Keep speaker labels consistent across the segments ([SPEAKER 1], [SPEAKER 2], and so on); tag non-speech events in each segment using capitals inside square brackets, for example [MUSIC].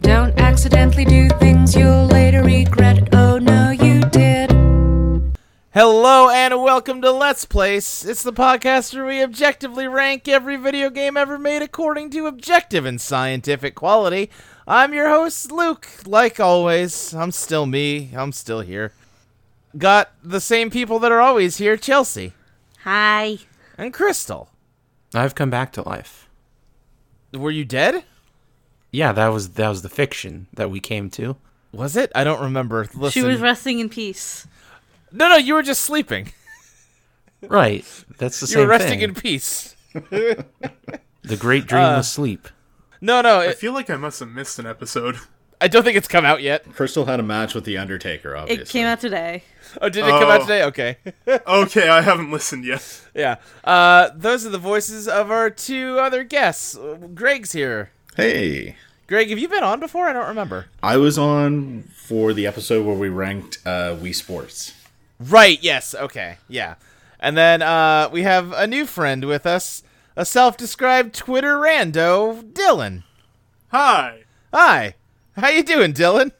[SPEAKER 1] Don't accidentally do things you'll later regret. Oh no, you did.
[SPEAKER 2] Hello and welcome to Let's Place. It's the podcast where we objectively rank every video game ever made according to objective and scientific quality. I'm your host, Luke. Like always, I'm still me. I'm still here. Got the same people that are always here Chelsea
[SPEAKER 3] Hi.
[SPEAKER 2] and Crystal.
[SPEAKER 4] I've come back to life.
[SPEAKER 2] Were you dead?
[SPEAKER 4] Yeah, that was that was the fiction that we came to.
[SPEAKER 2] Was it? I don't remember. Listen.
[SPEAKER 3] She was resting in peace.
[SPEAKER 2] no, no, you were just sleeping.
[SPEAKER 4] Right. That's the
[SPEAKER 2] You were
[SPEAKER 4] same
[SPEAKER 2] resting
[SPEAKER 4] thing.
[SPEAKER 2] in peace.
[SPEAKER 4] the great dream was sleep.
[SPEAKER 2] No, no,
[SPEAKER 5] I
[SPEAKER 2] it,
[SPEAKER 5] feel like I must have missed an episode. [LAUGHS]
[SPEAKER 2] I don't think it's come out yet.
[SPEAKER 6] Crystal had a match with The Undertaker, obviously.
[SPEAKER 3] It came out today.
[SPEAKER 2] Oh, did it come out
[SPEAKER 5] Oh.
[SPEAKER 2] today? Okay.
[SPEAKER 5] Okay, I haven't listened yet.
[SPEAKER 2] Yeah. Uh, those are the voices of our two other guests. Greg's here.
[SPEAKER 6] Hey.
[SPEAKER 2] Greg, have you been on before? I don't remember.
[SPEAKER 6] I was on for the episode where we ranked uh, Wii Sports.
[SPEAKER 2] Right. Yes. Okay. Yeah. And then uh, we have a new friend with us, a self-described Twitter rando, Dylan.
[SPEAKER 5] Hi,
[SPEAKER 2] Hi. How you doing, Dylan?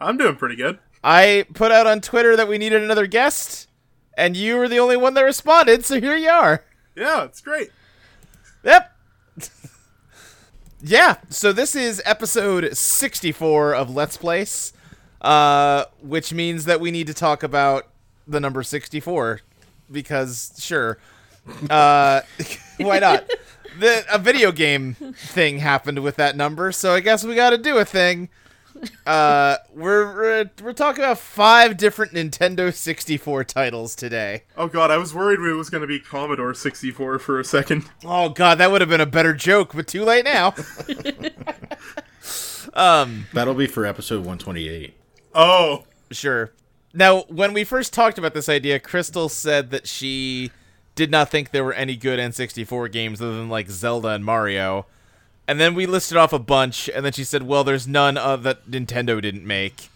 [SPEAKER 5] I'm doing pretty good.
[SPEAKER 2] I put out on Twitter that we needed another guest, and you were the only one that responded. So here you are.
[SPEAKER 5] Yeah, it's great.
[SPEAKER 2] Yep. [LAUGHS] yeah. So this is episode 64 of Let's Place, uh, which means that we need to talk about the number 64 because sure, uh, [LAUGHS] why not? The, a video game thing happened with that number, so I guess we got to do a thing. Uh, we're, we're we're talking about five different Nintendo 64 titles today.
[SPEAKER 5] Oh god, I was worried it was going to be Commodore 64 for a second. [LAUGHS]
[SPEAKER 2] Oh god, that would have been a better joke, but too late now.
[SPEAKER 6] That'll be for episode 128.
[SPEAKER 5] Oh,
[SPEAKER 2] Sure. Now, when we first talked about this idea, Crystal said that she did not think there were any good N64 games other than like Zelda and Mario. And then we listed off a bunch, and then she said, "Well, there's none uh, that Nintendo didn't make."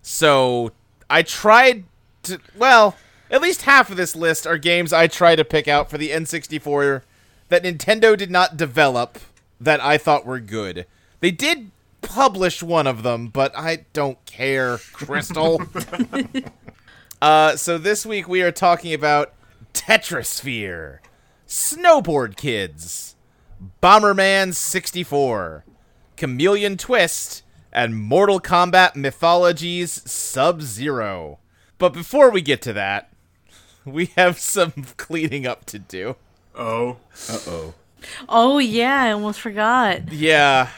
[SPEAKER 2] So I tried to. Well, at least half of this list are games I tried to pick out for the N64 that Nintendo did not develop that I thought were good. They did publish one of them, but I don't care, Crystal. uh, so this week we are talking about Tetrasphere, Snowboard Kids, Bomberman 64, Chameleon Twist, and Mortal Kombat Mythologies Sub Zero. But before we get to that, [LAUGHS] we have some [LAUGHS] cleaning up to do.
[SPEAKER 5] oh.
[SPEAKER 6] Uh oh.
[SPEAKER 3] Oh yeah, I almost forgot.
[SPEAKER 2] Yeah,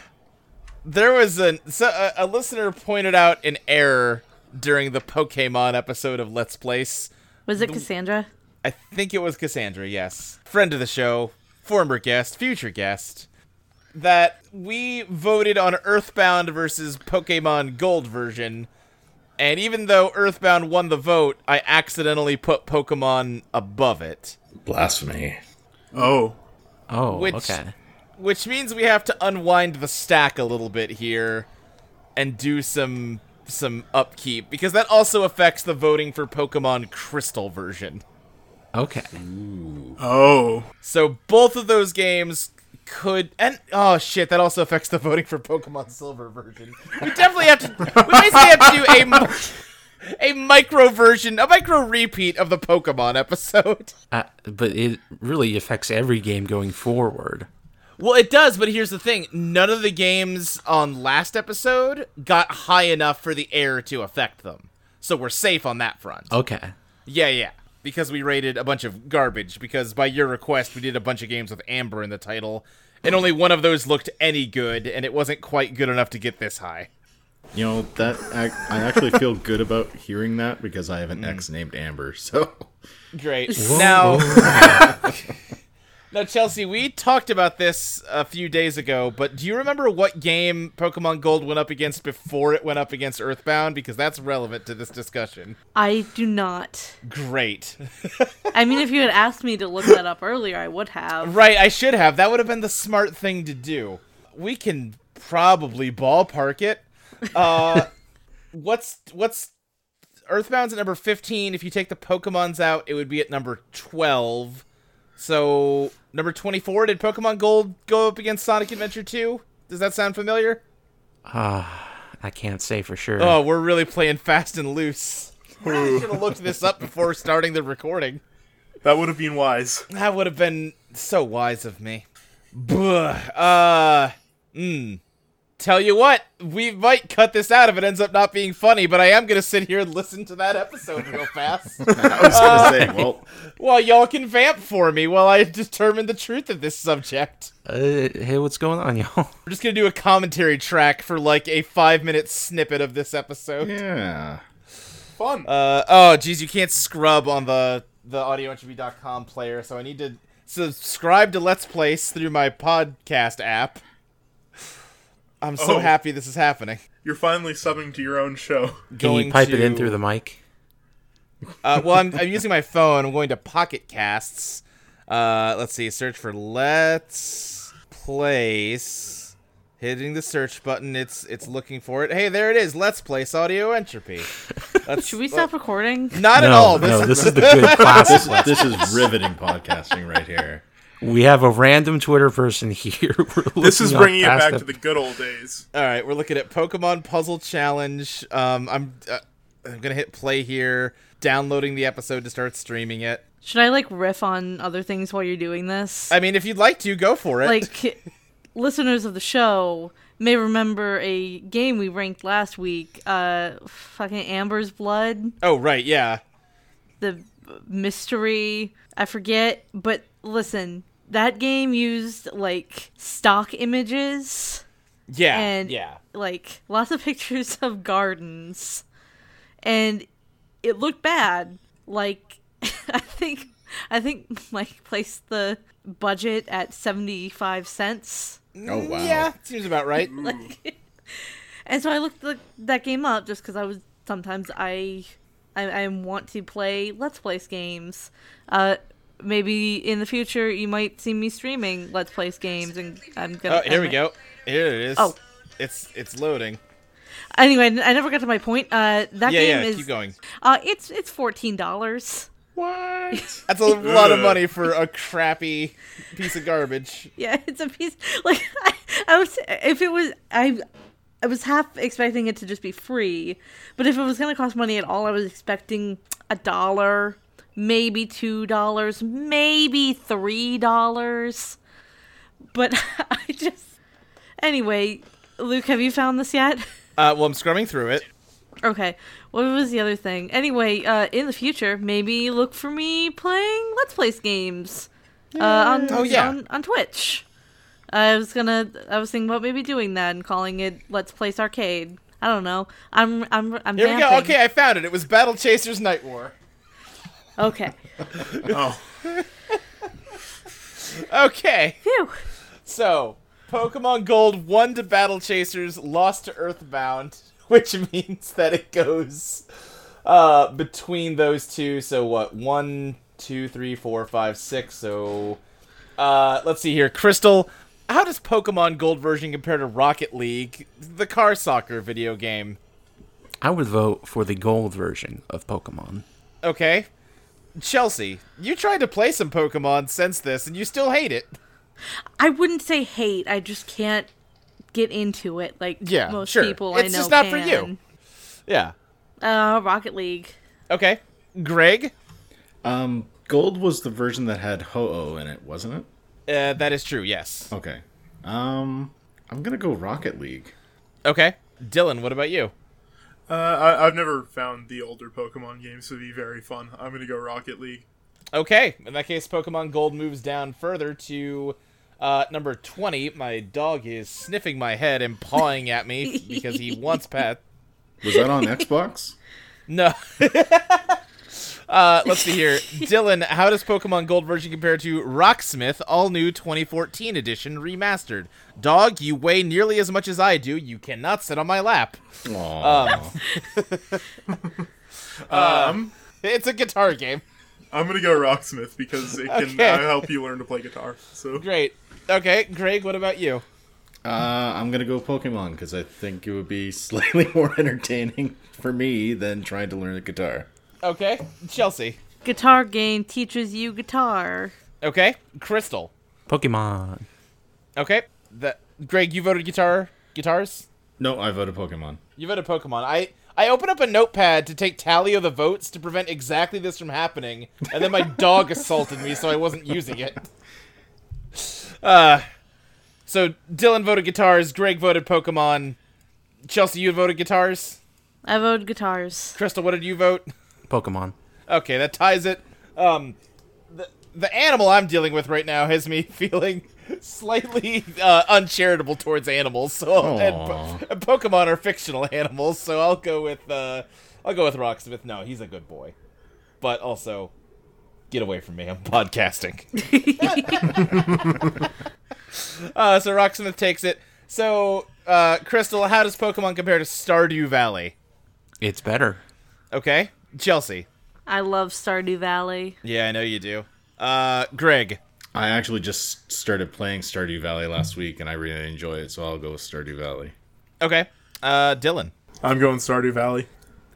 [SPEAKER 2] there was an so a, a listener pointed out an error during the Pokemon episode of Let's Place.
[SPEAKER 3] Was it Cassandra?
[SPEAKER 2] I think it was Cassandra. Yes, friend of the show, former guest, future guest. That we voted on Earthbound versus Pokemon Gold version, and even though Earthbound won the vote, I accidentally put Pokemon above it.
[SPEAKER 6] Blasphemy.
[SPEAKER 5] Oh.
[SPEAKER 4] Oh,
[SPEAKER 2] Which-
[SPEAKER 4] okay.
[SPEAKER 2] Which means we have to unwind the stack a little bit here and do some some upkeep because that also affects the voting for Pokemon Crystal version.
[SPEAKER 4] Okay.
[SPEAKER 5] Oh.
[SPEAKER 2] So both of those games could and oh shit, that also affects the voting for Pokemon Silver version. We definitely have to we basically have to do a mi- a micro version, a micro repeat of the Pokemon episode.
[SPEAKER 4] Uh, but it really affects every game going forward.
[SPEAKER 2] Well, it does, but here's the thing: none of the games on last episode got high enough for the air to affect them, so we're safe on that front.
[SPEAKER 4] Okay.
[SPEAKER 2] Yeah, yeah, because we rated a bunch of garbage. Because by your request, we did a bunch of games with Amber in the title, and only one of those looked any good, and it wasn't quite good enough to get this high.
[SPEAKER 6] You know, that I, I actually feel good about hearing that because I have an ex named Amber, [LAUGHS] so.
[SPEAKER 2] Great. Now, [LAUGHS] now, Chelsea, we talked about this a few days ago, but do you remember what game Pokemon Gold went up against before it went up against Earthbound? Because that's relevant to this discussion.
[SPEAKER 3] I do not.
[SPEAKER 2] Great.
[SPEAKER 3] I mean, if you had asked me to look that up earlier, I would have.
[SPEAKER 2] Right, I should have. That would have been the smart thing to do. We can probably ballpark it. Uh, what's what's Earthbound's at number fifteen. If you take the Pokemon's out, it would be at number twelve. So number twenty-four. Did Pokemon Gold go up against Sonic Adventure Two? Does that sound familiar?
[SPEAKER 4] I can't say for sure.
[SPEAKER 2] Oh, we're really playing fast and loose. [LAUGHS] I should have looked this up before starting the recording.
[SPEAKER 5] That would have been wise.
[SPEAKER 2] That would have been so wise of me. Bleh. Uh, mm. Tell you what, we might cut this out if it ends up not being funny, but I am gonna sit here and listen to that episode real fast
[SPEAKER 6] I was gonna say, well,
[SPEAKER 2] while y'all can vamp for me while I determine the truth of this subject.
[SPEAKER 4] Uh, hey, what's going on, [LAUGHS] y'all?
[SPEAKER 2] We're just gonna do a commentary track for like a five minute snippet of this episode.
[SPEAKER 6] yeah.
[SPEAKER 5] Fun.
[SPEAKER 2] Uh, oh, geez, you can't scrub on the the audioentropy.com player, so I need to subscribe to Let's Place through my podcast app. I'm so
[SPEAKER 5] Oh.
[SPEAKER 2] happy this is happening.
[SPEAKER 5] You're finally subbing to your own show.
[SPEAKER 4] Can you pipe it in through the mic?
[SPEAKER 2] Uh, well, I'm, I'm using my phone. I'm going to Pocket Casts. Uh, let's see. Search for Let's Place. Hitting the search button. It's it's looking for it. Hey, there it is. Let's Place Audio Entropy. Let's,
[SPEAKER 3] Should we stop recording?
[SPEAKER 2] Not at
[SPEAKER 4] no,
[SPEAKER 2] all. This
[SPEAKER 4] no,
[SPEAKER 2] is
[SPEAKER 4] this
[SPEAKER 2] [LAUGHS]
[SPEAKER 4] is the good classic.
[SPEAKER 6] This, this is riveting podcasting right here.
[SPEAKER 4] We have a random Twitter person [LAUGHS] here. We're
[SPEAKER 5] This is
[SPEAKER 4] looking up
[SPEAKER 5] bringing it
[SPEAKER 4] past
[SPEAKER 5] back
[SPEAKER 4] the-
[SPEAKER 5] to the good old days.
[SPEAKER 2] All right, we're looking at Pokemon Puzzle Challenge. Um, I'm uh, I'm gonna hit play here, downloading the episode to start streaming it.
[SPEAKER 3] Should I like riff on other things while you're doing this?
[SPEAKER 2] I mean, if you'd like to, go for it.
[SPEAKER 3] like listeners of the show may remember a game we ranked last week uh fucking amber's blood
[SPEAKER 2] oh right, yeah,
[SPEAKER 3] the mystery i forget but listen that game used like stock images
[SPEAKER 2] yeah,
[SPEAKER 3] and
[SPEAKER 2] yeah.
[SPEAKER 3] like lots of [LAUGHS] pictures of gardens and it looked bad like [LAUGHS] i think i think mike placed the budget at 75 cents
[SPEAKER 6] Oh wow.
[SPEAKER 2] Mm, Yeah, seems about right.
[SPEAKER 3] And so I looked the, that game up just because I was sometimes I, I I want to play Let's Place games. Uh, maybe in the future you might see me streaming Let's Place games, and I'm gonna.
[SPEAKER 2] Oh, here we go. Here it is.
[SPEAKER 3] Oh.
[SPEAKER 2] it's it's loading.
[SPEAKER 3] Anyway, I never got to my point. Uh, that
[SPEAKER 2] Yeah,
[SPEAKER 3] game
[SPEAKER 2] yeah.
[SPEAKER 3] is.
[SPEAKER 2] Keep going.
[SPEAKER 3] Uh, it's it's fourteen dollars. [LAUGHS]
[SPEAKER 6] What?
[SPEAKER 2] That's a lot of
[SPEAKER 5] Ugh.
[SPEAKER 2] money for a crappy piece of garbage.
[SPEAKER 3] Yeah, [LAUGHS] it's a piece. Like I, I was, if it was, I, I was half expecting it to just be free, but if it was gonna cost money at all, I was expecting a dollar, maybe two dollars, maybe three dollars. But [LAUGHS] I just, anyway, Luke, have you found this yet? [LAUGHS]
[SPEAKER 2] Uh, well, I'm scrumming through it.
[SPEAKER 3] Okay, what was the other thing? Anyway, uh, in the future, maybe look for me playing Let's Place games uh, on,
[SPEAKER 2] Oh, yeah.
[SPEAKER 3] on on Twitch. I was gonna, I was thinking about maybe doing that and calling it Let's Place Arcade. I don't know. I'm, I'm, I'm.
[SPEAKER 2] Here we go.
[SPEAKER 3] vamping.
[SPEAKER 2] Okay, I found it. It was Battle Chasers Night War.
[SPEAKER 3] Okay.
[SPEAKER 5] Oh,
[SPEAKER 2] Okay.
[SPEAKER 3] Phew.
[SPEAKER 2] So, Pokemon Gold won to Battle Chasers, lost to Earthbound, [LAUGHS] which means that it goes uh, between those two. So, what? One, two, three, four, five, six. So, uh, let's see here. Crystal, how does Pokemon Gold version compare to Rocket League, the car soccer video game?
[SPEAKER 4] I would vote for the gold version of Pokemon.
[SPEAKER 2] Okay. Chelsea, you tried to play some Pokemon since this, and you still hate it.
[SPEAKER 3] I wouldn't say hate. I just can't get into it like
[SPEAKER 2] Yeah,
[SPEAKER 3] most
[SPEAKER 2] sure.
[SPEAKER 3] people I know.
[SPEAKER 2] It's just not for you.
[SPEAKER 3] can.
[SPEAKER 2] Yeah.
[SPEAKER 3] Uh, Rocket League.
[SPEAKER 2] Okay. Greg?
[SPEAKER 6] Um, gold was the version that had Ho-Oh in it, wasn't it?
[SPEAKER 2] Uh, that is true, yes.
[SPEAKER 6] Okay. Um, I'm gonna go Rocket League.
[SPEAKER 2] Okay. Dylan, what about you?
[SPEAKER 5] uh, I, I've never found the older Pokemon games to be very fun. I'm gonna go Rocket League.
[SPEAKER 2] Okay. In that case, Pokemon Gold moves down further to uh, number 20. My dog is sniffing my head and pawing at me because he wants pet.
[SPEAKER 6] Was that on Xbox?
[SPEAKER 2] No. [LAUGHS] uh, let's see here. Dylan, how does Pokemon Gold version compare to Rocksmith, all new 2014 edition, remastered? Dog, you weigh nearly as much as I do. You cannot sit on my lap. [LAUGHS]
[SPEAKER 6] Aww.
[SPEAKER 2] It's a guitar game.
[SPEAKER 5] I'm gonna go Rocksmith because it can
[SPEAKER 2] Okay.
[SPEAKER 5] uh, help you learn to play guitar. So
[SPEAKER 2] Great. Okay, Greg, what about you?
[SPEAKER 6] Uh, I'm gonna go Pokemon because I think it would be [LAUGHS] slightly more entertaining for me than trying to learn a guitar.
[SPEAKER 2] Okay, Chelsea.
[SPEAKER 3] Guitar game teaches you guitar.
[SPEAKER 2] Okay, Crystal.
[SPEAKER 4] Pokemon.
[SPEAKER 2] Okay. That Greg, you voted guitar guitars?
[SPEAKER 6] No, I voted Pokemon.
[SPEAKER 2] You voted Pokemon. I I open up a notepad to take tally of the votes to prevent exactly this from happening, and [LAUGHS] then my dog assaulted me, so I wasn't using it. Uh, so Dylan voted guitars. Greg voted Pokemon. Chelsea, you voted guitars.
[SPEAKER 3] I voted guitars.
[SPEAKER 2] Crystal, what did you vote?
[SPEAKER 4] Pokemon.
[SPEAKER 2] Okay, that ties it. Um, the, the animal I'm dealing with right now has me [LAUGHS] feeling slightly uh, uncharitable towards animals. So and, po-
[SPEAKER 6] Aw.
[SPEAKER 2] and Pokemon are fictional [LAUGHS] animals, so I'll go with uh, I'll go with Rocksmith. No, he's a good boy, but also get away from me. I'm podcasting. [LAUGHS] uh, so Rocksmith takes it. So uh, Crystal, how does Pokemon compare to Stardew Valley?
[SPEAKER 4] It's better.
[SPEAKER 2] Okay, Chelsea.
[SPEAKER 3] I love Stardew Valley.
[SPEAKER 2] Yeah, I know you do. Uh, Greg.
[SPEAKER 6] I actually just started playing Stardew Valley last week, and I really enjoy it, so I'll go with Stardew Valley.
[SPEAKER 2] Okay. Uh, Dylan.
[SPEAKER 5] I'm going Stardew Valley.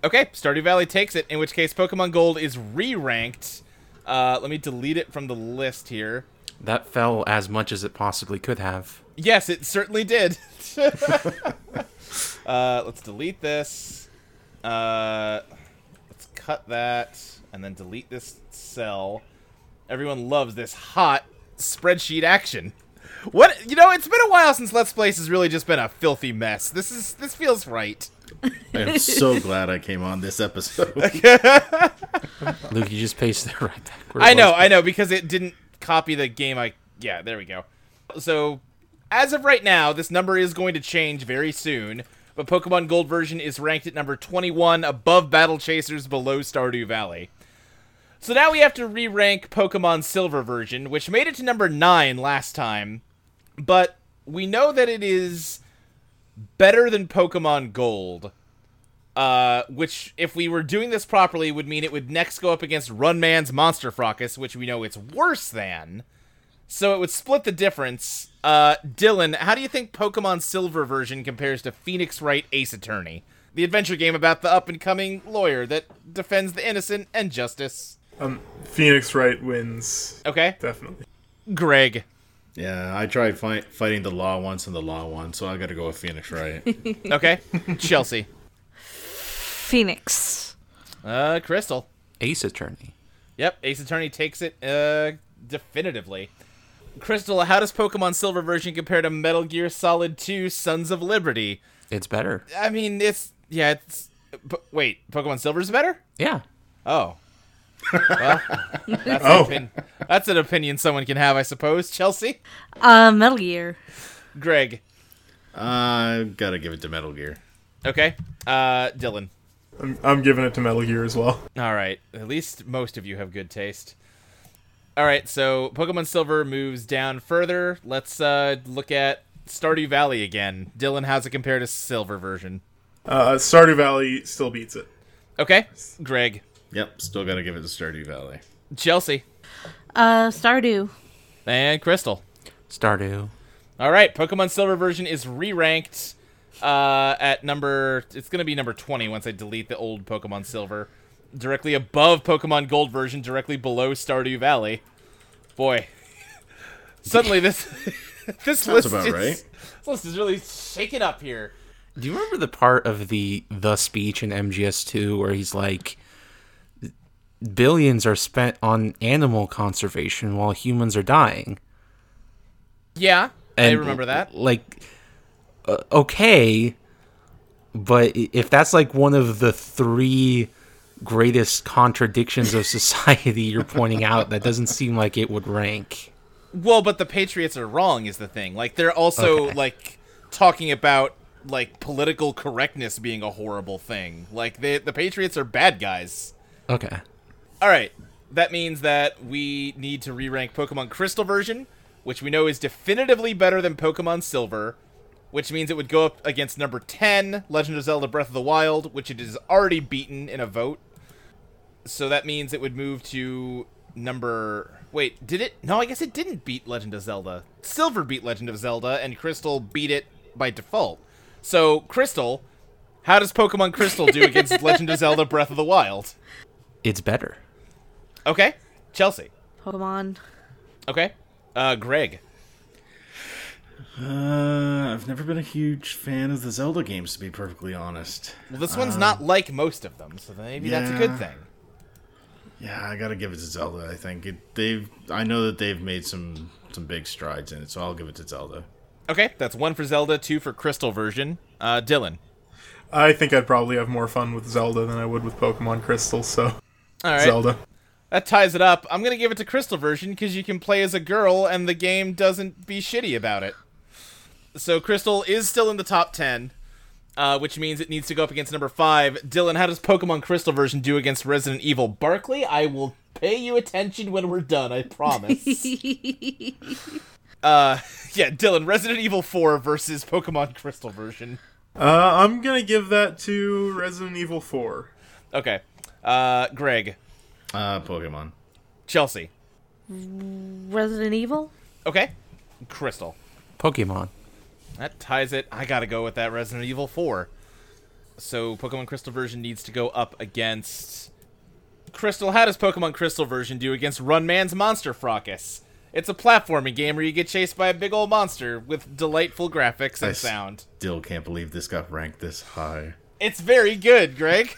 [SPEAKER 2] Okay, Stardew Valley takes it, in which case Pokemon Gold is re ranked. Uh, let me delete it from the list here.
[SPEAKER 4] That fell as much as it possibly could have.
[SPEAKER 2] Yes, it certainly did. [LAUGHS] uh, let's delete this. Uh, let's cut that and then delete this cell. Everyone loves this hot spreadsheet action. What you know? It's been a while since Let's Plays has really just been a filthy mess. This is this feels right.
[SPEAKER 6] I am so glad I came on this episode.
[SPEAKER 4] Luke, you just pasted it [LAUGHS] right back. where it
[SPEAKER 2] I know,
[SPEAKER 4] was.
[SPEAKER 2] I know, because it didn't copy the game. I yeah, there we go. So, as of right now, this number is going to change very soon. But Pokemon Gold version is ranked at number 21, above Battle Chasers, below Stardew Valley. So now we have to re-rank Pokemon Silver version, which made it to number nine last time. But we know that it is better than Pokemon Gold. Uh, which, if we were doing this properly, would mean it would next go up against Runman's Monster Fracas, which we know it's worse than. So it would split the difference. Uh, Dylan, how do you think Pokemon Silver version compares to Phoenix Wright Ace Attorney, the adventure game about the up and coming lawyer that defends the innocent and justice?
[SPEAKER 5] Um, Phoenix Wright wins
[SPEAKER 2] Okay,
[SPEAKER 5] definitely.
[SPEAKER 2] Greg.
[SPEAKER 6] yeah, I tried fi- fighting the law once and the law won, so I got to go with Phoenix Right?
[SPEAKER 2] Okay, Chelsea.
[SPEAKER 3] Phoenix.
[SPEAKER 2] Uh, Crystal.
[SPEAKER 4] Ace Attorney.
[SPEAKER 2] Yep, Ace Attorney takes it uh, definitively. Crystal, how does Pokemon Silver version compare to Metal Gear Solid 2 Sons of Liberty?
[SPEAKER 4] It's better.
[SPEAKER 2] I mean, it's yeah, it's but wait, Pokemon Silver's better?
[SPEAKER 4] Yeah.
[SPEAKER 2] Oh. well, that's, an
[SPEAKER 5] Oh.
[SPEAKER 2] opinion, that's an opinion someone can have, I suppose. Chelsea,
[SPEAKER 3] Uh, Metal Gear.
[SPEAKER 2] Greg,
[SPEAKER 6] I got to give it to Metal Gear.
[SPEAKER 2] okay, uh, Dylan.
[SPEAKER 5] I'm, I'm giving it to Metal Gear as well.
[SPEAKER 2] All right. At least most of you have good taste. All right. So Pokemon Silver moves down further. Let's uh, look at Stardew Valley again. Dylan, how's it compare to Silver version?
[SPEAKER 5] Uh, Stardew Valley still beats it.
[SPEAKER 2] Okay. Greg,
[SPEAKER 6] Yep, still got to give it to Stardew Valley.
[SPEAKER 2] Chelsea,
[SPEAKER 3] Uh, Stardew.
[SPEAKER 2] and Crystal.
[SPEAKER 4] Stardew.
[SPEAKER 2] All right. Pokemon Silver version is re-ranked uh, at number. It's gonna be number twenty once I delete the old Pokemon Silver. Directly above Pokemon Gold version, directly below Stardew Valley. Boy, [LAUGHS] suddenly this [LAUGHS] this list
[SPEAKER 6] about
[SPEAKER 2] is
[SPEAKER 6] right.
[SPEAKER 2] this list is really shaken up here.
[SPEAKER 4] Do you remember the part of the the speech in MGS2 where he's like billions are spent on animal conservation while humans are dying?
[SPEAKER 2] Yeah, I
[SPEAKER 4] And,
[SPEAKER 2] remember that.
[SPEAKER 4] Like uh, okay, but i- if that's like one of the three greatest contradictions of [LAUGHS] society you're pointing out, that doesn't seem like it would rank.
[SPEAKER 2] Well, but the Patriots are wrong is the thing. Like they're also
[SPEAKER 4] Okay.
[SPEAKER 2] like talking about like political correctness being a horrible thing. Like the the Patriots are bad guys.
[SPEAKER 4] Okay.
[SPEAKER 2] All right. That means that we need to re rank Pokemon Crystal version, which we know is definitively better than Pokemon Silver, which means it would go up against number 10, Legend of Zelda Breath of the Wild, which it is already beaten in a vote. So that means it would move to number. Wait, did it? No, I guess it didn't beat Legend of Zelda. Silver beat Legend of Zelda, and Crystal beat it by default. So, Crystal, how does Pokemon Crystal do against Legend of Zelda Breath of the Wild?
[SPEAKER 4] It's better.
[SPEAKER 2] Okay. Chelsea.
[SPEAKER 3] Pokemon.
[SPEAKER 2] Okay. Uh, Greg.
[SPEAKER 6] Uh, I've never been a huge fan of the Zelda games, to be perfectly honest.
[SPEAKER 2] Well, this one's not like most of them, so maybe that's a good
[SPEAKER 6] yeah.
[SPEAKER 2] thing.
[SPEAKER 6] Yeah, I gotta give it to Zelda. I think it, they've. I know that they've made some some big strides in it, so I'll give it to Zelda.
[SPEAKER 2] Okay, that's one for Zelda, two for Crystal version. Uh, Dylan.
[SPEAKER 5] I think I'd probably have more fun with Zelda than I would with Pokemon Crystal, so
[SPEAKER 2] All right,
[SPEAKER 5] Zelda.
[SPEAKER 2] that ties it up. I'm gonna give it to Crystal version because you can play as a girl and the game doesn't be shitty about it. So Crystal is still in the top ten, uh, which means it needs to go up against number five. Dylan, how does Pokemon Crystal version do against Resident Evil? Barkley, I will pay you attention when we're done. I promise. uh, yeah, Dylan, Resident Evil Four versus Pokemon Crystal version.
[SPEAKER 5] Uh, I'm gonna give that to Resident Evil 4.
[SPEAKER 2] Okay, uh, Greg,
[SPEAKER 6] Uh, Pokemon.
[SPEAKER 2] Chelsea.
[SPEAKER 3] [LAUGHS] Resident Evil?
[SPEAKER 2] Okay. Crystal.
[SPEAKER 4] Pokemon.
[SPEAKER 2] That ties it. I gotta go with that Resident Evil 4. So Pokemon Crystal version needs to go up against Crystal. How does Pokemon Crystal version do against Run Man's Monster Fracas? It's a platforming game where you get chased by a big old monster with delightful graphics and
[SPEAKER 6] Nice.
[SPEAKER 2] sound.
[SPEAKER 6] Still can't believe this got ranked this high.
[SPEAKER 2] It's very good, Greg.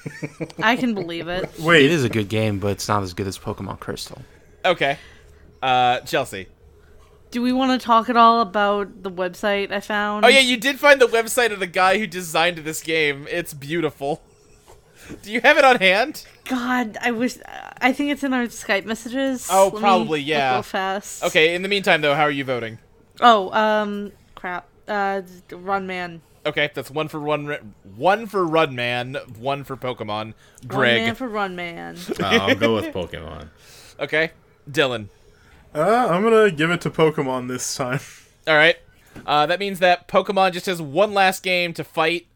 [SPEAKER 2] [LAUGHS]
[SPEAKER 3] I can believe it.
[SPEAKER 5] Wait,
[SPEAKER 4] It is a good game, but it's not as good as Pokemon Crystal.
[SPEAKER 2] okay. Uh, Chelsea.
[SPEAKER 3] Do we want to talk at all about the website I found?
[SPEAKER 2] Oh yeah, you did find the website of the guy who designed this game. It's beautiful. Do you have it on hand?
[SPEAKER 3] God, I wish. I think it's in our Skype messages.
[SPEAKER 2] Oh,
[SPEAKER 3] Let me
[SPEAKER 2] probably,
[SPEAKER 3] look
[SPEAKER 2] yeah.
[SPEAKER 3] Real fast.
[SPEAKER 2] Okay, in the meantime though, how are you voting?
[SPEAKER 3] Oh, um, crap. Uh, Run Man.
[SPEAKER 2] Okay, that's one for one, one for Runman, one for Pokemon. Greg.
[SPEAKER 3] Run Man for Run Man. [LAUGHS]
[SPEAKER 6] Uh, I'll go [LAUGHS] with Pokemon.
[SPEAKER 2] okay, Dylan.
[SPEAKER 5] uh, I'm gonna give it to Pokemon this time. [LAUGHS]
[SPEAKER 2] All right, uh, that means that Pokemon just has one last game to fight.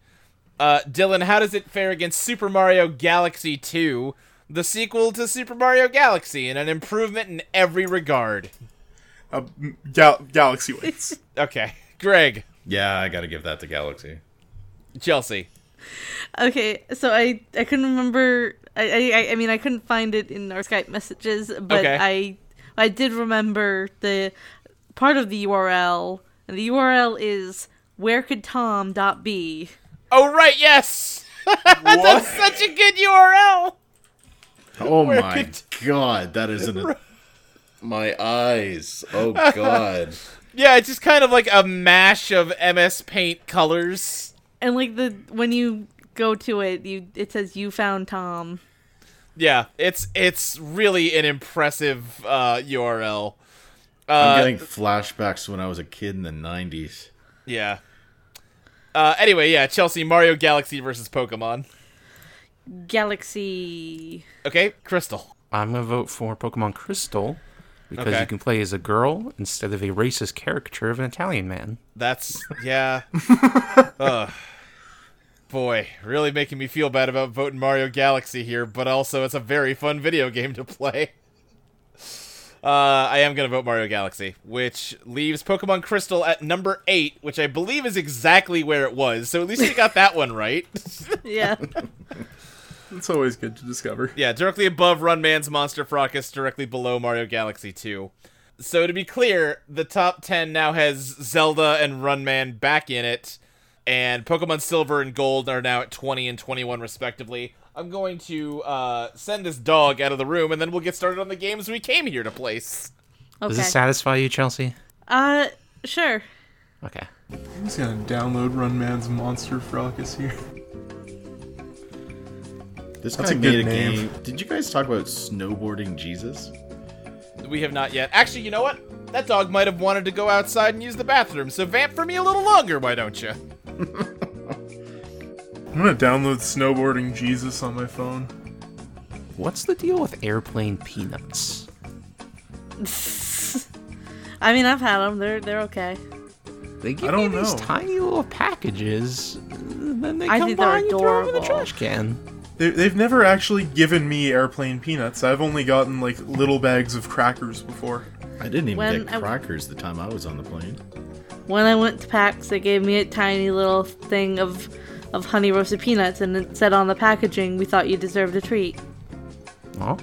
[SPEAKER 2] Uh, Dylan, how does it fare against Super Mario Galaxy Two, the sequel to Super Mario Galaxy, and an improvement in every regard?
[SPEAKER 5] Uh, m- gal-
[SPEAKER 2] [LAUGHS]
[SPEAKER 5] Galaxy wins.
[SPEAKER 2] Okay, Greg,
[SPEAKER 6] Yeah, I gotta give that to Galaxy.
[SPEAKER 2] Chelsea.
[SPEAKER 3] Okay, so I I couldn't remember. I I, I mean I couldn't find it in our Skype messages, but
[SPEAKER 2] Okay.
[SPEAKER 3] I I did remember the part of the URL, and the URL is where could Tom dot be.
[SPEAKER 2] Oh right, yes. [LAUGHS]
[SPEAKER 5] what?
[SPEAKER 2] Such a good URL.
[SPEAKER 6] Oh my
[SPEAKER 2] could-
[SPEAKER 6] god, that is an. [LAUGHS] My eyes. Oh god.
[SPEAKER 2] Yeah, it's just kind of like a mash of MS Paint colors.
[SPEAKER 3] And like the when you go to it, you it says you found Tom.
[SPEAKER 2] Yeah, it's it's really an impressive uh, URL.
[SPEAKER 6] [LAUGHS] I'm
[SPEAKER 2] Uh,
[SPEAKER 6] getting flashbacks to when I was a kid in the 90s.
[SPEAKER 2] yeah. Uh, anyway, yeah, Chelsea Mario Galaxy versus Pokemon.
[SPEAKER 3] Galaxy.
[SPEAKER 2] Okay, Crystal.
[SPEAKER 4] I'm gonna vote for Pokemon Crystal because
[SPEAKER 2] Okay.
[SPEAKER 4] you can play as a girl instead of a racist caricature of an Italian man.
[SPEAKER 2] That's yeah. Ugh. boy, really making me feel bad about voting Mario Galaxy here, but also it's a very fun video game to play. Uh, I am gonna vote Mario Galaxy, which leaves Pokemon Crystal at number eight, which I believe is exactly where it was. So at least we got that one right.
[SPEAKER 3] [LAUGHS] Yeah.
[SPEAKER 5] it's always good to discover.
[SPEAKER 2] Yeah, directly above Run Man's Monster Fracas, directly below Mario Galaxy 2. So to be clear, the top 10 now has Zelda and Run Man back in it, and Pokemon Silver and Gold are now at 20 and 21 respectively. I'm going to uh, send this dog out of the room, and then we'll get started on the games we came here to place.
[SPEAKER 3] Okay.
[SPEAKER 4] Does it satisfy you, Chelsea?
[SPEAKER 3] uh, sure.
[SPEAKER 4] Okay.
[SPEAKER 5] I'm just gonna download Run Man's Monster Fracas here.
[SPEAKER 6] This
[SPEAKER 5] That's
[SPEAKER 6] guy
[SPEAKER 5] a
[SPEAKER 6] made
[SPEAKER 5] good
[SPEAKER 6] a
[SPEAKER 5] name.
[SPEAKER 6] game. Did you guys talk about snowboarding Jesus?
[SPEAKER 2] We have not yet. Actually, you know what? That dog might have wanted to go outside and use the bathroom, so vamp for me a little longer, why don't you?
[SPEAKER 5] I'm gonna download Snowboarding Jesus on my phone.
[SPEAKER 4] What's the deal with airplane peanuts?
[SPEAKER 3] I mean, I've had them. They're they're okay.
[SPEAKER 4] They give
[SPEAKER 5] don't
[SPEAKER 4] you these
[SPEAKER 5] know.
[SPEAKER 4] tiny little packages, and then they
[SPEAKER 3] I
[SPEAKER 4] come
[SPEAKER 3] think they're
[SPEAKER 4] by and you throw them in the
[SPEAKER 3] adorable.
[SPEAKER 4] trash can.
[SPEAKER 5] They- They've never actually given me airplane peanuts. I've only gotten like little bags of crackers before.
[SPEAKER 6] I didn't even
[SPEAKER 3] When
[SPEAKER 6] get
[SPEAKER 3] I-
[SPEAKER 6] crackers the time I was on the plane.
[SPEAKER 3] When I went to PAX, they gave me a tiny little thing of of honey roasted peanuts, and it said on the packaging, "We thought you deserved a treat."
[SPEAKER 4] Oh,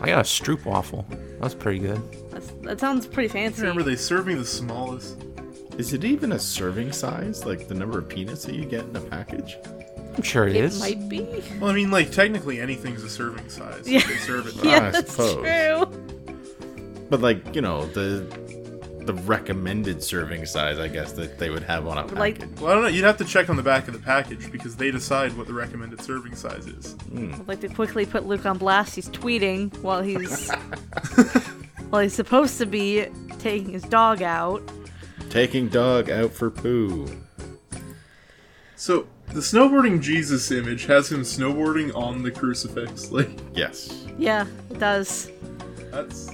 [SPEAKER 4] I got a stroop waffle. That's pretty good.
[SPEAKER 3] That's, that sounds pretty fancy.
[SPEAKER 5] Remember, they served me the smallest.
[SPEAKER 6] Is it even a serving size? Like the number of peanuts that you get in a package?
[SPEAKER 4] I'm sure it
[SPEAKER 3] It
[SPEAKER 4] is.
[SPEAKER 3] might be. [LAUGHS]
[SPEAKER 5] Well, I mean, like technically anything's a serving size.
[SPEAKER 3] Yeah.
[SPEAKER 5] They
[SPEAKER 3] [LAUGHS]
[SPEAKER 5] serve it.
[SPEAKER 3] Yeah,
[SPEAKER 6] I
[SPEAKER 3] that's
[SPEAKER 6] suppose.
[SPEAKER 3] true.
[SPEAKER 6] But like you know the the recommended serving size, I guess that they would have on a package.
[SPEAKER 3] Like-
[SPEAKER 5] Well, I don't know. You'd have to check on the back of the package because they decide what the recommended serving size is.
[SPEAKER 3] I'd like to quickly put Luke on blast. He's tweeting while he's while he's supposed to be taking his dog out.
[SPEAKER 6] Taking dog out for poo.
[SPEAKER 5] So the snowboarding Jesus image has him snowboarding on the crucifix. [LAUGHS] Like
[SPEAKER 6] Yes.
[SPEAKER 3] Yeah, it does.
[SPEAKER 5] that's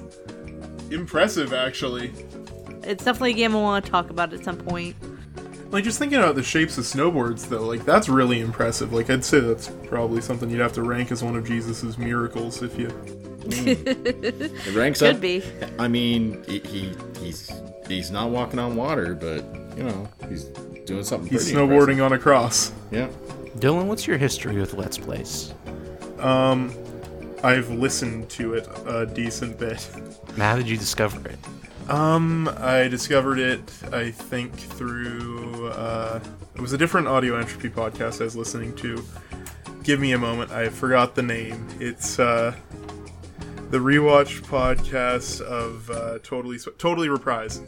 [SPEAKER 5] impressive, actually.
[SPEAKER 3] It's definitely a game I want to talk about at some point.
[SPEAKER 5] Like just thinking about the shapes of snowboards, though. Like that's really impressive. Like I'd say that's probably something you'd have to rank as one of Jesus's miracles if you.
[SPEAKER 6] It ranks
[SPEAKER 3] Could
[SPEAKER 6] up.
[SPEAKER 3] be.
[SPEAKER 6] I mean, he, he he's he's not walking on water, but you know he's doing something.
[SPEAKER 5] He's
[SPEAKER 6] pretty
[SPEAKER 5] snowboarding on a cross.
[SPEAKER 6] Impressive. Yeah.
[SPEAKER 4] Dylan, what's your history with Let's Plays?
[SPEAKER 5] I've listened to it a decent bit.
[SPEAKER 4] And How did you discover it?
[SPEAKER 5] Um, I discovered it, I think, through. Uh, it was a different audio entropy podcast I was listening to. Give me a moment, I forgot the name. It's uh, the rewatch podcast of uh, Totally Sw- Totally Reprise.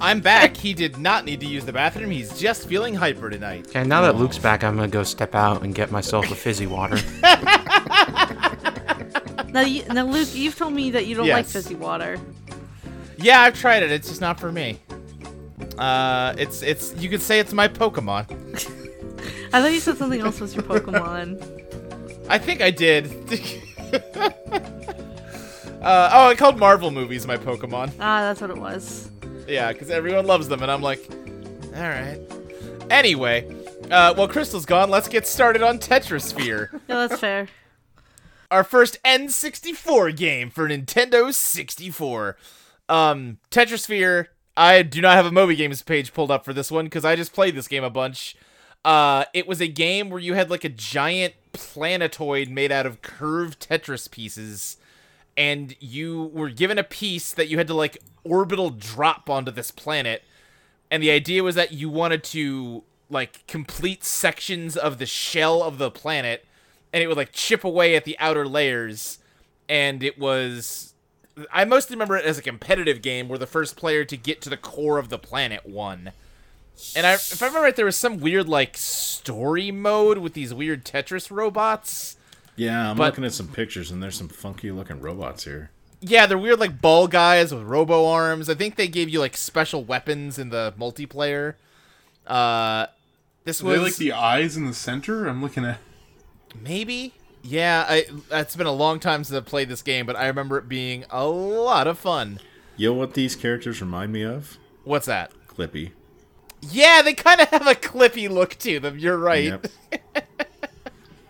[SPEAKER 2] I'm back. He did not need to use the bathroom. He's just feeling hyper tonight.
[SPEAKER 4] Okay, now that Luke's back, I'm gonna go step out and get myself a fizzy water.
[SPEAKER 3] Now, you, now Luke, you've told me that you don't like
[SPEAKER 2] Yes.
[SPEAKER 3] fizzy water.
[SPEAKER 2] Yeah, I've tried it. It's just not for me. Uh, it's it's you could say it's my Pokemon.
[SPEAKER 3] I thought you said something else was your Pokemon.
[SPEAKER 2] I think I did. [LAUGHS] uh, oh, I called Marvel movies my Pokemon.
[SPEAKER 3] Ah, that's what it was.
[SPEAKER 2] Yeah, because everyone loves them, and I'm like, all right. Anyway, uh, well, Crystal's gone. Let's get started on Tetrasphere,
[SPEAKER 3] No, that's fair.
[SPEAKER 2] our first N64 game for Nintendo 64. Um, Tetrasphere. I do not have a Moby Games page pulled up for this one because I just played this game a bunch. Uh, it was a game where you had like a giant planetoid made out of curved Tetris pieces and you were given a piece that you had to like orbital drop onto this planet and the idea was that you wanted to like complete sections of the shell of the planet and it would like chip away at the outer layers and it was i mostly remember it as a competitive game where the first player to get to the core of the planet won and I, if I remember right, there was some weird like story mode with these weird Tetris robots.
[SPEAKER 6] Yeah, I'm
[SPEAKER 2] But-
[SPEAKER 6] looking at some pictures, and there's some funky looking robots here.
[SPEAKER 2] Yeah, they're weird like ball guys with robo arms. I think they gave you like special weapons in the multiplayer. Uh this
[SPEAKER 5] They
[SPEAKER 2] was
[SPEAKER 5] like the eyes in the center. I'm looking at.
[SPEAKER 2] maybe? Yeah, I it's been a long time since I've played this game, but I remember it being a lot of fun.
[SPEAKER 6] You know what these characters remind me of?
[SPEAKER 2] What's that?
[SPEAKER 6] Clippy.
[SPEAKER 2] Yeah, they kind of have a clippy look to them. You're right.
[SPEAKER 6] Yep. [LAUGHS]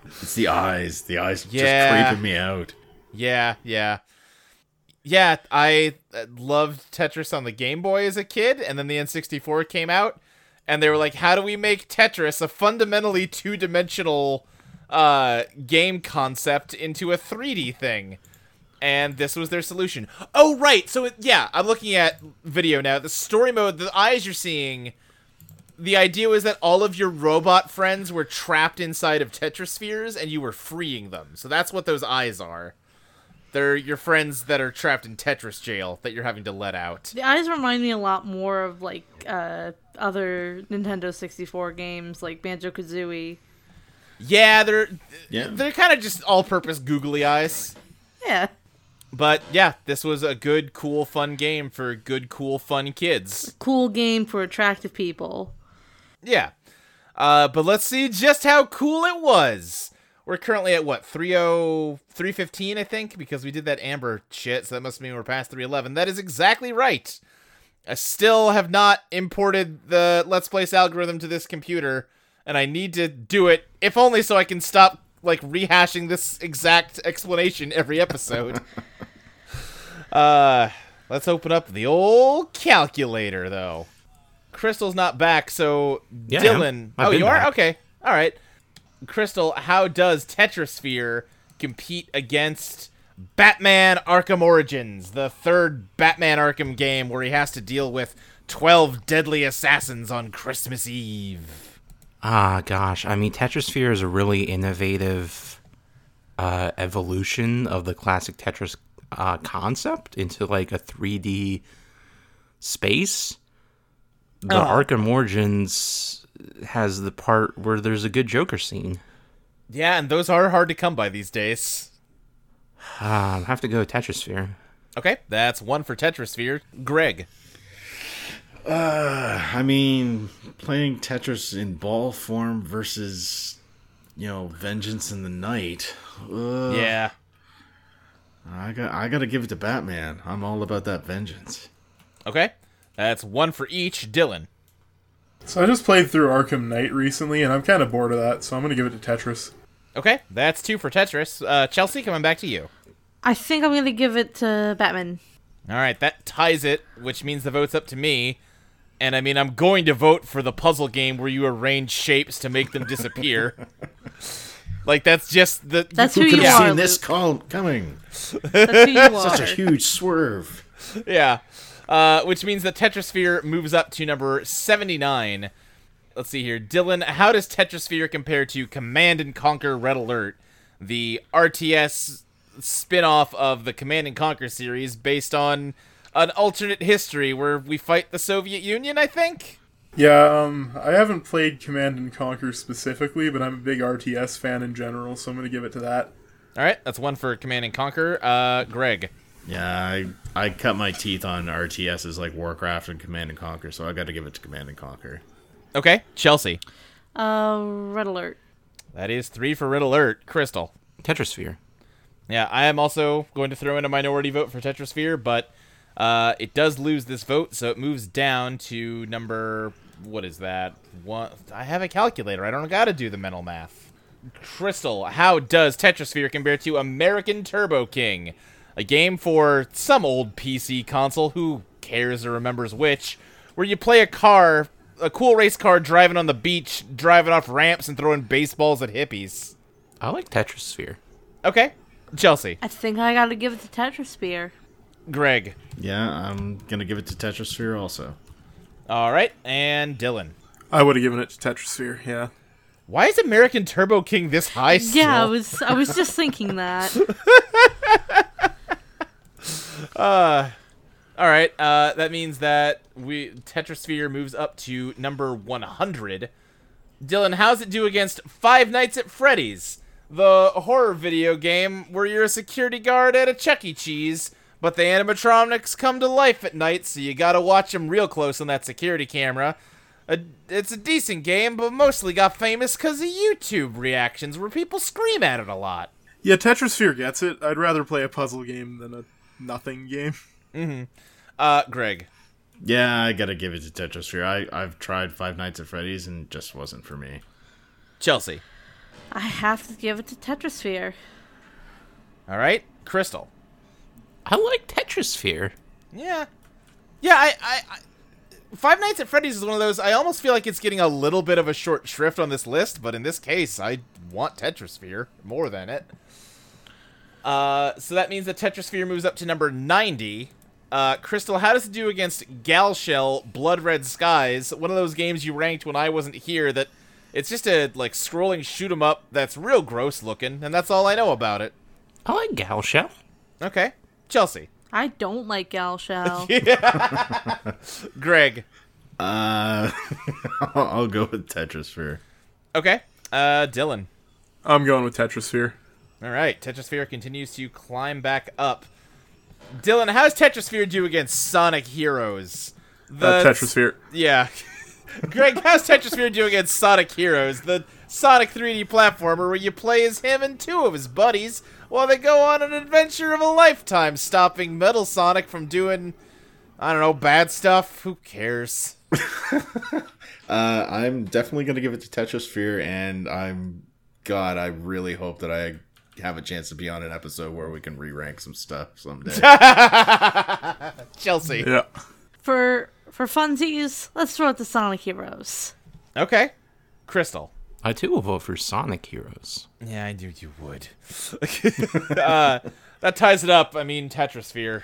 [SPEAKER 6] it's the eyes. The eyes
[SPEAKER 2] Yeah.
[SPEAKER 6] just creeping me out.
[SPEAKER 2] Yeah, yeah. Yeah, I uh, loved Tetris on the Game Boy as a kid, and then the N64 came out, and they were like, how do we make Tetris, a fundamentally two dimensional uh, game concept, into a 3D thing? And this was their solution. Oh, right. So, it, yeah, I'm looking at video now. The story mode, the eyes you're seeing, the idea was that all of your robot friends were trapped inside of Tetraspheres, and you were freeing them. So, that's what those eyes are. They're your friends that are trapped in Tetris jail that you're having to let out.
[SPEAKER 3] The eyes remind me a lot more of like uh, other Nintendo 64 games, like Banjo Kazooie.
[SPEAKER 2] Yeah, they're
[SPEAKER 6] Yeah.
[SPEAKER 2] they're kind of just all-purpose googly eyes.
[SPEAKER 3] Yeah.
[SPEAKER 2] But yeah, this was a good, cool, fun game for good, cool, fun kids.
[SPEAKER 3] Cool game for attractive people.
[SPEAKER 2] Yeah. Uh, but let's see just how cool it was. We're currently at what 30 315 I think because we did that amber shit, so that must mean we're past 311. That is exactly right. I still have not imported the Let's Place algorithm to this computer, and I need to do it, if only so I can stop like rehashing this exact explanation every episode. uh, let's open up the old calculator though. Crystal's not back, so
[SPEAKER 4] Yeah, I am.
[SPEAKER 2] Dylan.
[SPEAKER 4] I've
[SPEAKER 2] oh,
[SPEAKER 4] been
[SPEAKER 2] you
[SPEAKER 4] back.
[SPEAKER 2] are okay. All right, Crystal. How does Tetrasphere compete against? Batman Arkham Origins, the third Batman Arkham game where he has to deal with 12 Deadly Assassins on Christmas Eve.
[SPEAKER 4] Ah, gosh. I mean, Tetrasphere is a really innovative uh, evolution of the classic Tetris uh, concept into like a 3D space. The Arkham Origins has the part where there's a good Joker scene.
[SPEAKER 2] Yeah, and those are hard to come by these days.
[SPEAKER 4] Um, I have to go with Tetrasphere.
[SPEAKER 2] Okay, that's one for Tetrasphere. Greg.
[SPEAKER 6] I mean, playing Tetris in ball form versus, you know, Vengeance in the Night. Ugh.
[SPEAKER 2] Yeah.
[SPEAKER 6] I got I got to give it to Batman. I'm all about that vengeance.
[SPEAKER 2] Okay, that's one for each. Dylan.
[SPEAKER 5] [LAUGHS] So I just played through Arkham Knight recently, and I'm kind of bored of that, so I'm gonna give it to Tetris.
[SPEAKER 2] Okay, that's two for Tetris. Uh, Chelsea, coming back to you.
[SPEAKER 3] I think I'm gonna give it to
[SPEAKER 6] [LAUGHS]
[SPEAKER 3] Batman.
[SPEAKER 2] All right, that ties it, which means the vote's up to me. And I mean, I'm going to vote for the puzzle game where you arrange shapes to make them
[SPEAKER 3] [LAUGHS]
[SPEAKER 2] disappear. like that's just the
[SPEAKER 3] That's who
[SPEAKER 6] Could
[SPEAKER 3] you
[SPEAKER 6] have
[SPEAKER 3] are.
[SPEAKER 6] seen this
[SPEAKER 3] Luke.
[SPEAKER 6] call coming.
[SPEAKER 3] That's who you are.
[SPEAKER 6] Such a huge swerve.
[SPEAKER 2] yeah. Uh, which means the Tetrasphere moves up to number 79. Let's see here. Dylan, how does Tetrasphere compare to Command and Conquer Red Alert, the RTS spin off of the Command and Conquer series based on an alternate history where we fight the Soviet Union, I think?
[SPEAKER 5] Yeah, um, I haven't played Command and Conquer specifically, but I'm a big RTS fan in general, so I'm gonna give it to that.
[SPEAKER 2] All right, that's one for Command and Conquer. Uh, Greg.
[SPEAKER 6] [LAUGHS] Yeah, I I cut my teeth on RTSs like Warcraft and Command and Conquer, so I got to give it to Command and Conquer.
[SPEAKER 2] Okay, Chelsea.
[SPEAKER 3] Uh, red alert.
[SPEAKER 2] That is three for Red Alert. Crystal.
[SPEAKER 4] Tetrasphere.
[SPEAKER 2] Yeah, I am also going to throw in a minority vote for Tetrasphere, but uh, it does lose this vote, so it moves down to number what is that? One. I have a calculator. I don't got to do the mental math. Crystal, how does Tetrasphere compare to American Turbo King, a game for some old PC console? Who cares or remembers which? Where you play a car, a cool race car, driving on the beach, driving off ramps, and throwing baseballs at hippies.
[SPEAKER 4] I like Tetrasphere.
[SPEAKER 2] Okay, Chelsea,
[SPEAKER 3] I think I gotta give it to Tetrasphere.
[SPEAKER 2] Greg.
[SPEAKER 6] Yeah, I'm gonna give it to Tetrasphere also.
[SPEAKER 2] All right, and Dylan.
[SPEAKER 5] I would have given it to Tetrasphere. Yeah,
[SPEAKER 2] Why is American Turbo King this high still?
[SPEAKER 3] Yeah, I was I was just thinking
[SPEAKER 6] [LAUGHS]
[SPEAKER 3] that.
[SPEAKER 2] All right, uh, that means that we Tetrasphere moves up to number 100. Dylan, how's it do against Five Nights at Freddy's, the horror video game where you're a security guard at a Chuck E. Cheese, but the animatronics come to life at night, so you gotta watch them real close on that security camera. A, it's a decent game, but mostly got famous 'cause of YouTube reactions where people scream at it a lot.
[SPEAKER 5] yeah, Tetrasphere gets it. I'd rather play a puzzle game than a nothing game. [LAUGHS]
[SPEAKER 2] Uh, Greg.
[SPEAKER 6] Yeah, I gotta give it to Tetrasphere. I I've tried Five Nights at Freddy's and it just wasn't for me. [LAUGHS]
[SPEAKER 2] Chelsea.
[SPEAKER 3] I have to give it to Tetrasphere.
[SPEAKER 2] All right, Crystal.
[SPEAKER 4] I like Tetrasphere.
[SPEAKER 2] Yeah, yeah. I, I, I, Five Nights at Freddy's is one of those. I almost feel like it's getting a little bit of a short shrift on this list, but in this case, I want Tetrasphere more than it. Uh, so that means that Tetrasphere moves up to number ninety. Uh, Crystal, how does it do against Gal Shell Blood Red Skies? One of those games you ranked when I wasn't here. That it's just a like scrolling shoot 'em up that's real gross looking, and that's all I know about it.
[SPEAKER 4] I like Galshell.
[SPEAKER 2] Okay, Chelsea,
[SPEAKER 3] I don't like Gal
[SPEAKER 6] [LAUGHS]
[SPEAKER 3] Shell.
[SPEAKER 2] Greg.
[SPEAKER 6] Uh, I'll go with Tetrasphere.
[SPEAKER 2] Okay. Uh, Dylan.
[SPEAKER 5] I'm going with Tetrasphere.
[SPEAKER 2] All right. Tetrasphere continues to climb back up. Dylan, how's Tetrasphere do against Sonic Heroes? The
[SPEAKER 5] Uh, Tetrasphere.
[SPEAKER 2] Yeah. [LAUGHS] Greg, how's Tetrasphere do against Sonic Heroes? The Sonic 3D platformer where you play as him and two of his buddies while they go on an adventure of a lifetime, stopping Metal Sonic from doing, I don't know, bad stuff. Who cares?
[SPEAKER 6] Uh, I'm definitely gonna give it to Tetrasphere, and I'm God. I really hope that I have a chance to be on an episode where we can re-rank some stuff someday. [LAUGHS]
[SPEAKER 2] Chelsea.
[SPEAKER 5] Yeah,
[SPEAKER 3] for for funsies, let's throw it to Sonic Heroes.
[SPEAKER 2] Okay. Crystal.
[SPEAKER 4] I too will vote for Sonic Heroes.
[SPEAKER 2] Yeah, I [LAUGHS] knew you would. uh, that ties it up. I mean, Tetrasphere.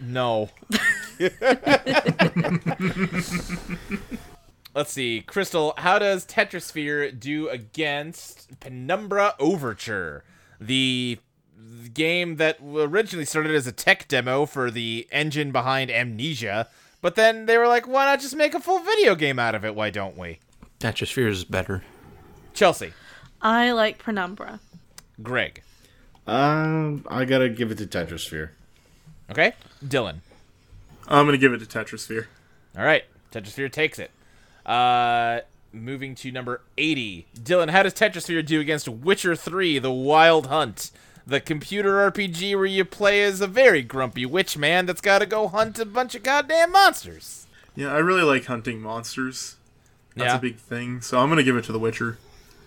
[SPEAKER 2] No. [LAUGHS] Let's see. Crystal, how does Tetrasphere do against Penumbra Overture? The game that originally started as a tech demo for the engine behind Amnesia, but then they were like, why not just make a full video game out of it? Why don't we?
[SPEAKER 4] Tetrasphere is better.
[SPEAKER 2] Chelsea,
[SPEAKER 3] I like Penumbra.
[SPEAKER 2] Greg,
[SPEAKER 6] Um, I gotta give it to Tetrasphere.
[SPEAKER 2] okay? Dylan.
[SPEAKER 5] I'm gonna give it to Tetrasphere.
[SPEAKER 2] All right, Tetrasphere takes it. Uh, moving to number 80. Dylan, how does Tetrasphere do against Witcher 3 The Wild Hunt? The computer RPG where you play as a very grumpy witch man that's got to go hunt a bunch of goddamn monsters.
[SPEAKER 5] Yeah, I really like hunting monsters. That's
[SPEAKER 2] yeah.
[SPEAKER 5] a big thing. So I'm gonna give it to The Witcher.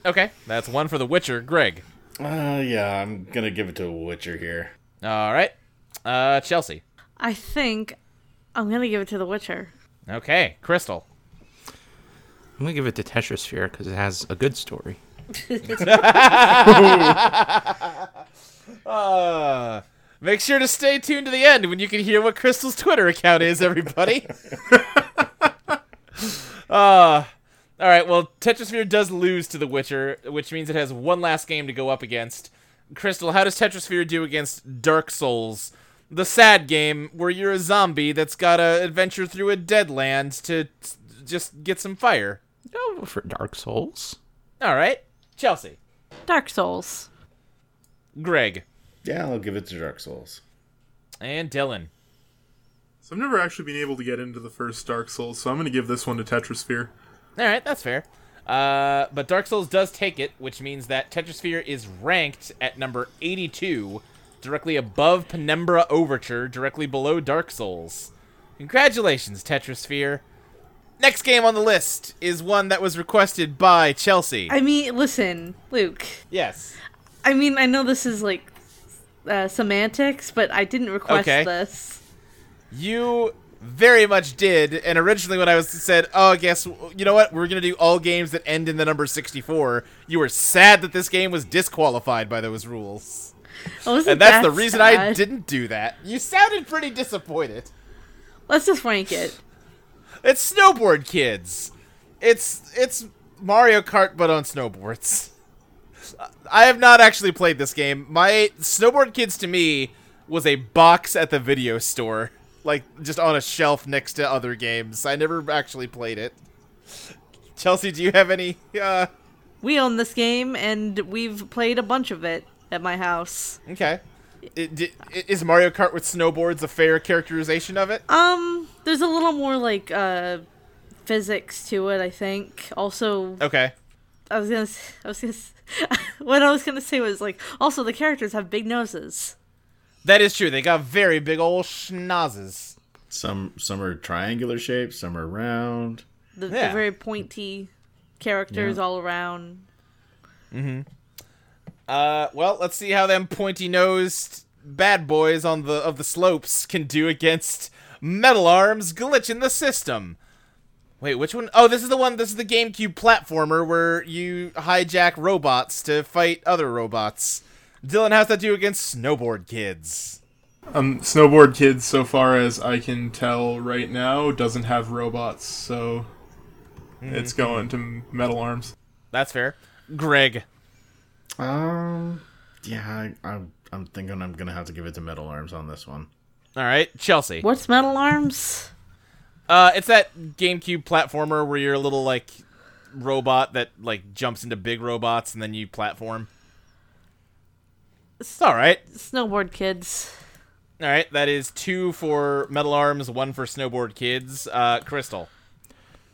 [SPEAKER 2] okay, that's one for The Witcher. Greg.
[SPEAKER 6] Uh, yeah, I'm gonna give it to Witcher here.
[SPEAKER 2] All right. Uh, Chelsea.
[SPEAKER 3] I think I'm gonna give it to The Witcher.
[SPEAKER 2] Okay, Crystal.
[SPEAKER 4] I'm gonna give it to Tetrasphere because it has a good story.
[SPEAKER 2] Uh, make sure to stay tuned to the end when you can hear what Crystal's Twitter account is, everybody. uh, all right, well, Tetrasphere does lose to The Witcher, which means it has one last game to go up against. Crystal, how does Tetrasphere do against Dark Souls? The sad game where you're a zombie that's got to adventure through a deadland to s- just get some fire.
[SPEAKER 4] No, for Dark Souls.
[SPEAKER 2] All right, Chelsea,
[SPEAKER 3] Dark Souls.
[SPEAKER 2] Greg,
[SPEAKER 6] Yeah, I'll give it to Dark Souls.
[SPEAKER 2] and Dylan.
[SPEAKER 5] So I've never actually been able to get into the first Dark Souls, so I'm gonna give this one to Tetrasphere.
[SPEAKER 2] All right, that's fair. Uh, but Dark Souls does take it, which means that Tetrasphere is ranked at number 82, directly above Penumbra Overture, directly below Dark Souls. Congratulations, Tetrasphere. Next game on the list is one that was requested by Chelsea.
[SPEAKER 3] I mean, listen, Luke.
[SPEAKER 2] yes.
[SPEAKER 3] I mean, I know this is like uh, semantics, but I didn't request
[SPEAKER 2] Okay.
[SPEAKER 3] this.
[SPEAKER 2] You very much did, and originally when I was said, "Oh, I guess you know what? We're gonna do all games that end in the number 64." You were sad that this game was disqualified by those rules.
[SPEAKER 3] Oh, isn't
[SPEAKER 2] And that's
[SPEAKER 3] that
[SPEAKER 2] the reason I
[SPEAKER 3] sad?
[SPEAKER 2] didn't do that. You sounded pretty disappointed.
[SPEAKER 3] Let's just rank it.
[SPEAKER 2] It's snowboard kids. It's it's Mario Kart but on snowboards. I have not actually played this game. My snowboard kids to me was a box at the video store, like just on a shelf next to other games. I never actually played it. Chelsea, do you have any? Uh,
[SPEAKER 3] We own this game, and we've played a bunch of it at my house.
[SPEAKER 2] okay. It, di- is Mario Kart with snowboards a fair characterization of it?
[SPEAKER 3] Um, there's a little more like uh physics to it, I think. Also,
[SPEAKER 2] Okay.
[SPEAKER 3] I was gonna, s- I was gonna, s- [LAUGHS] what I was gonna say was like, also the characters have big noses.
[SPEAKER 2] That is true. They got very big old schnozzes.
[SPEAKER 6] Some some are triangular shaped, some are round.
[SPEAKER 3] The, the
[SPEAKER 2] Yeah.
[SPEAKER 3] very pointy characters all around.
[SPEAKER 2] Uh, well, let's see how them pointy-nosed bad boys on the of the slopes can do against Metal Arms glitch in the system. Wait, which one? Oh, this is the one. This is the GameCube platformer where you hijack robots to fight other robots. Dylan, how's that do against Snowboard Kids?
[SPEAKER 5] Um, Snowboard Kids, so far as I can tell right now, doesn't have robots, so it's going to Metal Arms.
[SPEAKER 2] That's fair. Greg.
[SPEAKER 6] Um, yeah, I, I'm I'm thinking I'm gonna have to give it to Metal Arms on this one.
[SPEAKER 2] All right, Chelsea.
[SPEAKER 3] What's metal arms?
[SPEAKER 2] Uh, it's that GameCube platformer where you're a little like robot that like jumps into big robots and then you platform. It's all right.
[SPEAKER 3] Snowboard kids.
[SPEAKER 2] All right, that is two for Metal Arms, one for Snowboard Kids. Uh, Crystal.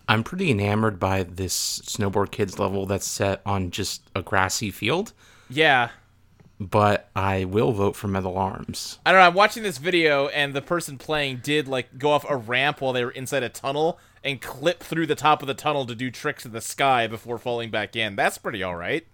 [SPEAKER 4] I'm pretty enamored by this snowboard kids level that's set on just a grassy field,
[SPEAKER 2] Yeah,
[SPEAKER 4] but I will vote for Metal Arms.
[SPEAKER 2] I don't know. I'm watching this video, and the person playing did like go off a ramp while they were inside a tunnel and clip through the top of the tunnel to do tricks in the sky before falling back in. That's pretty all right.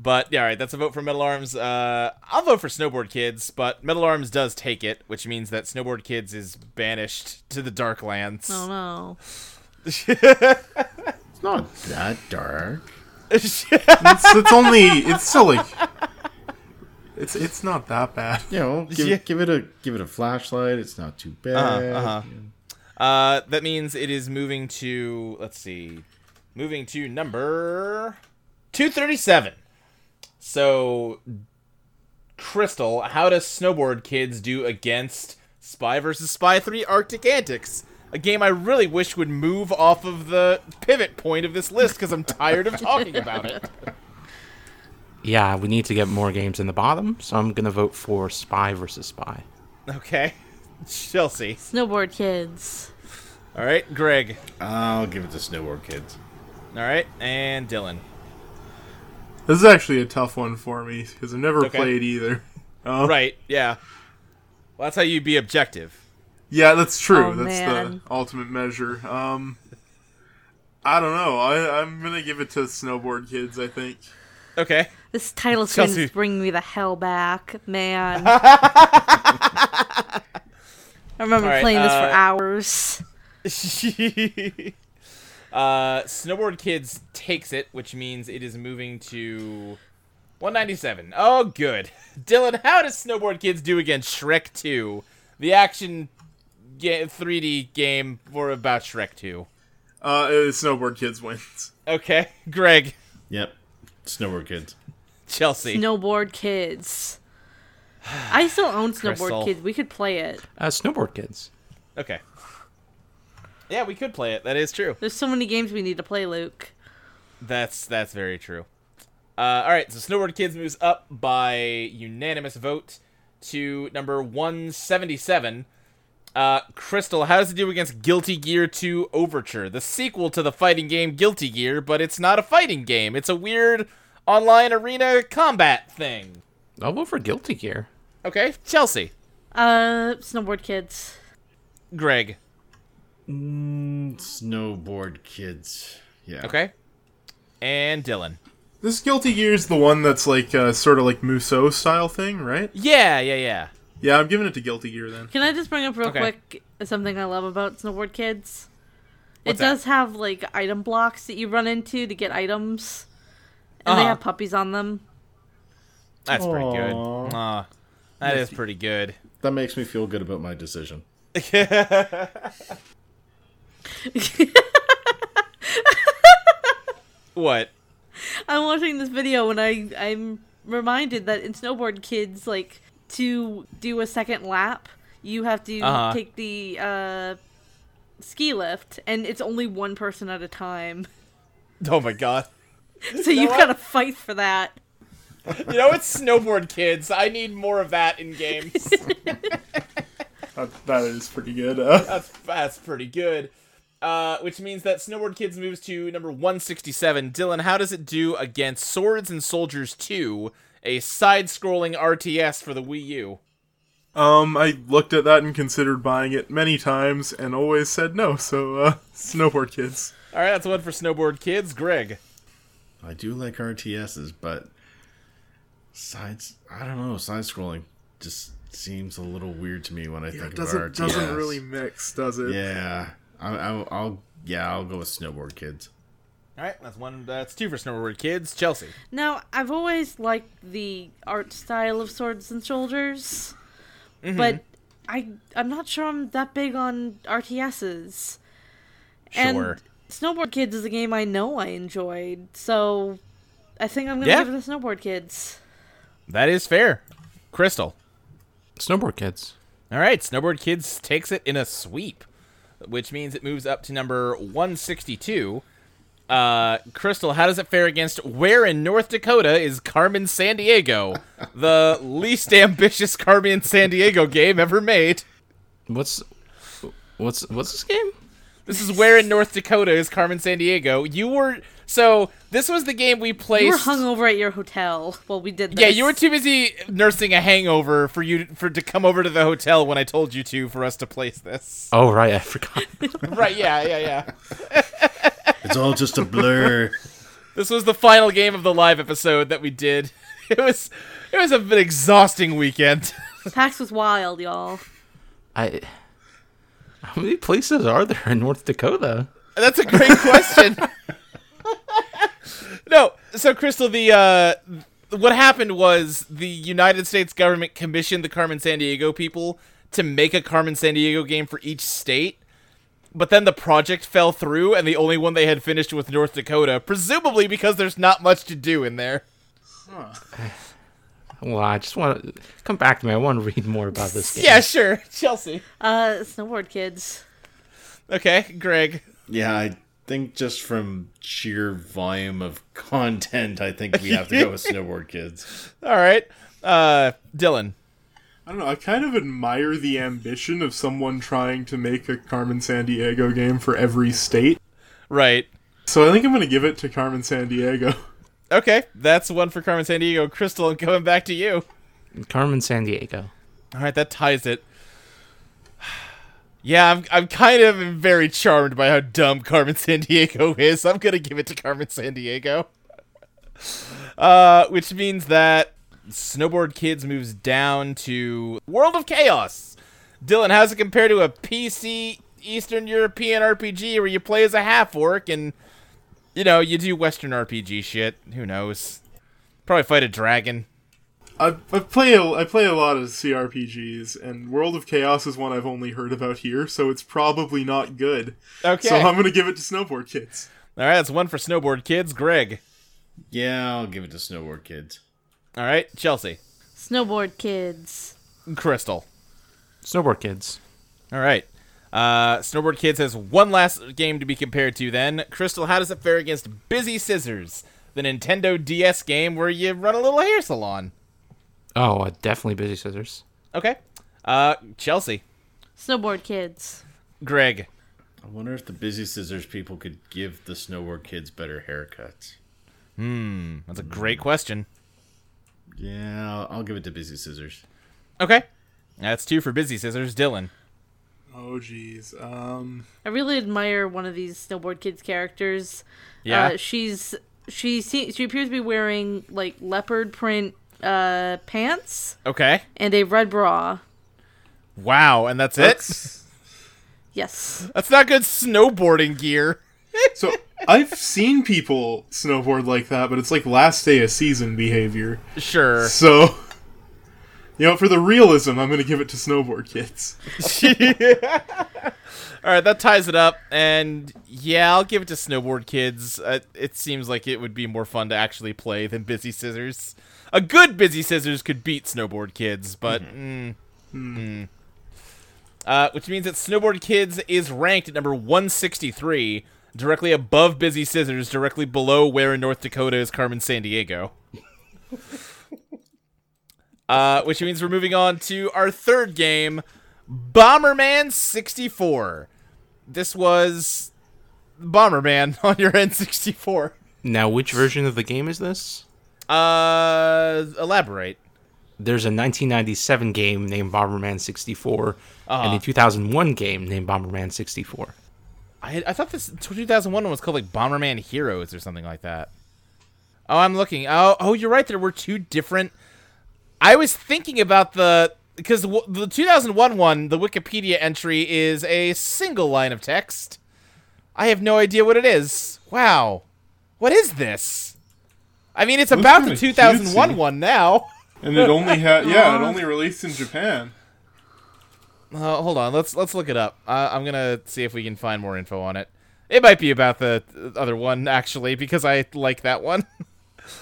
[SPEAKER 2] But yeah, all right. That's a vote for Metal Arms. Uh, I'll vote for Snowboard Kids, but Metal Arms does take it, which means that Snowboard Kids is banished to the Dark Lands. [LAUGHS]
[SPEAKER 3] Oh [LAUGHS] no.
[SPEAKER 6] It's not that dark.
[SPEAKER 5] It's, it's only, it's still like, It's it's not that bad.
[SPEAKER 6] You know, give,
[SPEAKER 2] Yeah.
[SPEAKER 6] give it a give it a flashlight. It's not too bad.
[SPEAKER 2] uh-huh. Uh, that means it is moving to let's see, moving to number two thirty-seven. So, Crystal, how does Snowboard Kids do against Spy versus Spy Three Arctic Antics? A game I really wish would move off of the pivot point of this list because I'm tired of talking about it.
[SPEAKER 4] Yeah, we need to get more games in the bottom, so I'm gonna vote for Spy versus Spy.
[SPEAKER 2] Okay, Chelsea.
[SPEAKER 3] Snowboard kids.
[SPEAKER 2] All right, Greg.
[SPEAKER 6] I'll give it to Snowboard Kids.
[SPEAKER 2] All right, and Dylan.
[SPEAKER 5] This is actually a tough one for me because I've never
[SPEAKER 2] Okay.
[SPEAKER 5] played either.
[SPEAKER 2] Right. Yeah. Well, that's how you be objective.
[SPEAKER 5] Yeah, that's true.
[SPEAKER 3] Oh,
[SPEAKER 5] that's
[SPEAKER 3] man.
[SPEAKER 5] the ultimate measure. Um, I don't know. I, I'm gonna give it to Snowboard Kids. I think.
[SPEAKER 2] Okay.
[SPEAKER 3] This title screen
[SPEAKER 2] Chelsea.
[SPEAKER 3] is bringing me the hell back,
[SPEAKER 2] [LAUGHS]
[SPEAKER 3] man. I remember
[SPEAKER 2] All right,
[SPEAKER 3] playing this for
[SPEAKER 2] uh,
[SPEAKER 3] hours.
[SPEAKER 2] [LAUGHS] uh, Snowboard Kids takes it, which means it is moving to 197. Oh, good. [LAUGHS] Dylan, how does Snowboard Kids do against Shrek 2? The action ga- 3D game for about Shrek 2.
[SPEAKER 5] Uh, uh, Snowboard Kids wins.
[SPEAKER 2] Okay. [LAUGHS] Greg,
[SPEAKER 6] Yep, Snowboard Kids.
[SPEAKER 2] Chelsea.
[SPEAKER 3] Snowboard kids. I still own Snowboard
[SPEAKER 2] Crystal.
[SPEAKER 3] Kids. We could play it.
[SPEAKER 4] Uh, Snowboard Kids.
[SPEAKER 2] okay. Yeah, we could play it. That is true.
[SPEAKER 3] There's so many games we need to play, Luke.
[SPEAKER 2] That's that's very true. Uh, all right, so Snowboard Kids moves up by unanimous vote to number 177. Uh, Crystal, how does it do against Guilty Gear 2 Overture, the sequel to the fighting game Guilty Gear, but it's not a fighting game. It's a weird online arena combat thing.
[SPEAKER 4] I'll vote for Guilty Gear.
[SPEAKER 2] Okay, Chelsea,
[SPEAKER 3] Uh, Snowboard Kids.
[SPEAKER 2] Greg.
[SPEAKER 6] Snowboard Kids. Yeah.
[SPEAKER 2] Okay, and Dylan.
[SPEAKER 5] This Guilty Gear's the one that's like uh, sort of like Muso style thing, right?
[SPEAKER 2] Yeah, yeah, yeah.
[SPEAKER 5] Yeah, I'm giving it to Guilty Gear then.
[SPEAKER 3] Can I just bring up real
[SPEAKER 2] Okay.
[SPEAKER 3] quick something I love about Snowboard Kids?
[SPEAKER 2] What's
[SPEAKER 3] it
[SPEAKER 2] that?
[SPEAKER 3] does have like item blocks that you run into to get items, and they
[SPEAKER 2] Uh-huh.
[SPEAKER 3] have puppies on them.
[SPEAKER 2] That's pretty good.
[SPEAKER 6] Aw.
[SPEAKER 2] Aw, that is pretty good.
[SPEAKER 6] That makes me feel good about my decision.
[SPEAKER 2] What?
[SPEAKER 3] I'm watching this video and I I'm reminded that in Snowboard Kids, like to do a second lap, you have to
[SPEAKER 2] Uh-huh.
[SPEAKER 3] take the uh, ski lift, and it's only one person at a time,
[SPEAKER 2] Oh my god.
[SPEAKER 3] so you've
[SPEAKER 2] what?
[SPEAKER 3] got to fight for that.
[SPEAKER 2] You know, it's snowboard kids. I need more of that in games.
[SPEAKER 5] That, that is pretty good. Uh,
[SPEAKER 2] That's, that's pretty good. Uh, which means that Snowboard Kids moves to number 167. Dylan, how does it do against Swords and Soldiers 2, a side scrolling RTS for the Wii U?
[SPEAKER 5] [LAUGHS] um, I looked at that and considered buying it many times and always said no. So uh, Snowboard Kids.
[SPEAKER 2] All right, that's one for Snowboard Kids. Greg.
[SPEAKER 6] I do like RTSs, but sides. I don't know. Side scrolling just seems a little weird to me when I think of
[SPEAKER 5] Doesn't
[SPEAKER 6] RTS.
[SPEAKER 5] doesn't really mix, does it?
[SPEAKER 6] Yeah. I, I, I'll. Yeah, I'll go with Snowboard Kids.
[SPEAKER 2] All right, that's one. That's two for Snowboard Kids. Chelsea.
[SPEAKER 3] Now, I've always liked the art style of Swords and Soldiers,
[SPEAKER 2] Mm-hmm.
[SPEAKER 3] but I I'm not sure I'm that big on RTSs.
[SPEAKER 2] Sure.
[SPEAKER 3] And Snowboard Kids is a game I know I enjoyed, so I think I'm gonna
[SPEAKER 2] Yeah.
[SPEAKER 3] give it to Snowboard Kids.
[SPEAKER 2] That is fair. Crystal.
[SPEAKER 4] Snowboard Kids.
[SPEAKER 2] All right, Snowboard Kids takes it in a sweep, which means it moves up to number 162. Uh, Crystal, how does it fare against where in North Dakota is Carmen San Diego, the least [LAUGHS] ambitious Carmen San Diego game ever made?
[SPEAKER 4] What's what's what's this game?
[SPEAKER 2] This is where in North Dakota is Carmen San Diego. You were so this was the game we placed.
[SPEAKER 3] You were hungover at your hotel while we did this.
[SPEAKER 2] Yeah, you were too busy nursing a hangover for you for to come over to the hotel when I told you to for us to place this.
[SPEAKER 4] Oh right, I [LAUGHS] forgot.
[SPEAKER 2] Right? Yeah, yeah, yeah.
[SPEAKER 6] It's all just a blur.
[SPEAKER 2] This was the final game of the live episode that we did. [LAUGHS] It was it was an exhausting weekend.
[SPEAKER 3] PAX was wild, y'all.
[SPEAKER 4] I how many places are there in North Dakota?
[SPEAKER 2] [LAUGHS] That's a [LAUGHS] great question. no, so Crystal, the uh, what happened was the United States government commissioned the Carmen San Diego people to make a Carmen San Diego game for each state. But then the project fell through, and the only one they had finished with North Dakota, presumably because there's not much to do in there.
[SPEAKER 4] Well, I just want to come back to me. I want to read more about this game.
[SPEAKER 2] Yeah, sure, [LAUGHS] Chelsea.
[SPEAKER 3] Uh, snowboard kids.
[SPEAKER 2] Okay, Greg.
[SPEAKER 6] [LAUGHS] Yeah, I think just from sheer volume of content, I think we have to [LAUGHS] go with Snowboard Kids.
[SPEAKER 2] All right, uh, Dylan.
[SPEAKER 5] I don't know. I kind of admire the ambition of someone trying to make a Carmen San Diego game for every state.
[SPEAKER 2] Right.
[SPEAKER 5] So I think I'm going to give it to Carmen San [LAUGHS] Diego.
[SPEAKER 2] Okay, that's one for Carmen San Diego. Crystal, I'm coming back to you.
[SPEAKER 4] Carmen San Diego.
[SPEAKER 2] All right, that ties it. [SIGHS] Yeah, I'm I'm kind of very charmed by how dumb Carmen [LAUGHS] San Diego is. I'm gonna give it to Carmen San Diego. [LAUGHS] Uh, which means that Snowboard Kids moves down to World of Chaos. Dylan, how's it compared to a PC Eastern European RPG where you play as a half orc and you know you do Western RPG shit? Who knows? Probably fight a dragon.
[SPEAKER 5] I, I play a, I play a lot of CRPGs, and World of Chaos is one I've only heard about here, so it's probably not good.
[SPEAKER 2] Okay.
[SPEAKER 5] So I'm going to give it to Snowboard Kids.
[SPEAKER 2] All right, that's one for Snowboard Kids. Greg.
[SPEAKER 6] Yeah, I'll give it to Snowboard Kids.
[SPEAKER 2] All right, Chelsea.
[SPEAKER 3] Snowboard kids.
[SPEAKER 2] Crystal.
[SPEAKER 4] Snowboard Kids.
[SPEAKER 2] All right. Uh, Snowboard Kids has one last game to be compared to then. Crystal, how does it fare against Busy Scissors, the Nintendo DS game where you run a little hair salon?
[SPEAKER 4] Oh, uh, definitely Busy Scissors.
[SPEAKER 2] Okay. Uh, Chelsea.
[SPEAKER 3] Snowboard kids.
[SPEAKER 2] Greg.
[SPEAKER 6] I wonder if the Busy Scissors people could give the Snowboard Kids better haircuts.
[SPEAKER 2] That's a great question.
[SPEAKER 6] Yeah, I'll- I'll give it to Busy Scissors.
[SPEAKER 2] Okay. That's two for Busy Scissors. Dylan.
[SPEAKER 5] Oh, jeez. Um,
[SPEAKER 3] I really admire one of these snowboard kids characters.
[SPEAKER 2] Yeah.
[SPEAKER 3] Uh, she's she se- she appears to be wearing like leopard print uh pants
[SPEAKER 2] okay.
[SPEAKER 3] and a red bra.
[SPEAKER 2] Wow, and that's it?
[SPEAKER 5] that's-
[SPEAKER 3] Yes.
[SPEAKER 2] That's not good snowboarding gear.
[SPEAKER 5] so I've seen people snowboard like that, but it's like last day of season behavior.
[SPEAKER 2] Sure.
[SPEAKER 5] So, you know, for the realism, I'm going to give it to Snowboard Kids.
[SPEAKER 2] [LAUGHS] All right, that ties it up, and yeah, I'll give it to Snowboard Kids. Uh, it seems like it would be more fun to actually play than Busy Scissors. A good Busy Scissors could beat Snowboard Kids, but mm, mm. Uh, which means that Snowboard Kids is ranked at number 163, directly above Busy Scissors, directly below where in North Dakota is Carmen San Diego. Uh, which means we're moving on to our third game, Bomberman 64. This was Bomberman [LAUGHS] on your N64.
[SPEAKER 4] Now, which version of the game is this?
[SPEAKER 2] Uh, elaborate.
[SPEAKER 4] There's a 1997 game named Bomberman 64 and a 2001 game named Bomberman 64.
[SPEAKER 2] I, I thought this 2001 one was called like Bomberman Heroes or something like that. Oh, I'm looking. Oh, oh, you're right. There were two different. I was thinking about the because w- the 2001 one, the Wikipedia entry is a single line of text. I have no idea what it is. Wow, what is this? I mean, it's about the
[SPEAKER 5] kinda
[SPEAKER 2] 2001
[SPEAKER 5] cutesy.
[SPEAKER 2] one now. [LAUGHS]
[SPEAKER 5] And it only had, yeah, it only released in Japan.
[SPEAKER 2] Uh, hold on, let's let's look it up. Uh, I'm gonna see if we can find more info on it. It might be about the uh, other one actually, because I like that one. [LAUGHS]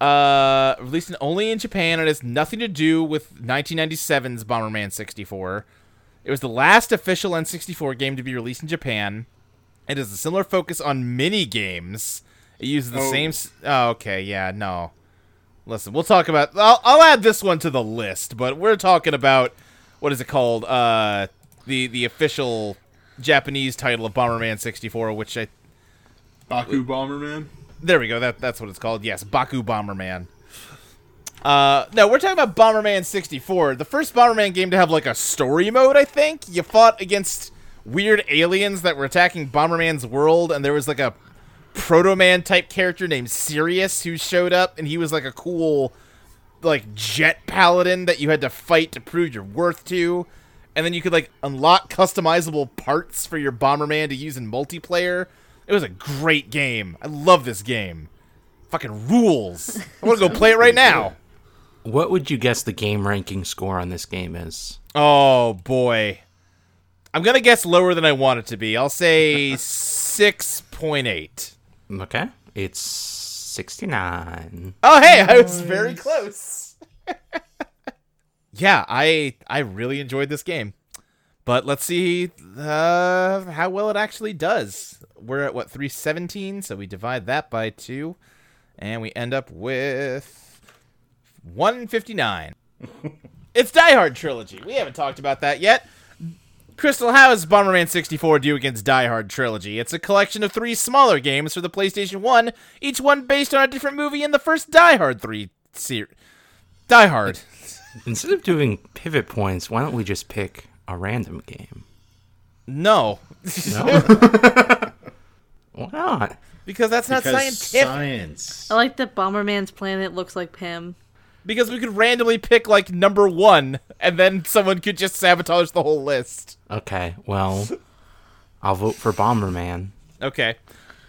[SPEAKER 2] uh, released in- only in Japan, and it has nothing to do with 1997's Bomberman 64. It was the last official N64 game to be released in Japan. It has a similar focus on mini games. It uses the
[SPEAKER 5] Oh.
[SPEAKER 2] same. S- oh, okay, yeah, no. Listen, we'll talk about. I'll, I'll add this one to the list, but we're talking about what is it called? Uh, the the official Japanese title of Bomberman 64, which I
[SPEAKER 5] Baku Bomberman.
[SPEAKER 2] there we go. That that's what it's called. Yes, Baku Bomberman. Uh, no, we're talking about Bomberman 64, the first Bomberman game to have like a story mode. I think you fought against weird aliens that were attacking Bomberman's world, and there was like a Proto Man type character named Sirius who showed up, and he was like a cool like jet paladin that you had to fight to prove your worth to. And then you could like unlock customizable parts for your Bomberman to use in multiplayer. It was a great game. I love this game. Fucking rules. I want to go play it right now.
[SPEAKER 4] What would you guess the game ranking score on this game is?
[SPEAKER 2] Oh boy. I'm gonna guess lower than I want it to be. I'll say [LAUGHS] six point eight.
[SPEAKER 4] Okay. It's 69.
[SPEAKER 2] Oh hey, I was very close. [LAUGHS] yeah, I I really enjoyed this game, but let's see uh, how well it actually does. We're at what three seventeen, so we divide that by two, and we end up with one fifty nine. it's Die Hard trilogy. We haven't talked about that yet. Crystal, how does Bomberman 64 do against Die Hard Trilogy? It's a collection of three smaller games for the PlayStation 1, each one based on a different movie in the first Die Hard 3 series. Die Hard.
[SPEAKER 4] Instead of doing pivot points, why don't we just pick a random game?
[SPEAKER 2] No. [LAUGHS]
[SPEAKER 4] [LAUGHS] Why not?
[SPEAKER 2] because that's not
[SPEAKER 6] Because
[SPEAKER 2] scientific. Oh.
[SPEAKER 6] science.
[SPEAKER 3] I like that Bomberman's planet looks like Pim.
[SPEAKER 2] because we could randomly pick, like, number one, and then someone could just sabotage the whole list.
[SPEAKER 4] Okay, [LAUGHS] well, I'll vote for Bomberman.
[SPEAKER 2] Okay.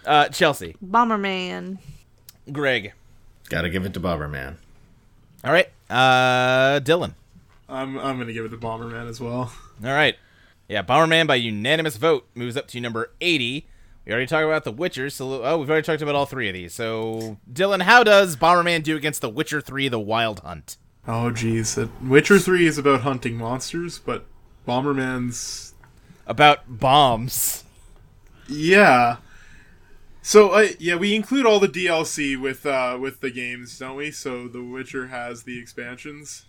[SPEAKER 2] Uh, Chelsea.
[SPEAKER 3] Bomberman.
[SPEAKER 2] Greg.
[SPEAKER 6] Gotta give it to Bomberman.
[SPEAKER 2] All right. Uh, Dylan.
[SPEAKER 5] I'm I'm gonna give it to Bomberman as well.
[SPEAKER 2] All right. Yeah, Bomberman by unanimous vote moves up to number 80. We already talked about The Witcher, so oh, we've already talked about all three of these. So, Dylan, how does Bomberman do against The Witcher 3: The Wild Hunt?
[SPEAKER 5] Oh geez, that Witcher Three is about hunting monsters, but Bomberman's
[SPEAKER 2] About bombs.
[SPEAKER 5] yeah. So uh, yeah, we include all the DLC with uh, with the games, don't we? So The Witcher has the expansions.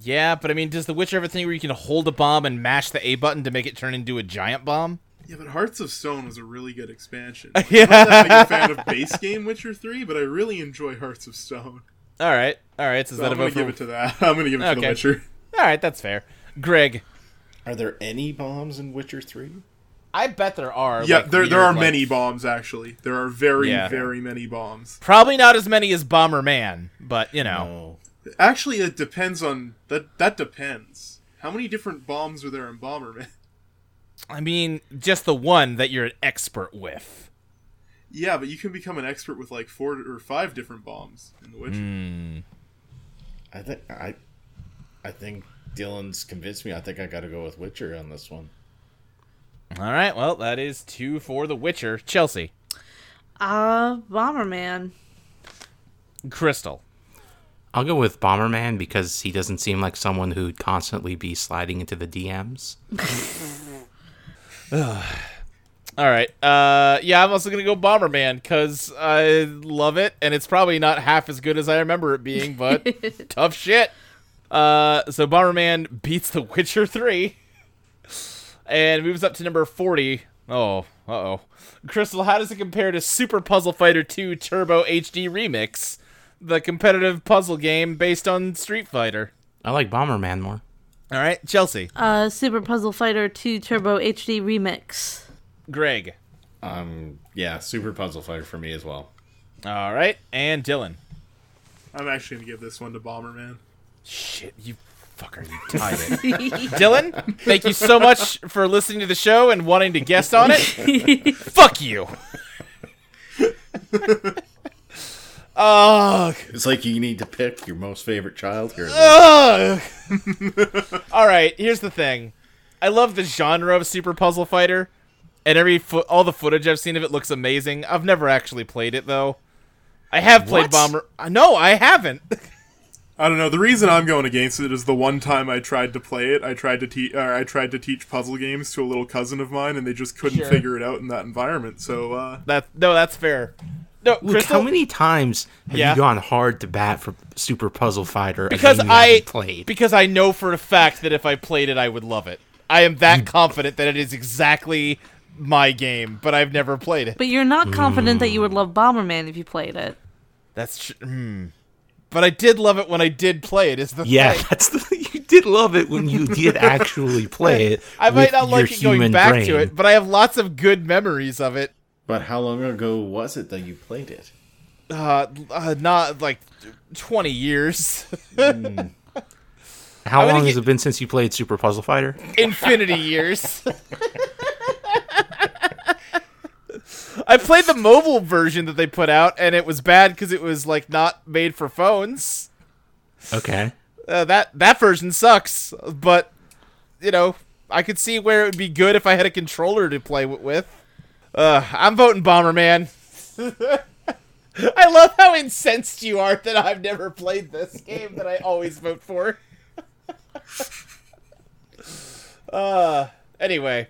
[SPEAKER 2] Yeah, but I mean, does The Witcher have a thing where you can hold a bomb and mash the A button to make it turn into a giant bomb?
[SPEAKER 5] Yeah, but Hearts of Stone was a really good expansion. Like, I'm not that big a fan of
[SPEAKER 2] [LAUGHS]
[SPEAKER 5] base game Witcher Three, but I really enjoy Hearts of Stone.
[SPEAKER 2] All right. All right. So is
[SPEAKER 5] So
[SPEAKER 2] that
[SPEAKER 5] I'm
[SPEAKER 2] a vote for
[SPEAKER 5] gonna give it to that. [LAUGHS] I'm gonna give it to
[SPEAKER 2] Okay.
[SPEAKER 5] The Witcher.
[SPEAKER 2] All right, that's fair. Greg,
[SPEAKER 6] Are there any bombs in Witcher 3?
[SPEAKER 2] I bet there are.
[SPEAKER 5] Yeah,
[SPEAKER 2] like,
[SPEAKER 5] there there
[SPEAKER 2] weird,
[SPEAKER 5] are
[SPEAKER 2] like-
[SPEAKER 5] many bombs actually. There are very
[SPEAKER 2] Yeah.
[SPEAKER 5] very many bombs.
[SPEAKER 2] Probably not as many as Bomberman, but you know.
[SPEAKER 6] Oh.
[SPEAKER 5] Actually, it depends on that. That depends. How many different bombs were there in Bomberman? [LAUGHS]
[SPEAKER 2] I mean, just the one that you're an expert with.
[SPEAKER 5] yeah, but you can become an expert with like four or five different bombs in the Witcher.
[SPEAKER 2] Hmm.
[SPEAKER 6] I think I I think Dylan's convinced me. I think I gotta go with Witcher on this one.
[SPEAKER 2] All right. Well, that is two for The Witcher. Chelsea,
[SPEAKER 3] Uh, Bomberman.
[SPEAKER 2] Crystal.
[SPEAKER 4] I'll go with Bomberman because he doesn't seem like someone who'd constantly be sliding into the DMs.
[SPEAKER 2] All right. Uh, yeah, I'm also gonna go Bomberman because I love it, and it's probably not half as good as I remember it being, but tough shit. Uh, so Bomberman beats The Witcher three, and moves up to number forty. Oh, uh oh. Crystal, how does it compare to Super Puzzle Fighter two Turbo HD Remix, the competitive puzzle game based on Street Fighter?
[SPEAKER 4] I like Bomberman more.
[SPEAKER 2] All right, Chelsea,
[SPEAKER 3] Uh, Super Puzzle Fighter 2 Turbo HD Remix.
[SPEAKER 2] Greg.
[SPEAKER 6] Um yeah, super puzzle fighter for me as well.
[SPEAKER 2] All right, and Dylan.
[SPEAKER 5] I'm actually gonna give this one to Bomberman.
[SPEAKER 2] Shit, you fucker, you tied it. Dylan, thank you so much for listening to the show and wanting to guest on it. Fuck you. Ugh.
[SPEAKER 6] It's like you need to pick your most favorite child [LAUGHS] here.
[SPEAKER 2] Ugh. all right, here's the thing. I love the genre of Super Puzzle Fighter, and every fo- all the footage I've seen of it looks amazing. I've never actually played it though. I have played
[SPEAKER 4] What?
[SPEAKER 2] Bomber. Uh, No, I haven't.
[SPEAKER 5] I don't know. The reason I'm going against it is the one time I tried to play it, I tried to teach, I tried to teach puzzle games to a little cousin of mine, and they just couldn't
[SPEAKER 2] Sure.
[SPEAKER 5] figure it out in that environment.
[SPEAKER 2] [LAUGHS]
[SPEAKER 5] So uh,
[SPEAKER 2] That no, that's fair. No,
[SPEAKER 4] Luke,
[SPEAKER 2] Crystal,
[SPEAKER 4] how many times have
[SPEAKER 2] Yeah.
[SPEAKER 4] you gone hard to bat for Super Puzzle Fighter?
[SPEAKER 2] because
[SPEAKER 4] a game you
[SPEAKER 2] I
[SPEAKER 4] haven't played.
[SPEAKER 2] because I know for a fact that if I played it, I would love it. I am that confident that it is exactly my game, but I've never played it.
[SPEAKER 3] But you're not confident that you would love Bomberman if you played it.
[SPEAKER 2] That's tr- mm. but I did love it when I did play it. Is the
[SPEAKER 4] yeah,
[SPEAKER 2] thing.
[SPEAKER 4] that's the. [LAUGHS] You did love it when
[SPEAKER 2] [LAUGHS]
[SPEAKER 4] you did actually play it.
[SPEAKER 2] I might
[SPEAKER 4] [LAUGHS] with
[SPEAKER 2] not
[SPEAKER 4] your
[SPEAKER 2] like it going
[SPEAKER 4] human
[SPEAKER 2] back
[SPEAKER 4] brain.
[SPEAKER 2] to it, but I have lots of good memories of it.
[SPEAKER 6] But how long ago was it that you played it?
[SPEAKER 2] Uh, uh not like twenty years, [LAUGHS]
[SPEAKER 4] How
[SPEAKER 2] I'm gonna
[SPEAKER 4] long has
[SPEAKER 2] get-
[SPEAKER 4] it been since you played Super Puzzle Fighter?
[SPEAKER 2] infinity years. [LAUGHS] I played the mobile version that they put out, and it was bad because it was like not made for phones.
[SPEAKER 4] Okay.
[SPEAKER 2] Uh, that that version sucks, but you know I could see where it would be good if I had a controller to play wi- with. Uh, I'm voting Bomberman. [LAUGHS] I love how incensed you are that I've never played this game that I always vote for. [LAUGHS] uh, anyway,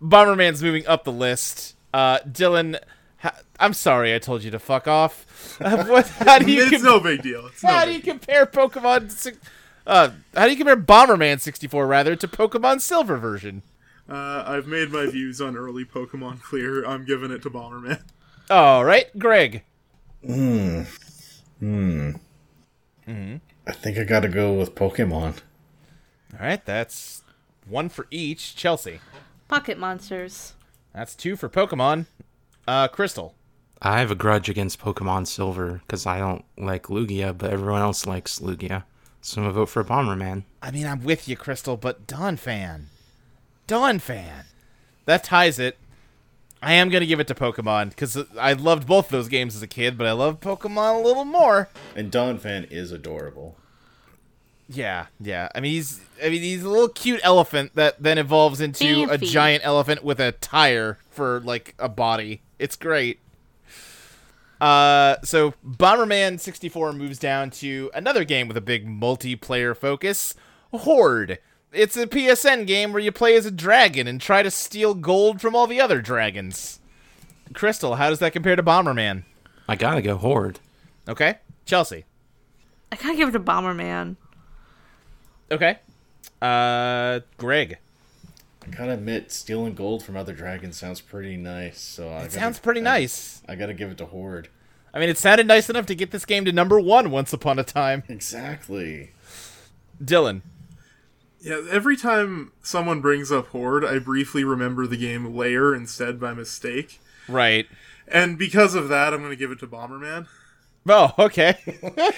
[SPEAKER 2] Bomberman's moving up the list. Uh, Dylan, ha- I'm sorry I told you to fuck off. [LAUGHS] Uh, what, how do you
[SPEAKER 5] it's
[SPEAKER 2] com-
[SPEAKER 5] no big deal. It's no
[SPEAKER 2] how do you
[SPEAKER 5] big
[SPEAKER 2] compare Pokemon? si- Uh, how do you compare Bomberman 64 rather to Pokemon Silver version?
[SPEAKER 5] Uh, I've made my views on early Pokemon clear. I'm giving it to Bomberman.
[SPEAKER 2] All right, Greg.
[SPEAKER 6] I think I got to go with Pokemon.
[SPEAKER 2] All right, that's one for each. Chelsea,
[SPEAKER 3] Pocket monsters.
[SPEAKER 2] that's two for Pokemon. Uh, Crystal.
[SPEAKER 4] I have a grudge against Pokemon Silver because I don't like Lugia, but everyone else likes Lugia. So I'm gonna vote for Bomberman.
[SPEAKER 2] I mean, I'm with you, Crystal, but Dawn fan. Dawn fan. That ties it. I am going to give it to Pokemon because I loved both those games as a kid, but I love Pokemon a little more.
[SPEAKER 6] And Don Fan is adorable.
[SPEAKER 2] Yeah, yeah. I mean, he's I mean, he's a little cute elephant that then evolves into a
[SPEAKER 3] Beefy.
[SPEAKER 2] giant elephant with a tire for like a body. It's great. Uh, so Bomberman 64 moves down to another game with a big multiplayer focus, Horde. It's a PSN game where you play as a dragon and try to steal gold from all the other dragons. Crystal, how does that compare to Bomberman?
[SPEAKER 4] I gotta go Horde.
[SPEAKER 2] Okay, Chelsea.
[SPEAKER 3] I gotta give it to Bomberman.
[SPEAKER 2] Okay, uh, Greg.
[SPEAKER 6] I gotta admit, stealing gold from other dragons sounds pretty nice. So I
[SPEAKER 2] It sounds pretty nice.
[SPEAKER 6] I gotta give it to Horde.
[SPEAKER 2] I mean, it sounded nice enough to get this game to number one once upon a time.
[SPEAKER 6] Exactly.
[SPEAKER 2] Dylan.
[SPEAKER 5] Yeah, every time someone brings up Horde, I briefly remember the game Layer instead by mistake.
[SPEAKER 2] Right.
[SPEAKER 5] And because of that, I'm going to give it to Bomberman.
[SPEAKER 2] Oh, okay.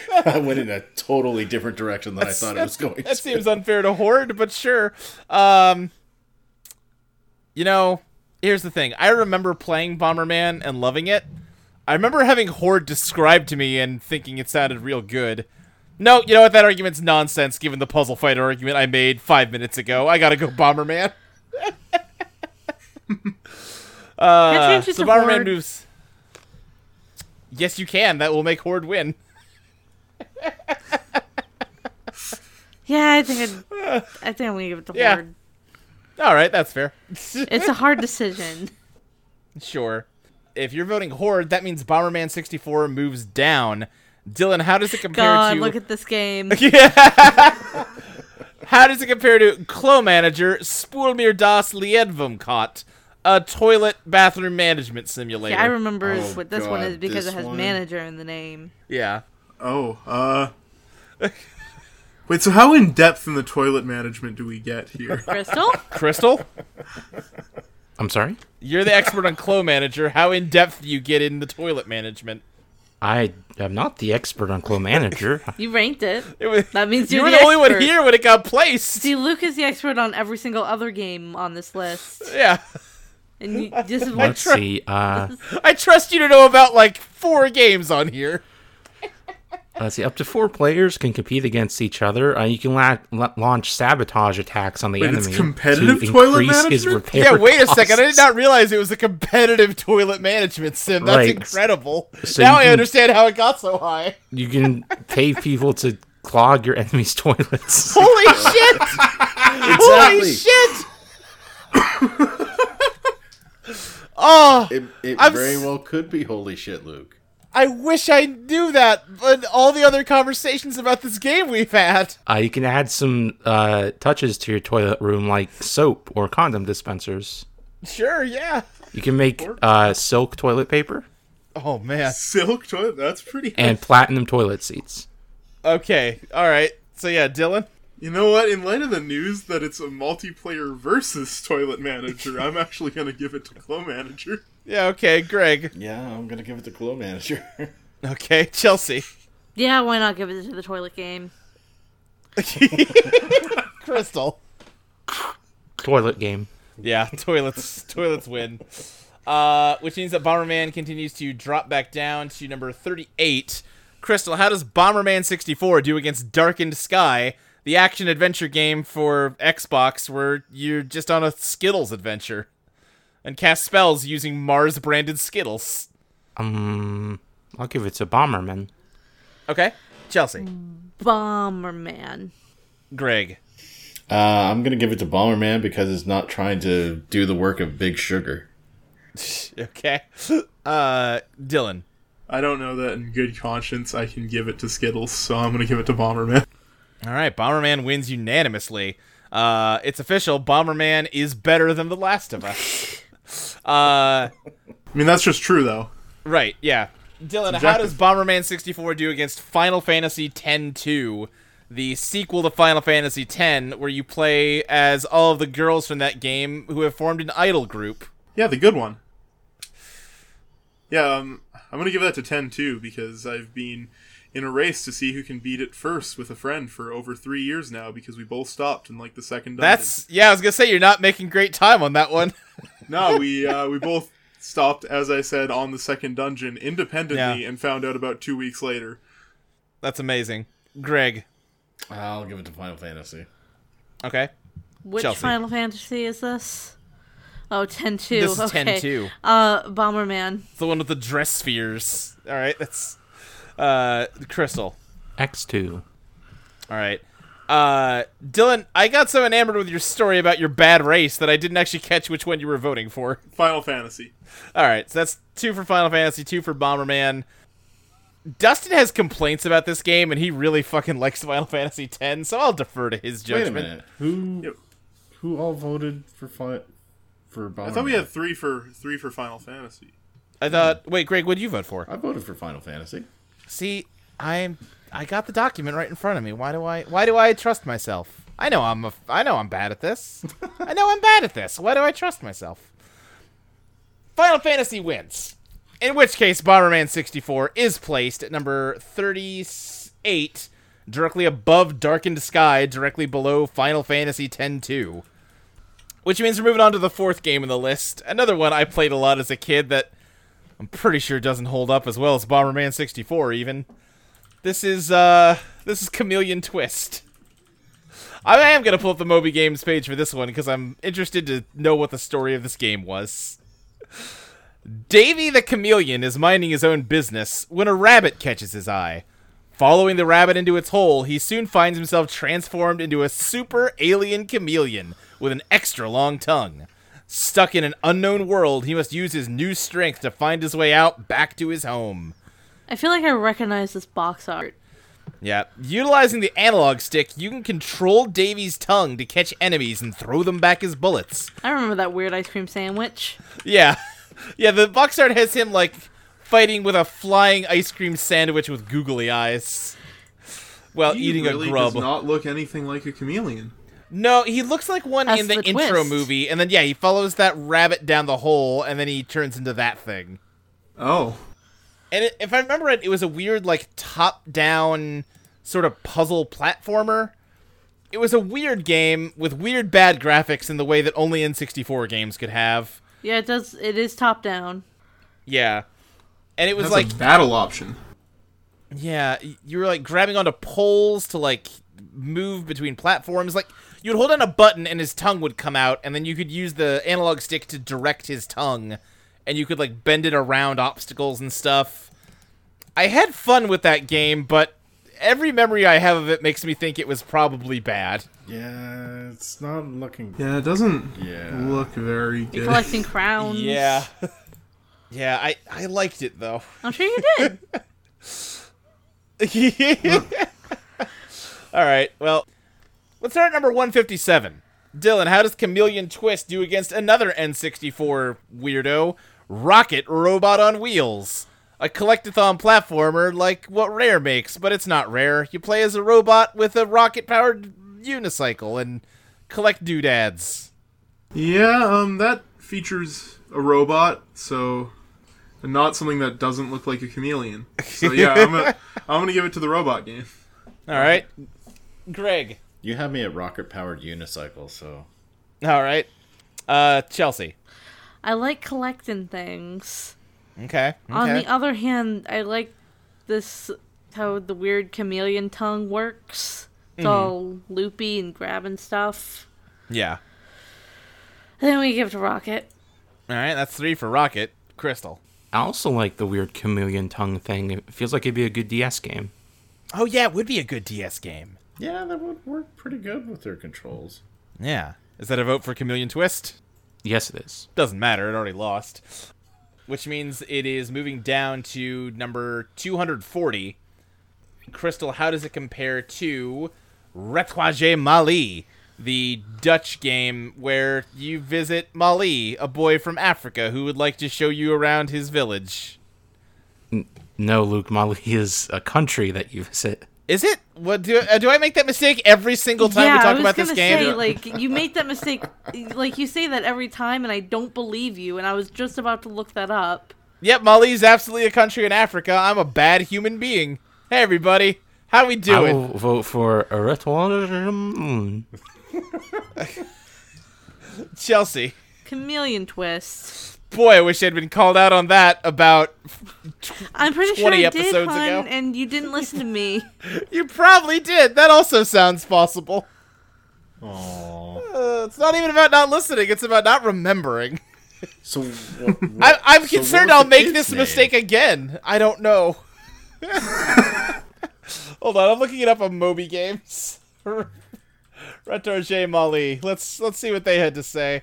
[SPEAKER 6] [LAUGHS] I went in a totally different direction than I
[SPEAKER 2] [LAUGHS]
[SPEAKER 6] thought it was going.
[SPEAKER 2] that
[SPEAKER 6] to.
[SPEAKER 2] seems unfair to Horde, but sure. Um, you know, here's the thing. I remember playing Bomberman and loving it. I remember having Horde described to me and thinking it sounded real good. No, you know what? That argument's nonsense given the puzzle fighter argument I made five minutes ago. I gotta go Bomberman.
[SPEAKER 3] Can I
[SPEAKER 2] Uh,
[SPEAKER 3] change it
[SPEAKER 2] so
[SPEAKER 3] to
[SPEAKER 2] Bomberman
[SPEAKER 3] Horde?
[SPEAKER 2] moves. Yes, you can. That will make Horde win.
[SPEAKER 3] Yeah, I think I'd, I think I'm gonna give it to
[SPEAKER 2] [LAUGHS] Yeah.
[SPEAKER 3] Horde.
[SPEAKER 2] All right, that's fair.
[SPEAKER 3] It's a
[SPEAKER 2] [LAUGHS]
[SPEAKER 3] hard decision.
[SPEAKER 2] sure. If you're voting Horde, that means Bomberman 64 moves down. Dylan, how does it compare
[SPEAKER 3] God,
[SPEAKER 2] to
[SPEAKER 3] look at
[SPEAKER 2] [LAUGHS]
[SPEAKER 3] this game.
[SPEAKER 2] How does it compare to Clo Manager Spoolmir das Liedvumkot, a toilet bathroom management simulator?
[SPEAKER 3] Yeah, I remember
[SPEAKER 6] Oh,
[SPEAKER 3] what this one
[SPEAKER 6] God,
[SPEAKER 3] is because
[SPEAKER 6] this
[SPEAKER 3] it has
[SPEAKER 6] one.
[SPEAKER 3] manager in the name.
[SPEAKER 2] yeah.
[SPEAKER 5] Oh, uh. Wait, so how in depth in the toilet management do we get here?
[SPEAKER 3] Crystal?
[SPEAKER 2] Crystal,
[SPEAKER 4] I'm sorry.
[SPEAKER 2] you're the expert on Clo Manager. How in depth do you get in the toilet management?
[SPEAKER 4] I am not the expert on Clo
[SPEAKER 5] [LAUGHS]
[SPEAKER 4] Manager.
[SPEAKER 3] You ranked it.
[SPEAKER 2] It was,
[SPEAKER 3] That means
[SPEAKER 2] you
[SPEAKER 3] you're
[SPEAKER 2] were the,
[SPEAKER 3] the
[SPEAKER 2] only one
[SPEAKER 3] expert.
[SPEAKER 2] here when it got placed.
[SPEAKER 3] See, Luke is the expert on every single other game on this list.
[SPEAKER 2] Yeah. [LAUGHS]
[SPEAKER 3] And you, this is
[SPEAKER 4] Let's
[SPEAKER 3] what
[SPEAKER 4] see. Uh,
[SPEAKER 2] I trust you to know about like four games on here.
[SPEAKER 4] let's see. Up to four players can compete against each other. Uh, you can la- la- launch sabotage attacks on the
[SPEAKER 5] Wait, it's
[SPEAKER 4] enemy.
[SPEAKER 5] competitive
[SPEAKER 4] to
[SPEAKER 5] toilet
[SPEAKER 4] increase his
[SPEAKER 5] management?
[SPEAKER 4] repair
[SPEAKER 2] yeah, wait a
[SPEAKER 4] costs.
[SPEAKER 2] second. I did not realize it was a competitive toilet management sim. That's
[SPEAKER 4] Right.
[SPEAKER 2] incredible.
[SPEAKER 4] So
[SPEAKER 2] now
[SPEAKER 4] you
[SPEAKER 2] I
[SPEAKER 4] can-
[SPEAKER 2] understand how it got so
[SPEAKER 4] [LAUGHS]
[SPEAKER 2] high.
[SPEAKER 4] You can pay people to clog your enemy's [LAUGHS] toilets.
[SPEAKER 2] [LAUGHS] Holy shit! Holy
[SPEAKER 6] Exactly.
[SPEAKER 2] shit! oh,
[SPEAKER 6] It, it
[SPEAKER 2] I'm
[SPEAKER 6] very
[SPEAKER 2] s-
[SPEAKER 6] well could be. Holy shit, Luke.
[SPEAKER 2] I wish I knew that, but all the other conversations about this game we've had.
[SPEAKER 4] Uh, you can add some uh, touches to your toilet room, like soap or condom dispensers.
[SPEAKER 2] Sure, yeah.
[SPEAKER 4] You can make uh, silk toilet paper
[SPEAKER 2] Oh, man.
[SPEAKER 5] Silk toilet? That's pretty.
[SPEAKER 4] and platinum toilet seats.
[SPEAKER 2] Okay, alright. So, yeah, Dylan?
[SPEAKER 5] You know what? In light of the news that it's a multiplayer versus toilet manager, I'm actually going to give it to Clo Manager.
[SPEAKER 2] Yeah, okay, Greg.
[SPEAKER 6] Yeah, I'm gonna give it to Glow Manager. [LAUGHS]
[SPEAKER 2] Okay, [LAUGHS] Chelsea.
[SPEAKER 3] Yeah, why not give it to the toilet game?
[SPEAKER 2] Crystal.
[SPEAKER 4] Toilet game.
[SPEAKER 2] [LAUGHS] Yeah, toilets toilets win. Uh, which means that Bomberman continues to drop back down to number 38. Crystal, how does Bomberman 64 do against Darkened Sky, the action adventure game for Xbox where you're just on a Skittles adventure and cast spells using Mars branded Skittles?
[SPEAKER 4] Um, I'll give it to Bomberman.
[SPEAKER 2] Okay. Chelsea.
[SPEAKER 3] Bomberman.
[SPEAKER 2] Greg. [LAUGHS]
[SPEAKER 6] Uh, I'm gonna give it to Bomberman because it's not trying to do the work of Big Sugar.
[SPEAKER 2] Okay. Uh, Dylan.
[SPEAKER 5] I don't know that in good conscience I can give it to Skittles, so I'm gonna give it to Bomberman.
[SPEAKER 2] All right, Bomberman wins unanimously. Uh, it's official. Bomberman is better than The Last of Us. uh,
[SPEAKER 5] I mean, that's just true though.
[SPEAKER 2] right, yeah. Dylan, how
[SPEAKER 5] Subjective.
[SPEAKER 2] does Bomberman 64 do against Final Fantasy X-2, the sequel to Final Fantasy X, where you play as all of the girls from that game who have formed an idol group?
[SPEAKER 5] Yeah, the good one. Yeah, um, I'm gonna give that to 10 too because I've been in a race to see who can beat it first with a friend for over three years now because we both stopped in like the second. Dungeon.
[SPEAKER 2] That's yeah. I was gonna say you're not making great time on that one.
[SPEAKER 5] [LAUGHS]
[SPEAKER 2] [LAUGHS]
[SPEAKER 5] no, we uh, we both stopped as I said on the second dungeon independently
[SPEAKER 2] Yeah.
[SPEAKER 5] and found out about two weeks later.
[SPEAKER 2] That's amazing, Greg.
[SPEAKER 6] I'll give it to Final Fantasy.
[SPEAKER 2] Okay,
[SPEAKER 3] Which
[SPEAKER 2] Chelsea.
[SPEAKER 3] Final Fantasy is this? Oh, 10 2.
[SPEAKER 2] this is
[SPEAKER 3] okay.
[SPEAKER 2] 10-2.
[SPEAKER 3] Uh, Bomberman.
[SPEAKER 2] It's the one with the dress spheres. All right, that's uh, Crystal.
[SPEAKER 4] X2.
[SPEAKER 2] All right. Uh, Dylan, I got so enamored with your story about your bad race that I didn't actually catch which one you were voting for. [LAUGHS]
[SPEAKER 5] Final Fantasy.
[SPEAKER 2] All right, so that's two for Final Fantasy, two for Bomberman. Dustin has complaints about this game, and he really fucking likes [LAUGHS] Final Fantasy X, so I'll defer to his
[SPEAKER 6] Wait a
[SPEAKER 2] judgment.
[SPEAKER 6] minute. Who
[SPEAKER 5] Yep.
[SPEAKER 6] who all voted for fi- for Bomberman?
[SPEAKER 5] I thought we had three for three for Final Fantasy.
[SPEAKER 2] I thought. Wait, Greg, what did you vote for?
[SPEAKER 6] I voted for Final Fantasy.
[SPEAKER 2] See, I'm. I got the document right in front of me. Why do I? Why do I trust myself? I know I'm. A, I know I'm bad at this. I know I'm bad at this. Why do I trust myself? Final Fantasy wins. In which case, Bomberman 64 is placed at number 38, directly above Darkened Sky, directly below Final Fantasy X-2. Which means we're moving on to the fourth game in the list. Another one I played a lot as a kid that I'm pretty sure it doesn't hold up as well as Bomberman 64 even. This is uh this is Chameleon Twist. I am going to pull up the Moby Games page for this one because I'm interested to know what the story of this game was. Davy the chameleon is minding his own business when a rabbit catches his eye. Following the rabbit into its hole, he soon finds himself transformed into a super alien chameleon with an extra long tongue. Stuck in an unknown world, he must use his new strength to find his way out back to his home.
[SPEAKER 3] I feel like I recognize this box art.
[SPEAKER 2] Yeah. Utilizing the analog stick, you can control Davy's tongue to catch enemies and throw them back as bullets.
[SPEAKER 3] I remember that weird ice cream sandwich.
[SPEAKER 2] Yeah. [LAUGHS] Yeah, the box art has him, like, fighting with a flying ice cream sandwich with googly eyes. While Uh, eating
[SPEAKER 5] really
[SPEAKER 2] a grub.
[SPEAKER 5] does not look anything like a chameleon.
[SPEAKER 2] No, he looks like one
[SPEAKER 3] That's
[SPEAKER 2] in the,
[SPEAKER 3] the
[SPEAKER 2] intro
[SPEAKER 3] twist.
[SPEAKER 2] movie, and then yeah, he follows that rabbit down the hole, and then he turns into that thing.
[SPEAKER 5] Oh,
[SPEAKER 2] And it, if I remember it, it was a weird like top-down sort of puzzle platformer. It was a weird game with weird bad graphics in the way that only N64 games could have.
[SPEAKER 3] Yeah, it does. It is top down.
[SPEAKER 2] Yeah, and it was
[SPEAKER 5] that's
[SPEAKER 2] like
[SPEAKER 5] a battle option.
[SPEAKER 2] Yeah, y- you were like grabbing onto poles to like move between platforms. Like you'd hold on a button and his tongue would come out, and then you could use the analog stick to direct his tongue, and you could like bend it around obstacles and stuff. I had fun with that game, but every memory I have of it makes me think it was probably bad.
[SPEAKER 6] Yeah, it's not looking.
[SPEAKER 5] Yeah, it doesn't
[SPEAKER 6] Yeah.
[SPEAKER 5] look very
[SPEAKER 3] You're
[SPEAKER 5] good.
[SPEAKER 3] collecting [LAUGHS] crowns. [LAUGHS]
[SPEAKER 2] yeah, I I liked it though.
[SPEAKER 3] I'm sure you did.
[SPEAKER 2] [LAUGHS] All right. Well, let's start at number 157. Dylan, how does Chameleon Twist do against another N64 weirdo, Rocket Robot on Wheels? A collectathon platformer like what Rare makes, but it's not Rare. You play as a robot with a rocket powered unicycle and collect doodads.
[SPEAKER 5] Yeah, um, that features a robot, so and not something that doesn't look like a chameleon. So yeah, I'm [LAUGHS] gonna, I'm gonna give it to the robot game.
[SPEAKER 2] All right. Greg.
[SPEAKER 6] You have me at rocket powered unicycle, so
[SPEAKER 2] All right. Uh, Chelsea.
[SPEAKER 3] I like collecting things.
[SPEAKER 2] Okay.
[SPEAKER 3] On
[SPEAKER 2] okay.
[SPEAKER 3] the other hand, I like this how the weird chameleon tongue works.
[SPEAKER 2] Mm-hmm.
[SPEAKER 3] It's all loopy and grabbing stuff.
[SPEAKER 2] yeah.
[SPEAKER 3] And then we give it to Rocket.
[SPEAKER 2] All right, that's three for Rocket. Crystal.
[SPEAKER 4] I also like the weird chameleon tongue thing. It feels like it'd be a good DS game.
[SPEAKER 2] Oh yeah, it would be a good DS game.
[SPEAKER 6] Yeah, that would work pretty good with their controls.
[SPEAKER 2] Yeah. Is that a vote for Chameleon Twist?
[SPEAKER 4] Yes, it is.
[SPEAKER 2] Doesn't matter. It already lost. Which means it is moving down to number 240. Crystal, how does it compare to Retroage Mali, the Dutch game where you visit Mali, a boy from Africa who would like to show you around his village?
[SPEAKER 4] No, Luke, Mali [LAUGHS] is a country that you visit.
[SPEAKER 2] Is it? What do, uh, do I make that mistake every single time
[SPEAKER 3] yeah,
[SPEAKER 2] we
[SPEAKER 3] I
[SPEAKER 2] talk
[SPEAKER 3] was
[SPEAKER 2] about
[SPEAKER 3] gonna
[SPEAKER 2] this game?
[SPEAKER 3] say like you make that mistake, [LAUGHS] like you say that every time, and I don't believe you. And I was just about to look that up.
[SPEAKER 2] Yep, Mali is absolutely a country in Africa. I'm a bad human being. Hey, everybody. How we
[SPEAKER 4] I
[SPEAKER 2] doing?
[SPEAKER 4] will vote for a retroage.
[SPEAKER 2] Chelsea.
[SPEAKER 3] Chameleon twist.
[SPEAKER 2] Boy, I wish I'd been called out on that about.
[SPEAKER 3] I'm pretty sure
[SPEAKER 2] 20
[SPEAKER 3] I did,
[SPEAKER 2] episodes
[SPEAKER 3] hun,
[SPEAKER 2] ago.
[SPEAKER 3] and you didn't listen to me.
[SPEAKER 2] You probably did. That also sounds possible.
[SPEAKER 6] Aww.
[SPEAKER 2] Uh, it's not even about not listening, it's about not remembering.
[SPEAKER 6] So what,
[SPEAKER 2] [LAUGHS] I, I'm
[SPEAKER 6] so what
[SPEAKER 2] concerned
[SPEAKER 6] was
[SPEAKER 2] I'll
[SPEAKER 6] the
[SPEAKER 2] make
[SPEAKER 6] kid's
[SPEAKER 2] this
[SPEAKER 6] name?
[SPEAKER 2] mistake again. I don't know. [LAUGHS] Hold on, I'm looking it up on Moby Games. [LAUGHS] Retorge Mali. Let's let's see what they had to say.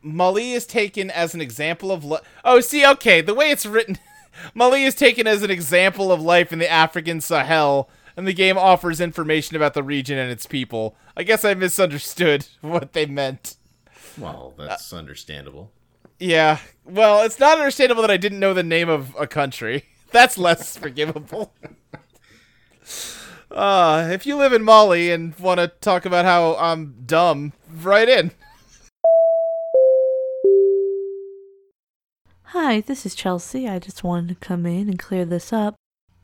[SPEAKER 2] Mali is taken as an example of li- Oh, see, okay, the way it's written, [LAUGHS] Mali is taken as an example of life in the African Sahel, and the game offers information about the region and its people. I guess I misunderstood [LAUGHS] what they meant.
[SPEAKER 6] Well, that's understandable.
[SPEAKER 2] Yeah. Well, it's not understandable that I didn't know the name of a country. [LAUGHS] That's less forgivable. Uh, if you live in Mali and want to talk about how I'm dumb, write in.
[SPEAKER 3] Hi, this is Chelsea. I just wanted to come in and clear this up.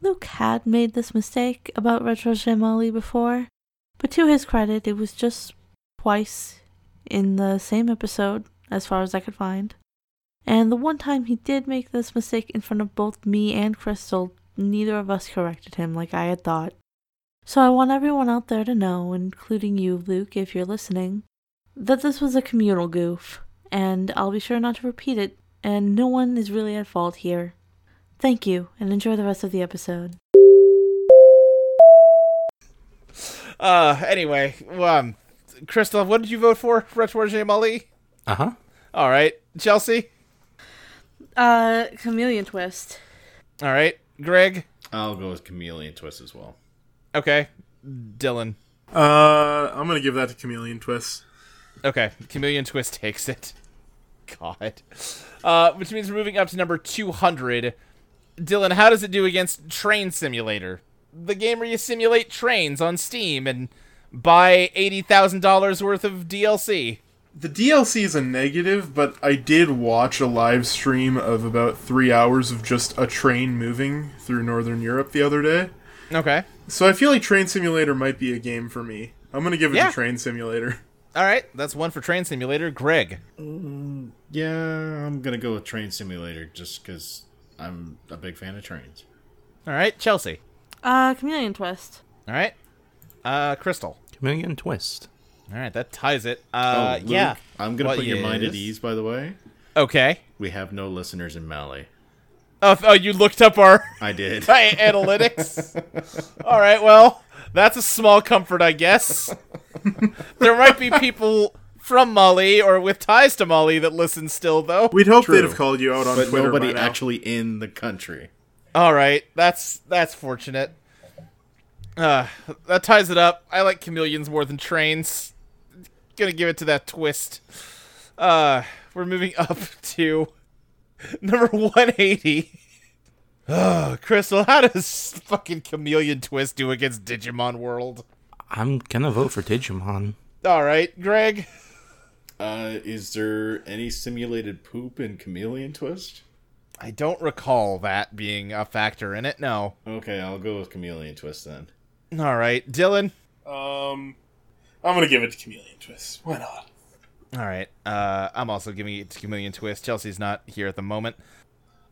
[SPEAKER 3] Luke had made this mistake about Retro Shamali before, but to his credit, it was just twice in the same episode, as far as I could find. And the one time he did make this mistake in front of both me and Crystal, neither of us corrected him like I had thought. So I want everyone out there to know, including you, Luke, if you're listening, that this was a communal goof, and I'll be sure not to repeat it, and no one is really at fault here. Thank you, and enjoy the rest of the episode.
[SPEAKER 2] Uh, anyway, um, Crystal, what did you vote for? Retroje Mali?
[SPEAKER 4] Uh huh.
[SPEAKER 2] All right. Chelsea?
[SPEAKER 3] Uh, chameleon twist.
[SPEAKER 2] All right. Greg?
[SPEAKER 6] I'll go with Chameleon Twist as well.
[SPEAKER 2] Okay. Dylan?
[SPEAKER 5] Uh, I'm gonna give that to Chameleon Twist.
[SPEAKER 2] Okay, Chameleon Twist takes it. [LAUGHS] God. Uh, which means we're moving up to number 200. Dylan, how does it do against Train Simulator? The game where you simulate trains on Steam and buy $80,000 worth of DLC.
[SPEAKER 5] The DLC is a negative, but I did watch a live stream of about three hours of just a train moving through Northern Europe the other day.
[SPEAKER 2] Okay.
[SPEAKER 5] So I feel like Train Simulator might be a game for me. I'm gonna give it
[SPEAKER 2] Yeah.
[SPEAKER 5] to Train Simulator.
[SPEAKER 2] All right, that's one for Train Simulator. Greg.
[SPEAKER 6] Yeah, I'm gonna go with Train Simulator just because I'm a big fan of trains.
[SPEAKER 2] All right, Chelsea.
[SPEAKER 3] Uh, chameleon twist.
[SPEAKER 2] All right. Uh, Crystal.
[SPEAKER 4] Chameleon twist.
[SPEAKER 2] All right, that ties it. Uh,
[SPEAKER 6] oh, Luke,
[SPEAKER 2] yeah.
[SPEAKER 6] I'm gonna
[SPEAKER 2] What
[SPEAKER 6] put your mind at
[SPEAKER 2] is-
[SPEAKER 6] ease. By the way,
[SPEAKER 2] Okay.
[SPEAKER 6] we have no listeners in Mali.
[SPEAKER 2] Oh, th- oh, you looked up our
[SPEAKER 6] I did.
[SPEAKER 2] [LAUGHS] Hey, analytics. All right, well, that's a small comfort, I guess. there might be people from Mali or with ties to Mali that listen still, though.
[SPEAKER 5] We'd hope
[SPEAKER 6] True.
[SPEAKER 5] they'd have called you out on
[SPEAKER 6] but
[SPEAKER 5] Twitter. by
[SPEAKER 6] nobody
[SPEAKER 5] now.
[SPEAKER 6] actually in the country.
[SPEAKER 2] All right, that's that's fortunate. Uh, that ties it up. I like chameleons more than trains. Gonna give it to that twist. Uh, we're moving [LAUGHS] up to number 180. Ugh, Crystal, how does fucking chameleon twist do against Digimon World?
[SPEAKER 4] I'm gonna vote for Digimon.
[SPEAKER 2] All right, Greg.
[SPEAKER 6] Uh, is there any simulated poop in Chameleon Twist?
[SPEAKER 2] I don't recall that being a factor in it. No.
[SPEAKER 6] Okay, I'll go with Chameleon Twist then.
[SPEAKER 2] All right, Dylan.
[SPEAKER 5] Um, I'm gonna give it to Chameleon Twist. Why not?
[SPEAKER 2] All right. Uh, I'm also giving it to Chameleon Twist. Chelsea's not here at the moment.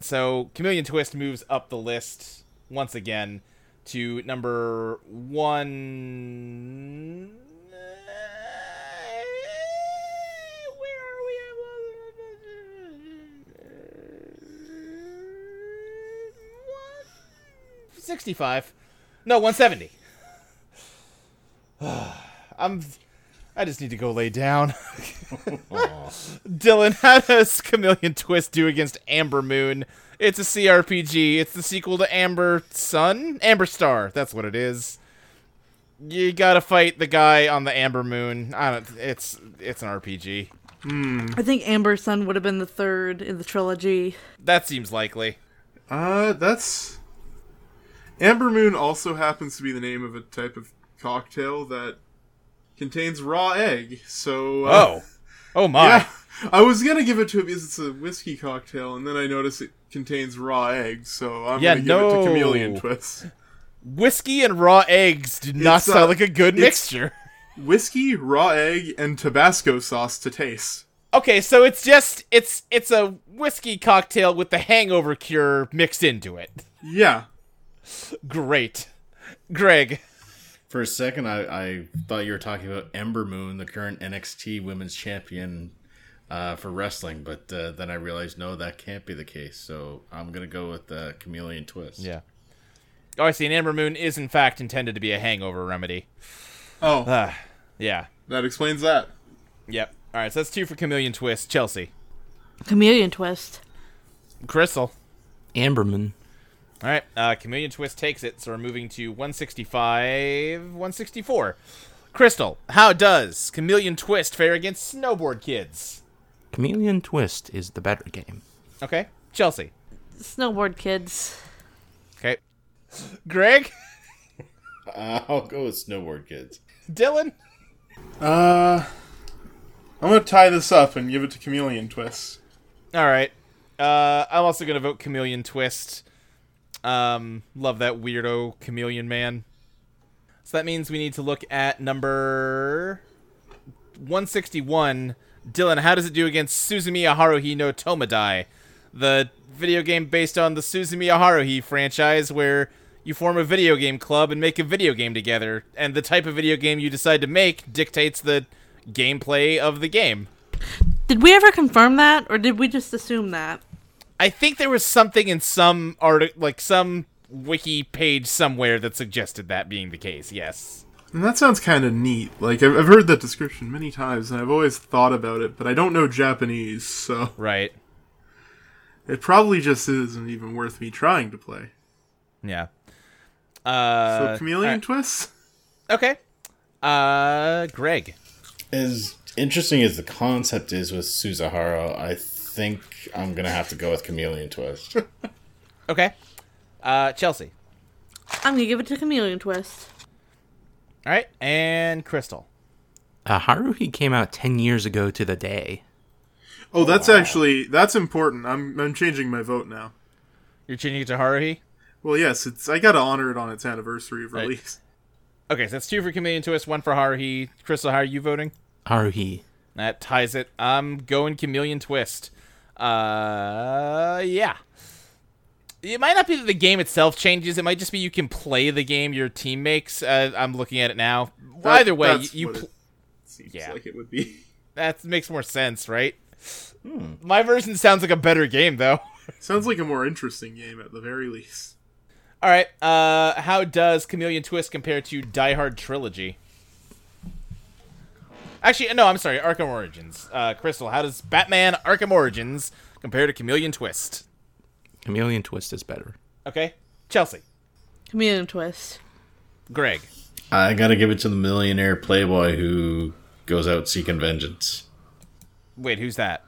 [SPEAKER 2] So Chameleon Twist moves up the list once again to number one. Where are we? 65. No, 170. [SIGHS] I'm. I just need to go lay down. Dylan, [LAUGHS] how does Chameleon Twist do against Amber Moon? It's a CRPG. It's the sequel to Amber Sun? Amber Star. That's what it is. You gotta fight the guy on the Amber Moon. I don't. It's it's an RPG.
[SPEAKER 3] I think Amber Sun would have been the third in the trilogy.
[SPEAKER 2] That seems likely.
[SPEAKER 5] Uh, that's Amber Moon also happens to be the name of a type of cocktail that contains raw egg. So uh,
[SPEAKER 2] Oh, oh my!
[SPEAKER 5] [LAUGHS] yeah, I was gonna give it to it because it's a whiskey cocktail, and then I noticed it contains raw egg. So I'm
[SPEAKER 2] Yeah,
[SPEAKER 5] gonna give it
[SPEAKER 2] no.
[SPEAKER 5] to Chameleon Twist.
[SPEAKER 2] Whiskey and raw eggs did not
[SPEAKER 5] It's, uh,
[SPEAKER 2] sound like a good
[SPEAKER 5] it's-
[SPEAKER 2] mixture.
[SPEAKER 5] Whiskey, raw egg, and Tabasco sauce to taste.
[SPEAKER 2] Okay, so it's just it's it's a whiskey cocktail with the hangover cure mixed into it.
[SPEAKER 5] Yeah,
[SPEAKER 2] Great, Greg.
[SPEAKER 6] For a second, I, I thought you were talking about Ember Moon, the current NXT Women's Champion uh, for wrestling, but uh, then I realized no, that can't be the case. So I'm gonna go with uh, Chameleon Twist.
[SPEAKER 2] Yeah. Oh, I see. An Amber Moon is in fact intended to be a hangover remedy.
[SPEAKER 5] Oh,
[SPEAKER 2] Ah, yeah.
[SPEAKER 5] that explains that.
[SPEAKER 2] Yep. All right, so that's two for Chameleon Twist. Chelsea,
[SPEAKER 3] Chameleon Twist.
[SPEAKER 2] Crystal.
[SPEAKER 4] Amberman.
[SPEAKER 2] All right, uh, Chameleon Twist takes it, so we're moving to 165, 164. Crystal, how does Chameleon Twist fare against Snowboard Kids?
[SPEAKER 4] Chameleon Twist is the better game.
[SPEAKER 2] Okay, Chelsea.
[SPEAKER 3] Snowboard Kids.
[SPEAKER 2] Okay, Greg, [LAUGHS]
[SPEAKER 6] Uh, [LAUGHS] I'll go with Snowboard Kids.
[SPEAKER 2] Dylan.
[SPEAKER 5] Uh, I'm gonna tie this up and give it to Chameleon Twist.
[SPEAKER 2] All right, uh, I'm also gonna vote Chameleon Twist. Um, love that weirdo chameleon man. So that means we need to look at number 161. Dylan, how does it do against Suzumiya Haruhi no Tomodai, the video game based on the Suzumiya Haruhi franchise where you form a video game club and make a video game together, and the type of video game you decide to make dictates the gameplay of the game.
[SPEAKER 3] Did we ever confirm that, or did we just assume that?
[SPEAKER 2] I think there was something in some article, like some wiki page somewhere that suggested that being the case. Yes.
[SPEAKER 5] And that sounds kind of neat. Like I've, I've heard that description many times, and I've always thought about it, but I don't know Japanese, so [LAUGHS]
[SPEAKER 2] Right.
[SPEAKER 5] it probably just isn't even worth me trying to play.
[SPEAKER 2] Yeah.
[SPEAKER 5] So
[SPEAKER 2] Uh,
[SPEAKER 5] chameleon
[SPEAKER 2] alright.
[SPEAKER 5] twists.
[SPEAKER 2] Okay. Uh, Greg.
[SPEAKER 6] As interesting as the concept is with Suzahara, I think I'm gonna have to go with Chameleon Twist. [LAUGHS]
[SPEAKER 2] Okay. Uh, Chelsea.
[SPEAKER 3] I'm gonna give it to Chameleon Twist.
[SPEAKER 2] All right, and Crystal.
[SPEAKER 4] Uh, Haruhi came out 10 years ago to the day.
[SPEAKER 5] Oh, that's actually that's important. I'm I'm changing my vote now.
[SPEAKER 2] You're changing it to Haruhi.
[SPEAKER 5] Well, yes, it's I gotta honor it on its anniversary of
[SPEAKER 2] Right.
[SPEAKER 5] release.
[SPEAKER 2] Okay, so that's two for Chameleon Twist, one for Haruhi. Crystal, how are you voting?
[SPEAKER 4] Haruhi.
[SPEAKER 2] That ties it. I'm going Chameleon Twist. Uh, yeah. It might not be that the game itself changes. It might just be you can play the game your team makes. Uh, I'm looking at it now.
[SPEAKER 5] That-
[SPEAKER 2] Either way,
[SPEAKER 5] that's
[SPEAKER 2] you
[SPEAKER 5] what
[SPEAKER 2] pl-
[SPEAKER 5] it seems
[SPEAKER 2] Yeah.
[SPEAKER 5] like it would be.
[SPEAKER 2] that makes more sense, right?
[SPEAKER 5] Hmm.
[SPEAKER 2] My version sounds like a better game, though. [LAUGHS]
[SPEAKER 5] Sounds like a more interesting game at the very least.
[SPEAKER 2] All right. Uh, how does Chameleon Twist compare to Die Hard Trilogy? Actually, no. I'm sorry. Arkham Origins. Uh, Crystal, how does Batman Arkham Origins compare to Chameleon Twist?
[SPEAKER 4] Chameleon Twist is better.
[SPEAKER 2] Okay. Chelsea,
[SPEAKER 3] Chameleon Twist.
[SPEAKER 2] Greg.
[SPEAKER 6] I gotta give it to the millionaire playboy who goes out seeking vengeance.
[SPEAKER 2] Wait, who's that?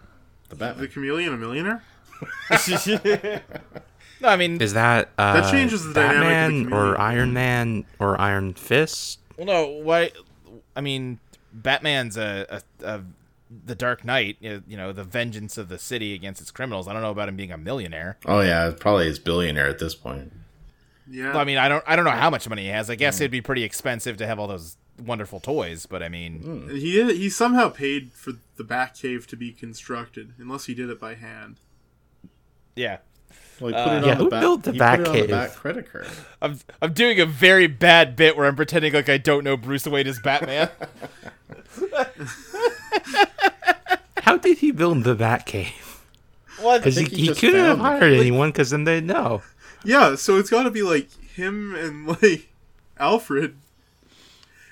[SPEAKER 6] The
[SPEAKER 5] The [LAUGHS]
[SPEAKER 6] Batman.
[SPEAKER 5] chameleon, a millionaire.
[SPEAKER 2] No, I mean,
[SPEAKER 4] Is that uh,
[SPEAKER 5] changes the dynamic of the
[SPEAKER 4] Batman or
[SPEAKER 5] community.
[SPEAKER 4] Iron Man or Iron Fist?
[SPEAKER 2] well, no. Why? I mean, Batman's a, a, a the Dark Knight. You you know, the vengeance of the city against its criminals. I don't know about him being a millionaire.
[SPEAKER 6] Oh yeah, it probably is billionaire at this point.
[SPEAKER 5] Yeah.
[SPEAKER 4] Mm.
[SPEAKER 2] Well, I mean, I don't. I don't know how much money he has. I guess it'd be pretty expensive to have all those wonderful toys, but I mean,
[SPEAKER 4] Mm.
[SPEAKER 5] He did, he somehow paid for the Batcave to be constructed, unless he did it by hand.
[SPEAKER 2] yeah.
[SPEAKER 6] Well,
[SPEAKER 2] Uh,
[SPEAKER 6] he put it on
[SPEAKER 4] Yeah,
[SPEAKER 6] the
[SPEAKER 4] who
[SPEAKER 6] back,
[SPEAKER 4] built the
[SPEAKER 6] he put it on
[SPEAKER 4] Batcave?
[SPEAKER 6] the back credit card.
[SPEAKER 2] I'm I'm doing a very bad bit where I'm pretending like I don't know Bruce Wayne is Batman.
[SPEAKER 4] How did he build the Batcave?
[SPEAKER 2] what?
[SPEAKER 4] Because he,
[SPEAKER 6] think he
[SPEAKER 4] he,
[SPEAKER 6] just
[SPEAKER 4] couldn't have
[SPEAKER 6] found it.
[SPEAKER 4] hired anyone, because then they'd know.
[SPEAKER 5] Yeah, so it's got to be like him and [LAUGHS] like Alfred.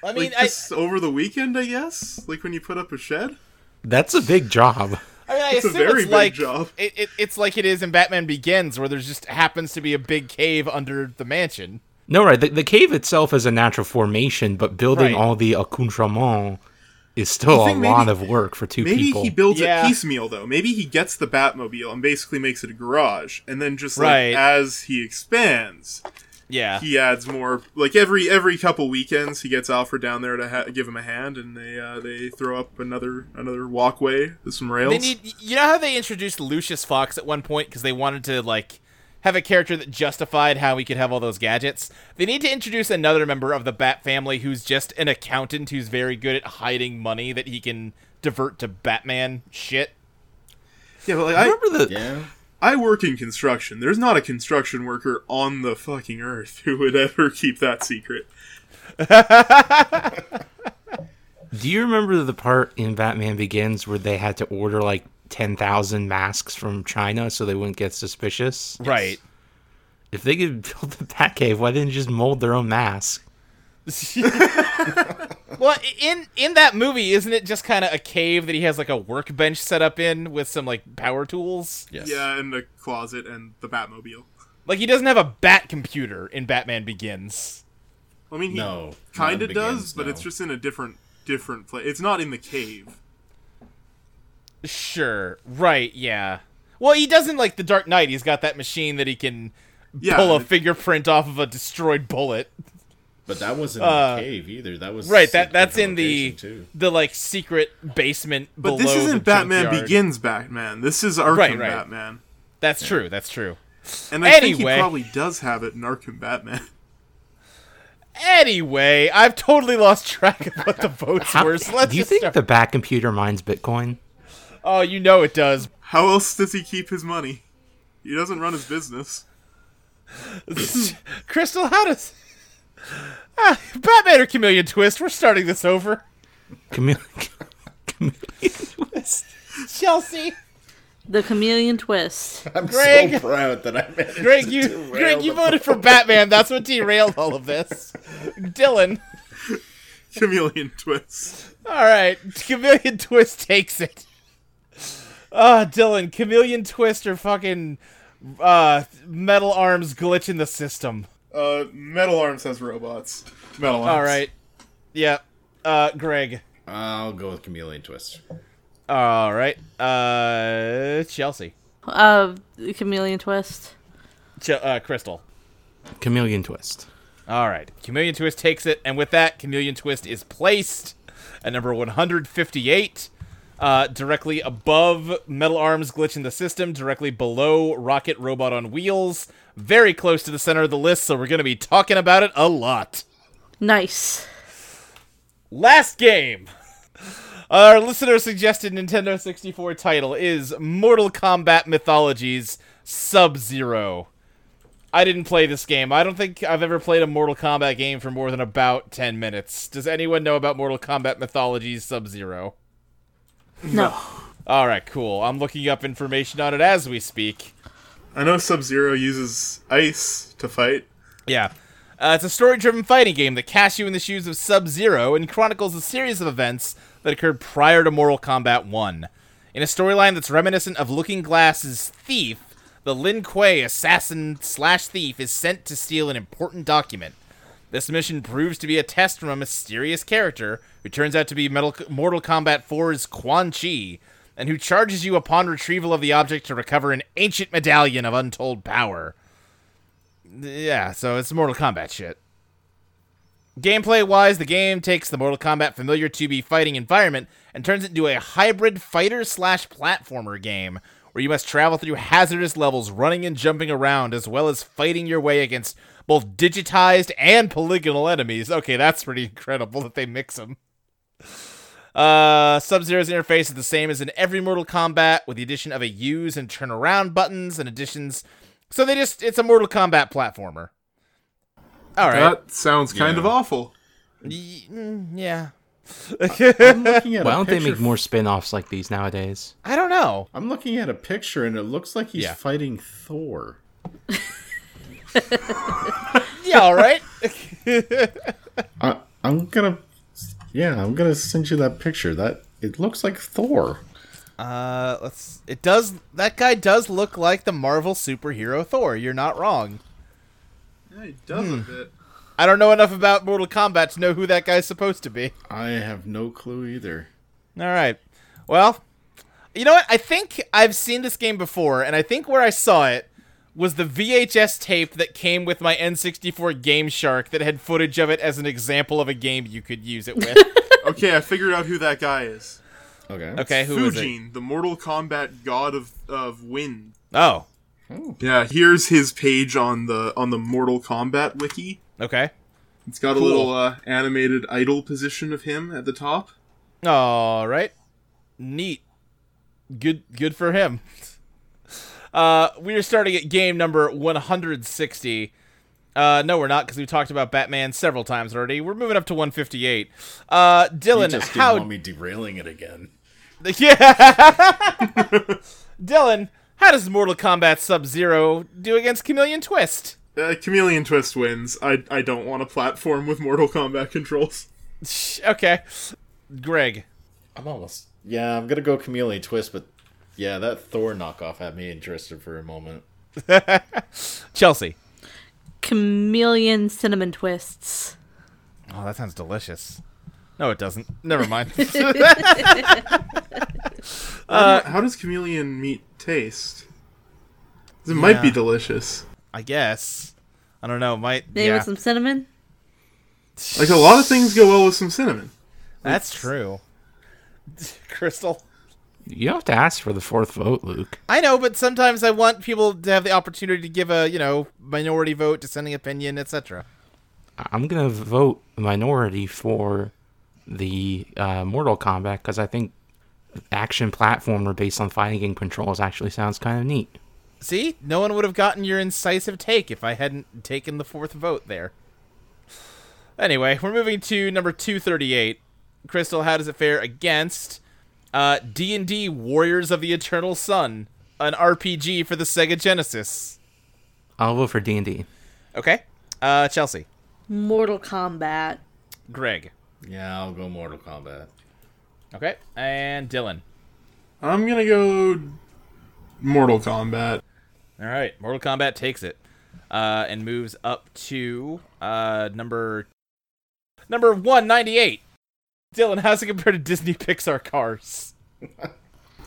[SPEAKER 2] I mean,
[SPEAKER 5] Like just over the weekend, I guess. Like when you put up a shed.
[SPEAKER 4] That's a big job.
[SPEAKER 2] I, I mean, I
[SPEAKER 5] a
[SPEAKER 2] assume
[SPEAKER 5] very
[SPEAKER 2] it's
[SPEAKER 5] big
[SPEAKER 2] like
[SPEAKER 5] job.
[SPEAKER 2] It, it, it's like it is in Batman Begins, where there just happens to be a big cave under the mansion.
[SPEAKER 4] No, right. The, the cave itself is a natural formation, but
[SPEAKER 2] Right.
[SPEAKER 4] building all the accoutrement is still
[SPEAKER 5] I
[SPEAKER 4] a
[SPEAKER 5] think maybe-
[SPEAKER 4] lot of work for two
[SPEAKER 5] Maybe
[SPEAKER 4] people.
[SPEAKER 5] he builds
[SPEAKER 2] Yeah.
[SPEAKER 5] it piecemeal though. Maybe he gets the Batmobile and basically makes it a garage, and then just like
[SPEAKER 2] Right.
[SPEAKER 5] as he expands,
[SPEAKER 2] Yeah.
[SPEAKER 5] he adds more. Like every every couple weekends, he gets Alfred down there to ha- give him a hand, and they uh, they throw up another another walkway with some rails.
[SPEAKER 2] They need. You know how they introduced Lucius Fox at one point because they wanted to like have a character that justified how he could have all those gadgets. They need to introduce another member of the Bat family who's just an accountant who's very good at hiding money that he can divert to Batman shit.
[SPEAKER 5] yeah, but like
[SPEAKER 4] I
[SPEAKER 5] I,
[SPEAKER 4] remember the
[SPEAKER 6] Yeah.
[SPEAKER 5] I work in construction. There's not a construction worker on the fucking earth [LAUGHS] who would ever keep that secret.
[SPEAKER 4] Do you remember the part in Batman Begins where they had to order like 10,000 masks from China so they wouldn't get suspicious?
[SPEAKER 2] Right.
[SPEAKER 4] If they could [LAUGHS] build the Batcave, why didn't they just mold their own mask?
[SPEAKER 2] Well, in in that movie, isn't it just kind of a cave that he has like a workbench set up in with some like power tools?
[SPEAKER 6] Yes.
[SPEAKER 5] Yeah, and the closet and the Batmobile.
[SPEAKER 2] Like he doesn't have a bat computer in Batman Begins.
[SPEAKER 5] I mean, he
[SPEAKER 6] No.
[SPEAKER 5] kind
[SPEAKER 6] not
[SPEAKER 5] of
[SPEAKER 6] in
[SPEAKER 5] does,
[SPEAKER 6] Begins,
[SPEAKER 5] but
[SPEAKER 6] no.
[SPEAKER 5] it's just in a different different place. It's not in the cave.
[SPEAKER 2] Sure. Right. Yeah. Well, he doesn't like the Dark Knight. He's got that machine that he can
[SPEAKER 5] Yeah,
[SPEAKER 2] pull a
[SPEAKER 5] the-
[SPEAKER 2] fingerprint off of a destroyed bullet.
[SPEAKER 6] But that wasn't
[SPEAKER 2] Uh,
[SPEAKER 6] in the cave either. That was
[SPEAKER 2] Right.
[SPEAKER 6] a
[SPEAKER 2] That that's in
[SPEAKER 6] different
[SPEAKER 2] the
[SPEAKER 6] location, too.
[SPEAKER 2] the like secret basement.
[SPEAKER 5] but this
[SPEAKER 2] below the
[SPEAKER 5] isn't Batman
[SPEAKER 2] junkyard.
[SPEAKER 5] Begins Batman. This is Arkham
[SPEAKER 2] Right, right.
[SPEAKER 5] Batman.
[SPEAKER 2] That's true. That's true.
[SPEAKER 5] And I think he
[SPEAKER 2] Anyway.
[SPEAKER 5] probably does have it in Arkham Batman. [LAUGHS]
[SPEAKER 2] Anyway, I've totally lost track of
[SPEAKER 4] [LAUGHS]
[SPEAKER 2] what the votes
[SPEAKER 4] How,
[SPEAKER 2] were. So let's
[SPEAKER 4] do you
[SPEAKER 2] just
[SPEAKER 4] think
[SPEAKER 2] start-
[SPEAKER 4] the Bat computer mines Bitcoin?
[SPEAKER 2] Oh, you know it
[SPEAKER 4] [LAUGHS]
[SPEAKER 2] does.
[SPEAKER 5] How else does he keep his money? He doesn't run his business. [LAUGHS]
[SPEAKER 2] Crystal, how does Ah, Batman or Chameleon Twist? We're starting this over.
[SPEAKER 4] Chamele- [LAUGHS] Chameleon Twist.
[SPEAKER 2] Chelsea,
[SPEAKER 3] The chameleon twist.
[SPEAKER 6] I'm
[SPEAKER 2] Greg-
[SPEAKER 6] so proud that I managed
[SPEAKER 2] Greg,
[SPEAKER 6] to
[SPEAKER 2] you,
[SPEAKER 6] derail
[SPEAKER 2] Greg, you
[SPEAKER 6] the-
[SPEAKER 2] voted
[SPEAKER 6] [LAUGHS]
[SPEAKER 2] for Batman. That's what derailed all of this. Dylan,
[SPEAKER 5] Chameleon twist.
[SPEAKER 2] all right, Chameleon Twist takes it. Ah, Dylan, Chameleon Twist or fucking uh, Metal Arms glitch in the system.
[SPEAKER 5] Uh, Metal Arms has robots. Metal Arms.
[SPEAKER 2] All right, yeah, uh, Greg.
[SPEAKER 6] I'll go with Chameleon Twist.
[SPEAKER 2] All right, uh, Chelsea,
[SPEAKER 3] Uh, the chameleon twist.
[SPEAKER 2] Ch- uh, Crystal.
[SPEAKER 4] Chameleon Twist.
[SPEAKER 2] All right. Chameleon Twist takes it, and with that, Chameleon Twist is placed at number 158, uh, directly above Metal Arms Glitch in the System, directly below Rocket Robot on Wheels, very close to the center of the list, so we're going to be talking about it a lot.
[SPEAKER 3] Nice.
[SPEAKER 2] Last game. [LAUGHS] Our listener suggested Nintendo 64 title is Mortal Kombat Mythologies Sub Zero. I didn't play this game. I don't think I've ever played a Mortal Kombat game for more than about 10 minutes. Does anyone know about Mortal Kombat Mythologies Sub Zero?
[SPEAKER 3] No.
[SPEAKER 2] All right, cool. I'm looking up information on it as we speak.
[SPEAKER 5] I know Sub Zero uses ice to fight.
[SPEAKER 2] Yeah. Uh, it's a story driven fighting game that casts you in the shoes of Sub Zero and chronicles a series of events that occurred prior to Mortal Kombat 1. In a storyline that's reminiscent of Looking Glass's Thief, the Lin Kuei assassin slash thief is sent to steal an important document. This mission proves to be a test from a mysterious character who turns out to be Metal- Mortal Kombat 4's Quan Chi, and who charges you upon retrieval of the object to recover an ancient medallion of untold power. Yeah, so it's Mortal Kombat shit. Gameplay wise, the game takes the Mortal Kombat familiar 2B fighting environment and turns it into a hybrid fighter slash platformer game where you must travel through hazardous levels running and jumping around as well as fighting your way against both digitized and polygonal enemies. Okay, that's pretty incredible that they mix them. Uh, Sub Zero's interface is the same as in every Mortal Kombat, with the addition of a use and turn around buttons and additions. So they just it's a Mortal Kombat platformer. All right.
[SPEAKER 5] That sounds kind of awful.
[SPEAKER 2] Y- mm, yeah.
[SPEAKER 4] Why
[SPEAKER 6] Yeah, the
[SPEAKER 4] don't they
[SPEAKER 6] picture-
[SPEAKER 4] make more spin offs like these nowadays?
[SPEAKER 2] I don't know.
[SPEAKER 6] I'm looking at a picture and it looks like he's
[SPEAKER 2] Yeah.
[SPEAKER 6] fighting Thor.
[SPEAKER 2] [LAUGHS] Yeah, all right.
[SPEAKER 6] I, I'm gonna, yeah, I'm gonna send you that picture. That it looks like Thor.
[SPEAKER 2] [LAUGHS] Uh, let's. It does. That guy does look like the Marvel superhero Thor. You're not wrong.
[SPEAKER 5] Yeah, it does a
[SPEAKER 2] Hmm.
[SPEAKER 5] bit.
[SPEAKER 2] I don't know enough about Mortal Kombat to know who that guy's supposed to be.
[SPEAKER 6] I have no clue either.
[SPEAKER 2] All right. Well, you know what? I think I've seen this game before, and I think where I saw it was the VHS tape that came with my N64 Game Shark that had footage of it as an example of a game you could use it with.
[SPEAKER 5] Okay, I figured out who that guy is.
[SPEAKER 6] Okay.
[SPEAKER 2] okay, who is it?
[SPEAKER 5] Fujin, the Mortal Kombat god of of wind.
[SPEAKER 2] Oh,
[SPEAKER 5] Yeah, here's his page on the on the Mortal Kombat wiki.
[SPEAKER 2] okay.
[SPEAKER 5] It's got a little uh, animated idle position of him at the top.
[SPEAKER 2] All right. Neat. Good good for him. [LAUGHS] Uh we are starting at game number 160. Uh no, we're not cuz we talked about Batman several times already. We're moving up to 158. Uh
[SPEAKER 6] You
[SPEAKER 2] Dylan,
[SPEAKER 6] just didn't
[SPEAKER 2] how
[SPEAKER 6] want me derailing it again.
[SPEAKER 2] [LAUGHS] Yeah. Dylan, how does Mortal Kombat Sub-Zero do against Chameleon Twist? [LAUGHS]
[SPEAKER 5] Uh, Chameleon Twist wins. I I don't want a platform with Mortal Kombat controls.
[SPEAKER 2] Shh, Okay. Greg.
[SPEAKER 6] I'm almost. Yeah, I'm gonna go Chameleon Twist, but yeah, that Thor knockoff had me interested for a moment.
[SPEAKER 2] Chelsea.
[SPEAKER 3] Chameleon cinnamon twists.
[SPEAKER 2] Oh, that sounds delicious. No, it doesn't. Never mind.
[SPEAKER 5] How does chameleon meat taste? 'Cause It might be
[SPEAKER 2] Yeah.
[SPEAKER 5] delicious.
[SPEAKER 2] I guess. I don't know. Might
[SPEAKER 3] Maybe
[SPEAKER 2] yeah.
[SPEAKER 3] with some cinnamon.
[SPEAKER 5] Like a lot of things go well with some cinnamon.
[SPEAKER 2] That's true. [LAUGHS] Crystal.
[SPEAKER 4] You don't have to ask for the fourth vote, Luke.
[SPEAKER 2] I know, but sometimes I want people to have the opportunity to give a, you know, minority vote, dissenting opinion, etc.
[SPEAKER 4] I- I'm gonna vote minority for the uh, Mortal Kombat because I think action platformer based on fighting game controls actually sounds kind of neat.
[SPEAKER 2] See? No one would have gotten your incisive take if I hadn't taken the fourth vote there. Anyway, we're moving to number 238. Crystal, how does it fare against uh, D&D Warriors of the Eternal Sun, an RPG for the Sega Genesis?
[SPEAKER 4] I'll vote for D and D.
[SPEAKER 2] Okay. Uh, Chelsea.
[SPEAKER 3] Mortal Kombat.
[SPEAKER 2] Greg.
[SPEAKER 6] Yeah, I'll go Mortal Kombat.
[SPEAKER 2] Okay. And Dylan.
[SPEAKER 5] I'm gonna go Mortal Kombat.
[SPEAKER 2] All right, Mortal Kombat takes it uh, and moves up to uh, number number one ninety eight. Dylan, how's it compared to Disney Pixar Cars?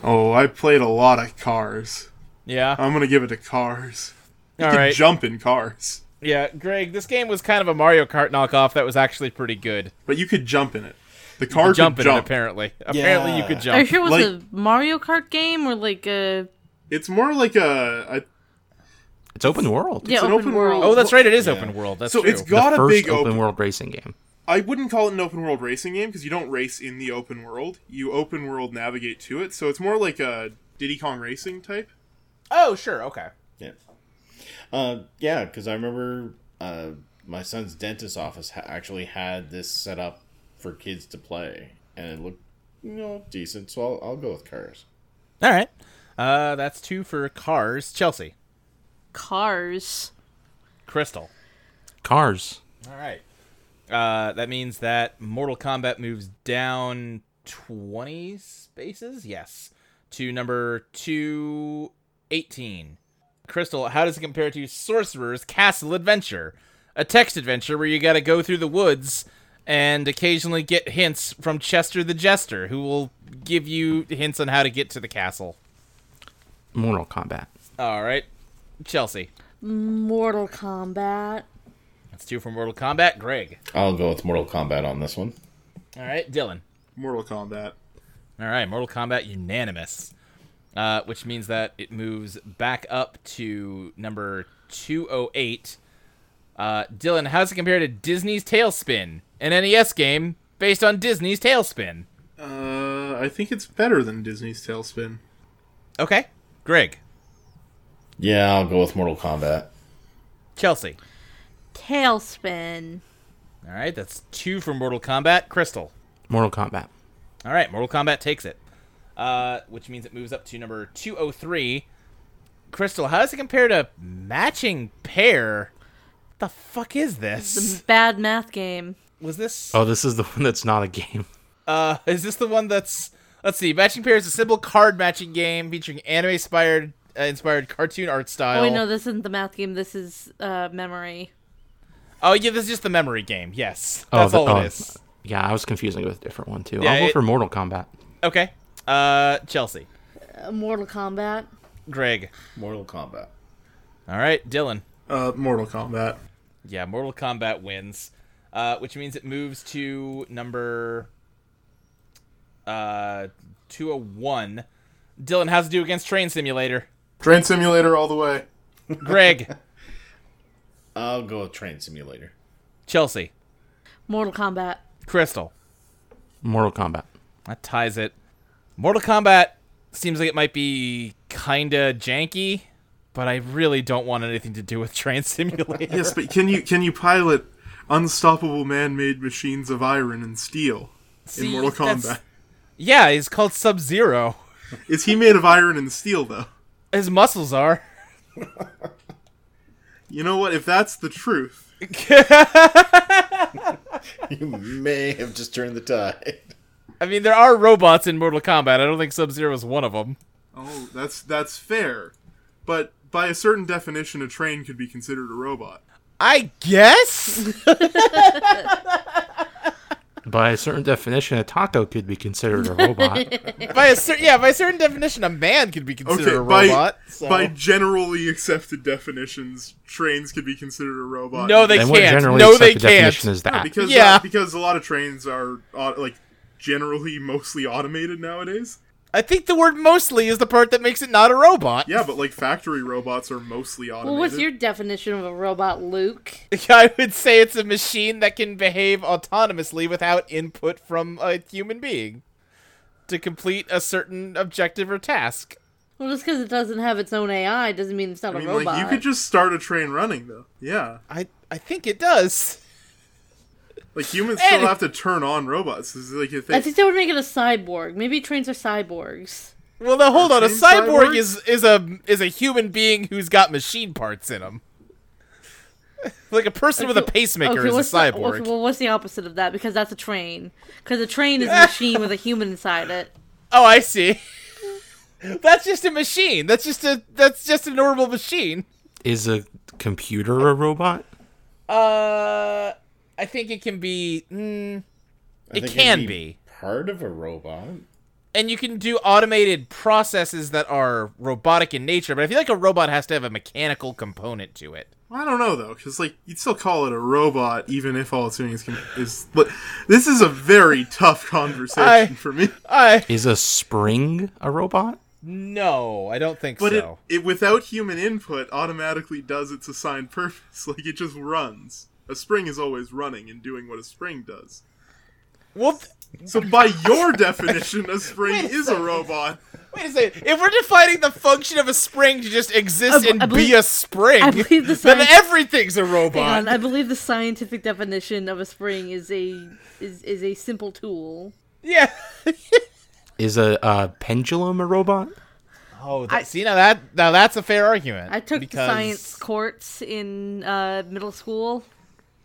[SPEAKER 5] Oh, I played a lot of cars.
[SPEAKER 2] Yeah.
[SPEAKER 5] I'm gonna give it to cars.
[SPEAKER 2] All
[SPEAKER 5] You
[SPEAKER 2] right.
[SPEAKER 5] Uh, Jump in cars,
[SPEAKER 2] Yeah, Greg, this game was kind of a Mario Kart knockoff that was actually pretty good.
[SPEAKER 5] but you could jump in it. The car could
[SPEAKER 2] jump in it,
[SPEAKER 5] jump.
[SPEAKER 2] apparently. Apparently, you could
[SPEAKER 3] Are you
[SPEAKER 2] jump.
[SPEAKER 3] sure it was
[SPEAKER 5] Like-
[SPEAKER 3] a Mario Kart game or like a
[SPEAKER 5] It's more like a, a
[SPEAKER 4] It's open world.
[SPEAKER 3] yeah
[SPEAKER 5] an
[SPEAKER 3] open,
[SPEAKER 5] open
[SPEAKER 3] world?
[SPEAKER 5] world.
[SPEAKER 2] Oh, that's right. It is open world. That's
[SPEAKER 5] so
[SPEAKER 2] true.
[SPEAKER 5] it's
[SPEAKER 4] The
[SPEAKER 5] got a
[SPEAKER 4] first
[SPEAKER 5] big
[SPEAKER 4] open,
[SPEAKER 5] open.
[SPEAKER 4] world racing game.
[SPEAKER 5] I wouldn't call it an open world racing game because you don't race in the open world. You open world navigate to it, so it's more like a Diddy Kong Racing type.
[SPEAKER 2] oh, sure. Okay.
[SPEAKER 6] Yeah. Uh, yeah, because I remember uh, my son's dentist office ha- actually had this set up for kids to play, and it looked, you know, decent. So I'll, I'll go with Cars.
[SPEAKER 2] All right. Uh, that's two for Cars. Chelsea,
[SPEAKER 3] Cars.
[SPEAKER 2] Crystal.
[SPEAKER 4] Cars.
[SPEAKER 2] All right. Uh, that means that Mortal Kombat moves down 20 spaces? Yes. To number 218. Crystal, how does it compare to Sorcerer's Castle Adventure? A text adventure where you got to go through the woods and occasionally get hints from Chester the Jester, who will give you hints on how to get to the castle.
[SPEAKER 4] Mortal Kombat.
[SPEAKER 2] All right. Chelsea.
[SPEAKER 3] Mortal Kombat.
[SPEAKER 2] That's two for Mortal Kombat. Greg.
[SPEAKER 6] I'll go with Mortal Kombat on this one.
[SPEAKER 2] All right. Dylan.
[SPEAKER 5] Mortal Kombat.
[SPEAKER 2] All right, Mortal Kombat unanimous, uh, which means that it moves back up to number 208. Uh, Dylan, how's it compare to Disney's Tailspin, an NES game based on Disney's Tailspin?
[SPEAKER 5] Uh, I think it's better than Disney's Tailspin.
[SPEAKER 2] Okay. Greg,
[SPEAKER 6] Yeah, I'll go with Mortal Kombat.
[SPEAKER 2] Chelsea.
[SPEAKER 3] Tailspin.
[SPEAKER 2] All right, that's two for Mortal Kombat. Crystal.
[SPEAKER 4] Mortal Kombat.
[SPEAKER 2] All right, Mortal Kombat takes it, uh, which means it moves up to number 203. Crystal, how does it compare to matching pair? The fuck is this?
[SPEAKER 3] The bad math game.
[SPEAKER 2] Was this
[SPEAKER 4] Oh, this is the [LAUGHS] one that's not a game.
[SPEAKER 2] Uh, is this the one that's? Let's see. Matching Pair is a simple card matching game featuring anime-inspired, uh, inspired cartoon art style.
[SPEAKER 3] Oh, wait, no, this isn't the math game. This is uh, memory.
[SPEAKER 2] Oh, yeah, this is just the memory game. Yes,
[SPEAKER 4] Oh,
[SPEAKER 2] that's
[SPEAKER 4] the-
[SPEAKER 2] all
[SPEAKER 4] oh,
[SPEAKER 2] it is.
[SPEAKER 4] Yeah, I was confusing it with a different one too.
[SPEAKER 2] Yeah,
[SPEAKER 4] I'll go
[SPEAKER 2] it-
[SPEAKER 4] for Mortal Kombat.
[SPEAKER 2] Okay. Uh, Chelsea,
[SPEAKER 3] Uh, Mortal Kombat.
[SPEAKER 2] Greg.
[SPEAKER 6] Mortal Kombat.
[SPEAKER 2] All right, Dylan.
[SPEAKER 5] Uh, Mortal Kombat.
[SPEAKER 2] Yeah, Mortal Kombat wins, uh, which means it moves to number uh 201. Dylan, how's it do against Train Simulator?
[SPEAKER 5] Train Simulator all the way.
[SPEAKER 2] Greg,
[SPEAKER 6] I'll go with Train Simulator. [LAUGHS]
[SPEAKER 2] Chelsea,
[SPEAKER 3] Mortal Kombat.
[SPEAKER 2] Crystal.
[SPEAKER 4] Mortal Kombat.
[SPEAKER 2] That ties it. Mortal Kombat seems like it might be kinda janky, but I really don't want anything to do with [LAUGHS] Train Simulator.
[SPEAKER 5] Yes, but can you can you pilot unstoppable man-made machines of iron and steel
[SPEAKER 2] See,
[SPEAKER 5] in Mortal
[SPEAKER 2] that's-
[SPEAKER 5] Kombat?
[SPEAKER 2] yeah, he's called Sub Zero.
[SPEAKER 5] Is he made of iron and steel though?
[SPEAKER 2] His muscles are.
[SPEAKER 5] You know what? If that's the truth,
[SPEAKER 6] You may have just turned the tide.
[SPEAKER 2] I mean, there are robots in Mortal Kombat. I don't think Sub Zero is one of them.
[SPEAKER 5] oh, that's that's fair. But by a certain definition, a train could be considered a robot.
[SPEAKER 2] I guess.
[SPEAKER 4] By a certain definition, a taco could be considered a robot.
[SPEAKER 2] [LAUGHS] by a cer- yeah, by a certain definition, a man could be considered
[SPEAKER 5] Okay,
[SPEAKER 2] a
[SPEAKER 5] by-
[SPEAKER 2] robot. so-
[SPEAKER 5] By generally accepted definitions, trains could be considered a robot.
[SPEAKER 2] no, [LAUGHS] they
[SPEAKER 4] and what
[SPEAKER 2] can't.
[SPEAKER 4] generally
[SPEAKER 2] No,
[SPEAKER 4] accepted
[SPEAKER 2] they
[SPEAKER 4] definition
[SPEAKER 2] can't.
[SPEAKER 4] is that?
[SPEAKER 5] because uh,
[SPEAKER 2] Yeah.
[SPEAKER 5] because a lot of trains are au- like generally mostly automated nowadays.
[SPEAKER 2] I think the word "mostly" is the part that makes it not a robot.
[SPEAKER 5] Yeah, but like factory robots are mostly automated.
[SPEAKER 3] Well, what's your definition of a robot, Luke?
[SPEAKER 2] [LAUGHS] I would say it's a machine that can behave autonomously without input from a human being to complete a certain objective or task.
[SPEAKER 3] Well, just because it doesn't have its own AI doesn't mean it's not
[SPEAKER 5] I mean,
[SPEAKER 3] a robot.
[SPEAKER 5] like you could just start a train running though. Yeah,
[SPEAKER 2] I I think it does. [LAUGHS]
[SPEAKER 5] like humans
[SPEAKER 2] And-
[SPEAKER 5] still have to turn on robots. This is like if they,
[SPEAKER 3] I think that would make it a cyborg. Maybe trains are cyborgs.
[SPEAKER 2] Well, now hold on. A
[SPEAKER 5] Same
[SPEAKER 2] cyborg
[SPEAKER 5] cyborg?
[SPEAKER 2] is is a is a human being who's got machine parts in him. [LAUGHS] like a person with a
[SPEAKER 3] Okay,
[SPEAKER 2] pacemaker
[SPEAKER 3] okay,
[SPEAKER 2] is
[SPEAKER 3] what's
[SPEAKER 2] a cyborg.
[SPEAKER 3] The, okay, well, what's the opposite of that? Because that's a train. Because a train is a
[SPEAKER 5] [LAUGHS]
[SPEAKER 3] machine with a human inside it.
[SPEAKER 2] Oh, I see. [LAUGHS] that's just a machine. That's just a that's just a normal machine.
[SPEAKER 4] Is a computer a robot?
[SPEAKER 2] Uh, I think it can be. Mm,
[SPEAKER 6] I
[SPEAKER 2] it
[SPEAKER 6] think
[SPEAKER 2] can
[SPEAKER 6] it'd
[SPEAKER 2] be,
[SPEAKER 6] part of a robot.
[SPEAKER 2] and you can do automated processes that are robotic in nature. But I feel like a robot has to have a mechanical component to it.
[SPEAKER 5] I don't know though, because like you'd still call it a robot even if all it's doing is. com- is but this is a very
[SPEAKER 2] [LAUGHS]
[SPEAKER 5] tough conversation
[SPEAKER 2] I-
[SPEAKER 5] for me.
[SPEAKER 2] I
[SPEAKER 4] Is a spring a robot?
[SPEAKER 2] no, I don't think
[SPEAKER 5] But
[SPEAKER 2] so.
[SPEAKER 5] it, it without human input automatically does its assigned [LAUGHS] purpose. Like it just runs. A spring is always running and doing what a spring does.
[SPEAKER 2] well, th- [LAUGHS]
[SPEAKER 5] So by your definition, a spring is a robot.
[SPEAKER 2] wait a second. If we're defining the function of a spring to just exist
[SPEAKER 3] I-
[SPEAKER 2] and
[SPEAKER 3] I
[SPEAKER 2] be
[SPEAKER 3] believe-
[SPEAKER 2] a spring,
[SPEAKER 3] I believe the
[SPEAKER 2] then
[SPEAKER 3] science-
[SPEAKER 2] everything's a
[SPEAKER 3] Hang
[SPEAKER 2] robot.
[SPEAKER 3] on, I believe the scientific definition of a spring is a is is a simple tool.
[SPEAKER 2] yeah.
[SPEAKER 4] Is a, uh pendulum a robot?
[SPEAKER 2] Oh, that, see now that now that's a fair argument.
[SPEAKER 3] I took
[SPEAKER 2] because
[SPEAKER 3] the science courts in uh, middle school.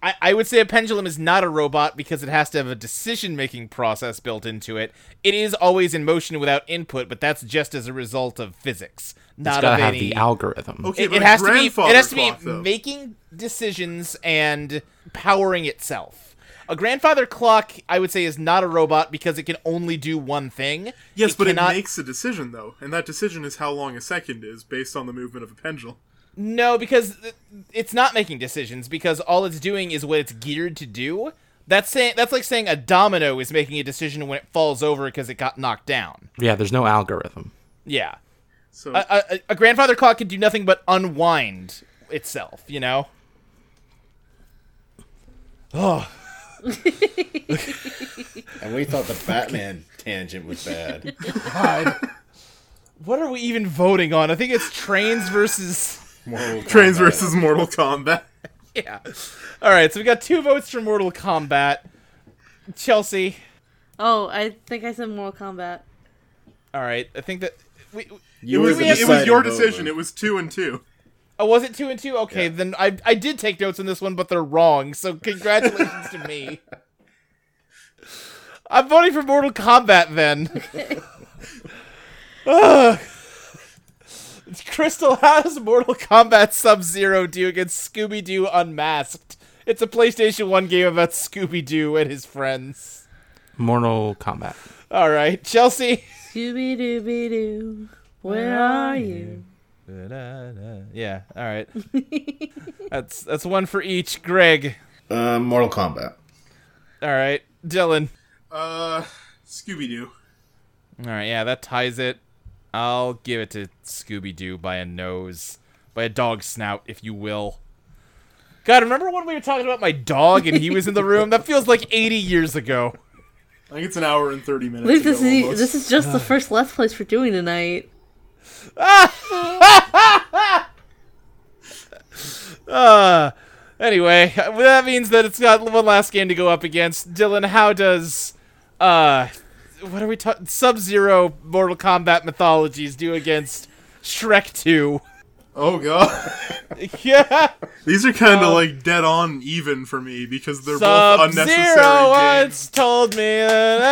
[SPEAKER 2] I, I would say a pendulum is not a robot because it has to have a decision making process built into it. It is always in motion without input, but that's just as a result of physics,
[SPEAKER 4] It's
[SPEAKER 2] not
[SPEAKER 4] gotta
[SPEAKER 2] of
[SPEAKER 4] have
[SPEAKER 2] any.
[SPEAKER 4] the algorithm.
[SPEAKER 5] Okay,
[SPEAKER 2] it,
[SPEAKER 5] but
[SPEAKER 2] it
[SPEAKER 5] a
[SPEAKER 2] has to be. It
[SPEAKER 5] grandfather
[SPEAKER 2] has to be
[SPEAKER 5] clock, though.
[SPEAKER 2] making decisions and powering itself. A grandfather clock, I would say, is not a robot because it can only do one thing.
[SPEAKER 5] Yes, but
[SPEAKER 2] cannot-
[SPEAKER 5] it makes a decision though, and that decision is how long a second is based on the movement of a pendulum.
[SPEAKER 2] No, because th- it's not making decisions because all it's doing is what it's geared to do. That's saying that's like saying a domino is making a decision when it falls over because it got knocked down.
[SPEAKER 4] Yeah, there's no algorithm.
[SPEAKER 2] Yeah,
[SPEAKER 5] So
[SPEAKER 2] a, a, a grandfather clock can do nothing but unwind itself. You know, Oh,
[SPEAKER 6] And
[SPEAKER 5] [LAUGHS]
[SPEAKER 6] we thought the Batman tangent was bad.
[SPEAKER 2] God. what are we even voting on? I think it's trains versus. [LAUGHS]
[SPEAKER 6] Mortal
[SPEAKER 5] Trains
[SPEAKER 6] Kombat.
[SPEAKER 5] versus Mortal [LAUGHS] Kombat.
[SPEAKER 2] Yeah. All right, so we got two votes for Mortal Kombat. Chelsea.
[SPEAKER 3] Oh, I think I said Mortal Kombat.
[SPEAKER 2] All right, I think that. We, we-
[SPEAKER 5] It
[SPEAKER 6] You were
[SPEAKER 5] was,
[SPEAKER 6] the
[SPEAKER 5] it was your
[SPEAKER 6] deciding vote,
[SPEAKER 5] decision.
[SPEAKER 6] Luke.
[SPEAKER 5] It was two and two.
[SPEAKER 2] oh, was it two and two? Okay, then I I did take notes on this one, but they're wrong. [LAUGHS] So congratulations to me. I'm voting for Mortal Kombat [LAUGHS] then. Ugh. Crystal, how does Mortal Kombat Sub Zero do against Scooby Doo Unmasked? It's a PlayStation 1 game about Scooby Doo and his friends.
[SPEAKER 4] Mortal Kombat.
[SPEAKER 2] All right, Chelsea.
[SPEAKER 3] Scooby Dooby Doo, where are you?
[SPEAKER 2] Yeah, all right. [LAUGHS] that's that's one for each. Greg.
[SPEAKER 6] Uh, Mortal Kombat.
[SPEAKER 2] All right, Dylan.
[SPEAKER 5] Uh, Scooby Doo.
[SPEAKER 2] All right, yeah, that ties it. I'll give it to Scooby Doo by a nose, by a dog snout, if you will. God, remember when we were talking about my dog and he was in the room? That feels like 80 years ago.
[SPEAKER 5] I think it's an hour and thirty minutes.
[SPEAKER 3] Luke,
[SPEAKER 5] ago,
[SPEAKER 3] this is
[SPEAKER 5] almost.
[SPEAKER 3] this is just the first Let's Plays we're doing tonight.
[SPEAKER 2] Uh, anyway, well, that means that it's got one last game to go up against. Dylan, how does uh what are we talking Sub Zero Mortal Kombat Mythologies do against Shrek 2?
[SPEAKER 5] Oh god,
[SPEAKER 2] [LAUGHS]
[SPEAKER 5] Uh,
[SPEAKER 2] yeah.
[SPEAKER 5] [LAUGHS] these are kind of like dead on even for me because they're both
[SPEAKER 2] Sub
[SPEAKER 5] unnecessary
[SPEAKER 2] Zero
[SPEAKER 5] games.
[SPEAKER 2] once told me that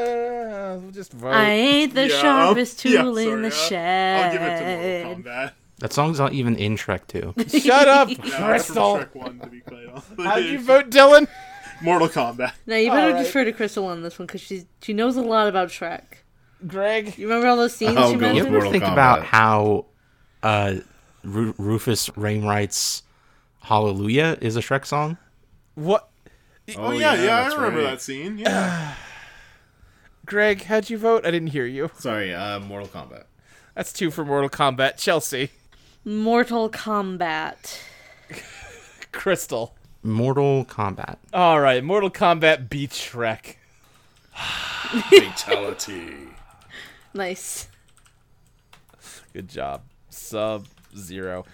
[SPEAKER 2] I, we'll just vote.
[SPEAKER 3] I ain't the
[SPEAKER 5] Oh, Yeah,
[SPEAKER 3] sharpest tool
[SPEAKER 5] yeah,
[SPEAKER 3] in
[SPEAKER 5] sorry,
[SPEAKER 3] the
[SPEAKER 5] I-
[SPEAKER 3] shed.
[SPEAKER 5] I'll give it to Mortal Kombat.
[SPEAKER 4] That song's not even in Shrek 2.
[SPEAKER 2] Shut up,
[SPEAKER 5] No, it's from
[SPEAKER 2] Crystal.
[SPEAKER 5] Shrek 1, to be quite honest.
[SPEAKER 2] How'd
[SPEAKER 5] [LAUGHS]
[SPEAKER 2] you vote, Dylan?
[SPEAKER 5] Mortal Kombat.
[SPEAKER 3] Now you better
[SPEAKER 2] Alright.
[SPEAKER 3] defer to Crystal on this one because she she knows a lot about Shrek.
[SPEAKER 2] Greg?
[SPEAKER 3] You remember all those scenes
[SPEAKER 2] Oh,
[SPEAKER 6] I'll
[SPEAKER 3] she
[SPEAKER 6] go with
[SPEAKER 4] You
[SPEAKER 3] mentioned?
[SPEAKER 4] ever
[SPEAKER 6] Mortal
[SPEAKER 4] think
[SPEAKER 6] Kombat.
[SPEAKER 4] about how uh, Ru- Rufus Wainwright's Hallelujah is a Shrek song?
[SPEAKER 2] What?
[SPEAKER 5] Oh, yeah, yeah, I
[SPEAKER 6] that's
[SPEAKER 5] remember
[SPEAKER 6] right.
[SPEAKER 5] that scene. Yeah.
[SPEAKER 2] Greg, how'd you vote? I didn't hear you.
[SPEAKER 6] Sorry, uh,
[SPEAKER 5] [LAUGHS]
[SPEAKER 6] Mortal Kombat.
[SPEAKER 2] That's two for Mortal Kombat. Chelsea.
[SPEAKER 3] Mortal Kombat.
[SPEAKER 2] Crystal.
[SPEAKER 4] Mortal Kombat.
[SPEAKER 2] All right, Mortal Kombat beat Shrek.
[SPEAKER 6] Fatality.
[SPEAKER 3] Nice.
[SPEAKER 2] Good job, Sub Zero.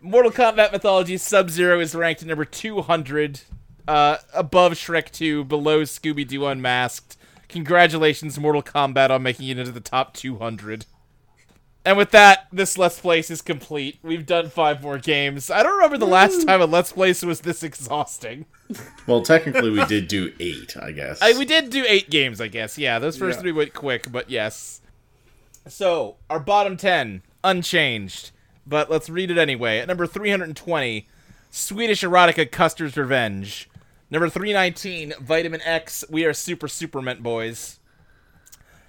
[SPEAKER 2] Mortal Kombat Mythology Sub Zero is ranked number 200, uh, above Shrek 2, below Scooby Doo Unmasked. Congratulations, Mortal Kombat, on making it into the top 200. And with that, this Let's Plays is complete. We've done five more games. I don't remember the last time a Let's Plays was this exhausting.
[SPEAKER 6] Well, technically, we did do eight, I guess.
[SPEAKER 2] I, we did do eight games, I guess. Yeah, those first
[SPEAKER 5] Yeah.
[SPEAKER 2] three went quick, but yes. So our bottom ten unchanged, but let's read it anyway. At number three hundred and twenty, Swedish erotica Custer's Revenge. Number three nineteen, Vitamin X. We are super super meant boys.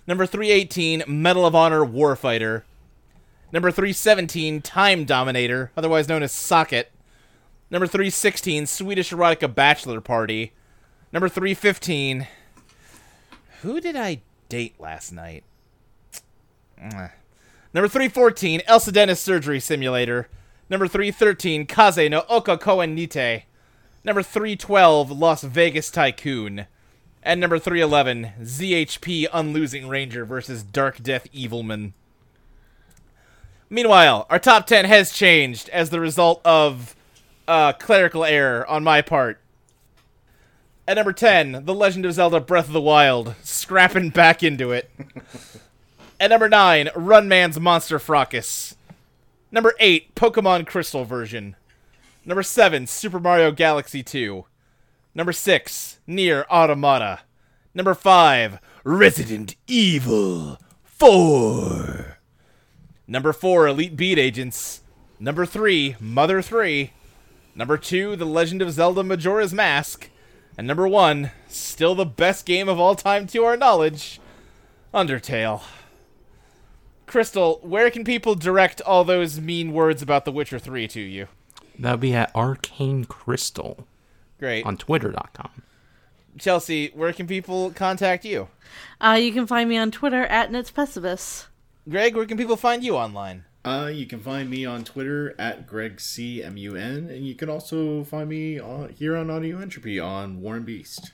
[SPEAKER 2] Number three eighteen, Medal of Honor Warfighter. Number three seventeen, Time Dominator, otherwise known as Socket. Number three sixteen, Swedish erotica Bachelor Party. Number 315. Who did I date last night? Mwah. Number 314, Elsa Dennis Surgery Simulator. Number 313, Kaze no Oka Koen Nite. Number 312, Las Vegas Tycoon. And number 311, ZHP Unlosing Ranger versus Dark Death Evilman. Meanwhile, our top 10 has changed as the result of uh, clerical error on my part. At number 10, The Legend of Zelda Breath of the Wild, scrapping back into it. At number 9, Run Man's Monster Fracas. Number 8, Pokemon Crystal version. Number 7, Super Mario Galaxy 2. Number 6, Near Automata. Number 5, Resident Evil 4. Number 4, Elite Beat Agents. Number 3, Mother 3. Number 2, The Legend of Zelda Majora's Mask. And number one, still the best game of all time to our knowledge, Undertale. Crystal, where can people direct all those mean words about The Witcher 3 to you?
[SPEAKER 4] That would be at Arcane Crystal
[SPEAKER 2] Great.
[SPEAKER 4] on Twitter.com.
[SPEAKER 2] Chelsea, where can people contact you?
[SPEAKER 3] Uh, you can find me on Twitter at NitsPessibus.
[SPEAKER 2] Greg, where can people find you online?
[SPEAKER 6] Uh, you can find me on Twitter at GregCMUN, and you can also find me on, here on Audio Entropy on Warren Beast.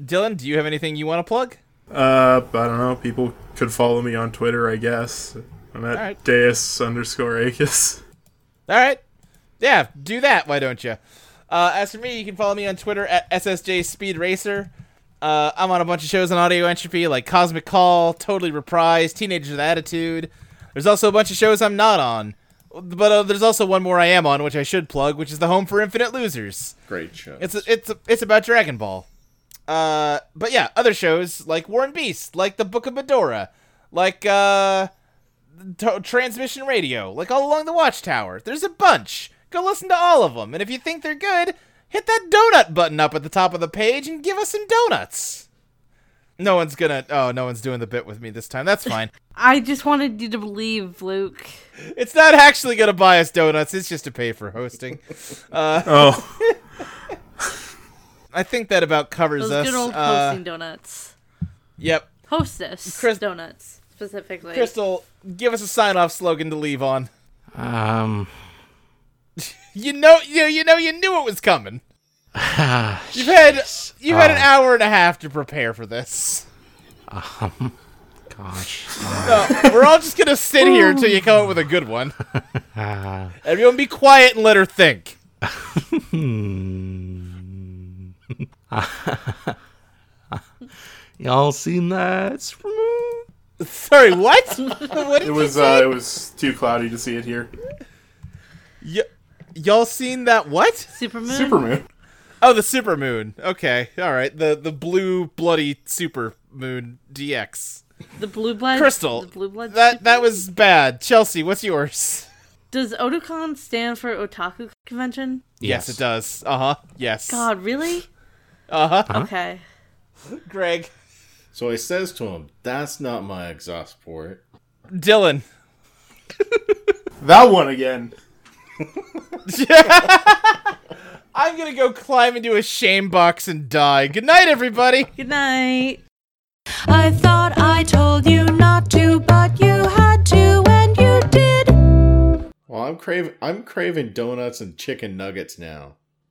[SPEAKER 2] Dylan, do you have anything you want to plug?
[SPEAKER 5] Uh, I don't know. People could follow me on Twitter, I guess. I'm at
[SPEAKER 2] right.
[SPEAKER 5] Deus underscore Acus.
[SPEAKER 2] All right. Yeah, do that. Why don't you? Uh, as for me, you can follow me on Twitter at SSJ Speed Racer. Uh, I'm on a bunch of shows on Audio Entropy, like Cosmic Call, Totally Reprised, Teenagers with Attitude. There's also a bunch of shows I'm not on. But uh, there's also one more I am on, which I should plug, which is the Home for Infinite Losers.
[SPEAKER 6] Great show.
[SPEAKER 2] It's it's it's about Dragon Ball. Uh, but yeah, other shows like War and Beast, like the Book of Medora, like uh, to- Transmission Radio, like all along the Watchtower. There's a bunch. Go listen to all of them, and if you think they're good, hit that donut button up at the top of the page and give us some donuts. No one's gonna. Oh, no one's doing the bit with me this time. That's fine.
[SPEAKER 3] I just wanted you to believe, Luke.
[SPEAKER 2] it's not actually gonna buy us donuts. It's just to pay for hosting. Uh,
[SPEAKER 5] Oh,
[SPEAKER 2] [LAUGHS] I think that about covers
[SPEAKER 3] Those
[SPEAKER 2] us.
[SPEAKER 3] good old
[SPEAKER 2] Uh,
[SPEAKER 3] hosting donuts.
[SPEAKER 2] yep.
[SPEAKER 3] Hostess
[SPEAKER 2] Chris-
[SPEAKER 3] donuts, specifically.
[SPEAKER 2] Crystal, give us a sign-off slogan to leave on.
[SPEAKER 4] Um, [SIGHS]
[SPEAKER 2] You know, you you know, you knew it was coming. You've had you've had an
[SPEAKER 4] Oh.
[SPEAKER 5] Ah.
[SPEAKER 2] hour and a half to prepare for this.
[SPEAKER 4] gosh.
[SPEAKER 2] No, we're all just gonna sit here until you come up with a good
[SPEAKER 5] [LAUGHS]
[SPEAKER 2] one. Everyone, be quiet and let her think.
[SPEAKER 4] Y'all seen that? Spring?
[SPEAKER 2] Sorry,
[SPEAKER 5] [LAUGHS]
[SPEAKER 2] what? what did
[SPEAKER 5] it
[SPEAKER 2] you
[SPEAKER 5] was
[SPEAKER 2] say?
[SPEAKER 5] uh, it was too cloudy to see it here.
[SPEAKER 2] Y- y'all seen that? What?
[SPEAKER 3] Supermoon.
[SPEAKER 5] Supermoon.
[SPEAKER 2] Oh, the super moon. Okay, all right. The the blue bloody super moon DX.
[SPEAKER 3] The blue blood.
[SPEAKER 2] Crystal.
[SPEAKER 3] The blue blood.
[SPEAKER 2] That
[SPEAKER 3] super-
[SPEAKER 2] that was bad. Chelsea, what's yours?
[SPEAKER 3] Does Otakon stand for Otaku Convention?
[SPEAKER 2] Yes, it does. Uh huh. Yes.
[SPEAKER 3] God, really?
[SPEAKER 2] Uh huh.
[SPEAKER 3] Okay.
[SPEAKER 2] Greg.
[SPEAKER 6] so he says to him, "That's not my exhaust port."
[SPEAKER 2] Dylan. [LAUGHS]
[SPEAKER 5] That one again.
[SPEAKER 2] I'm gonna go climb into a shame box and die. Good night, everybody.
[SPEAKER 3] Good night.
[SPEAKER 1] I thought I told you not to, but you had to, and you did.
[SPEAKER 6] Well, I'm craving I'm craving donuts and chicken nuggets now.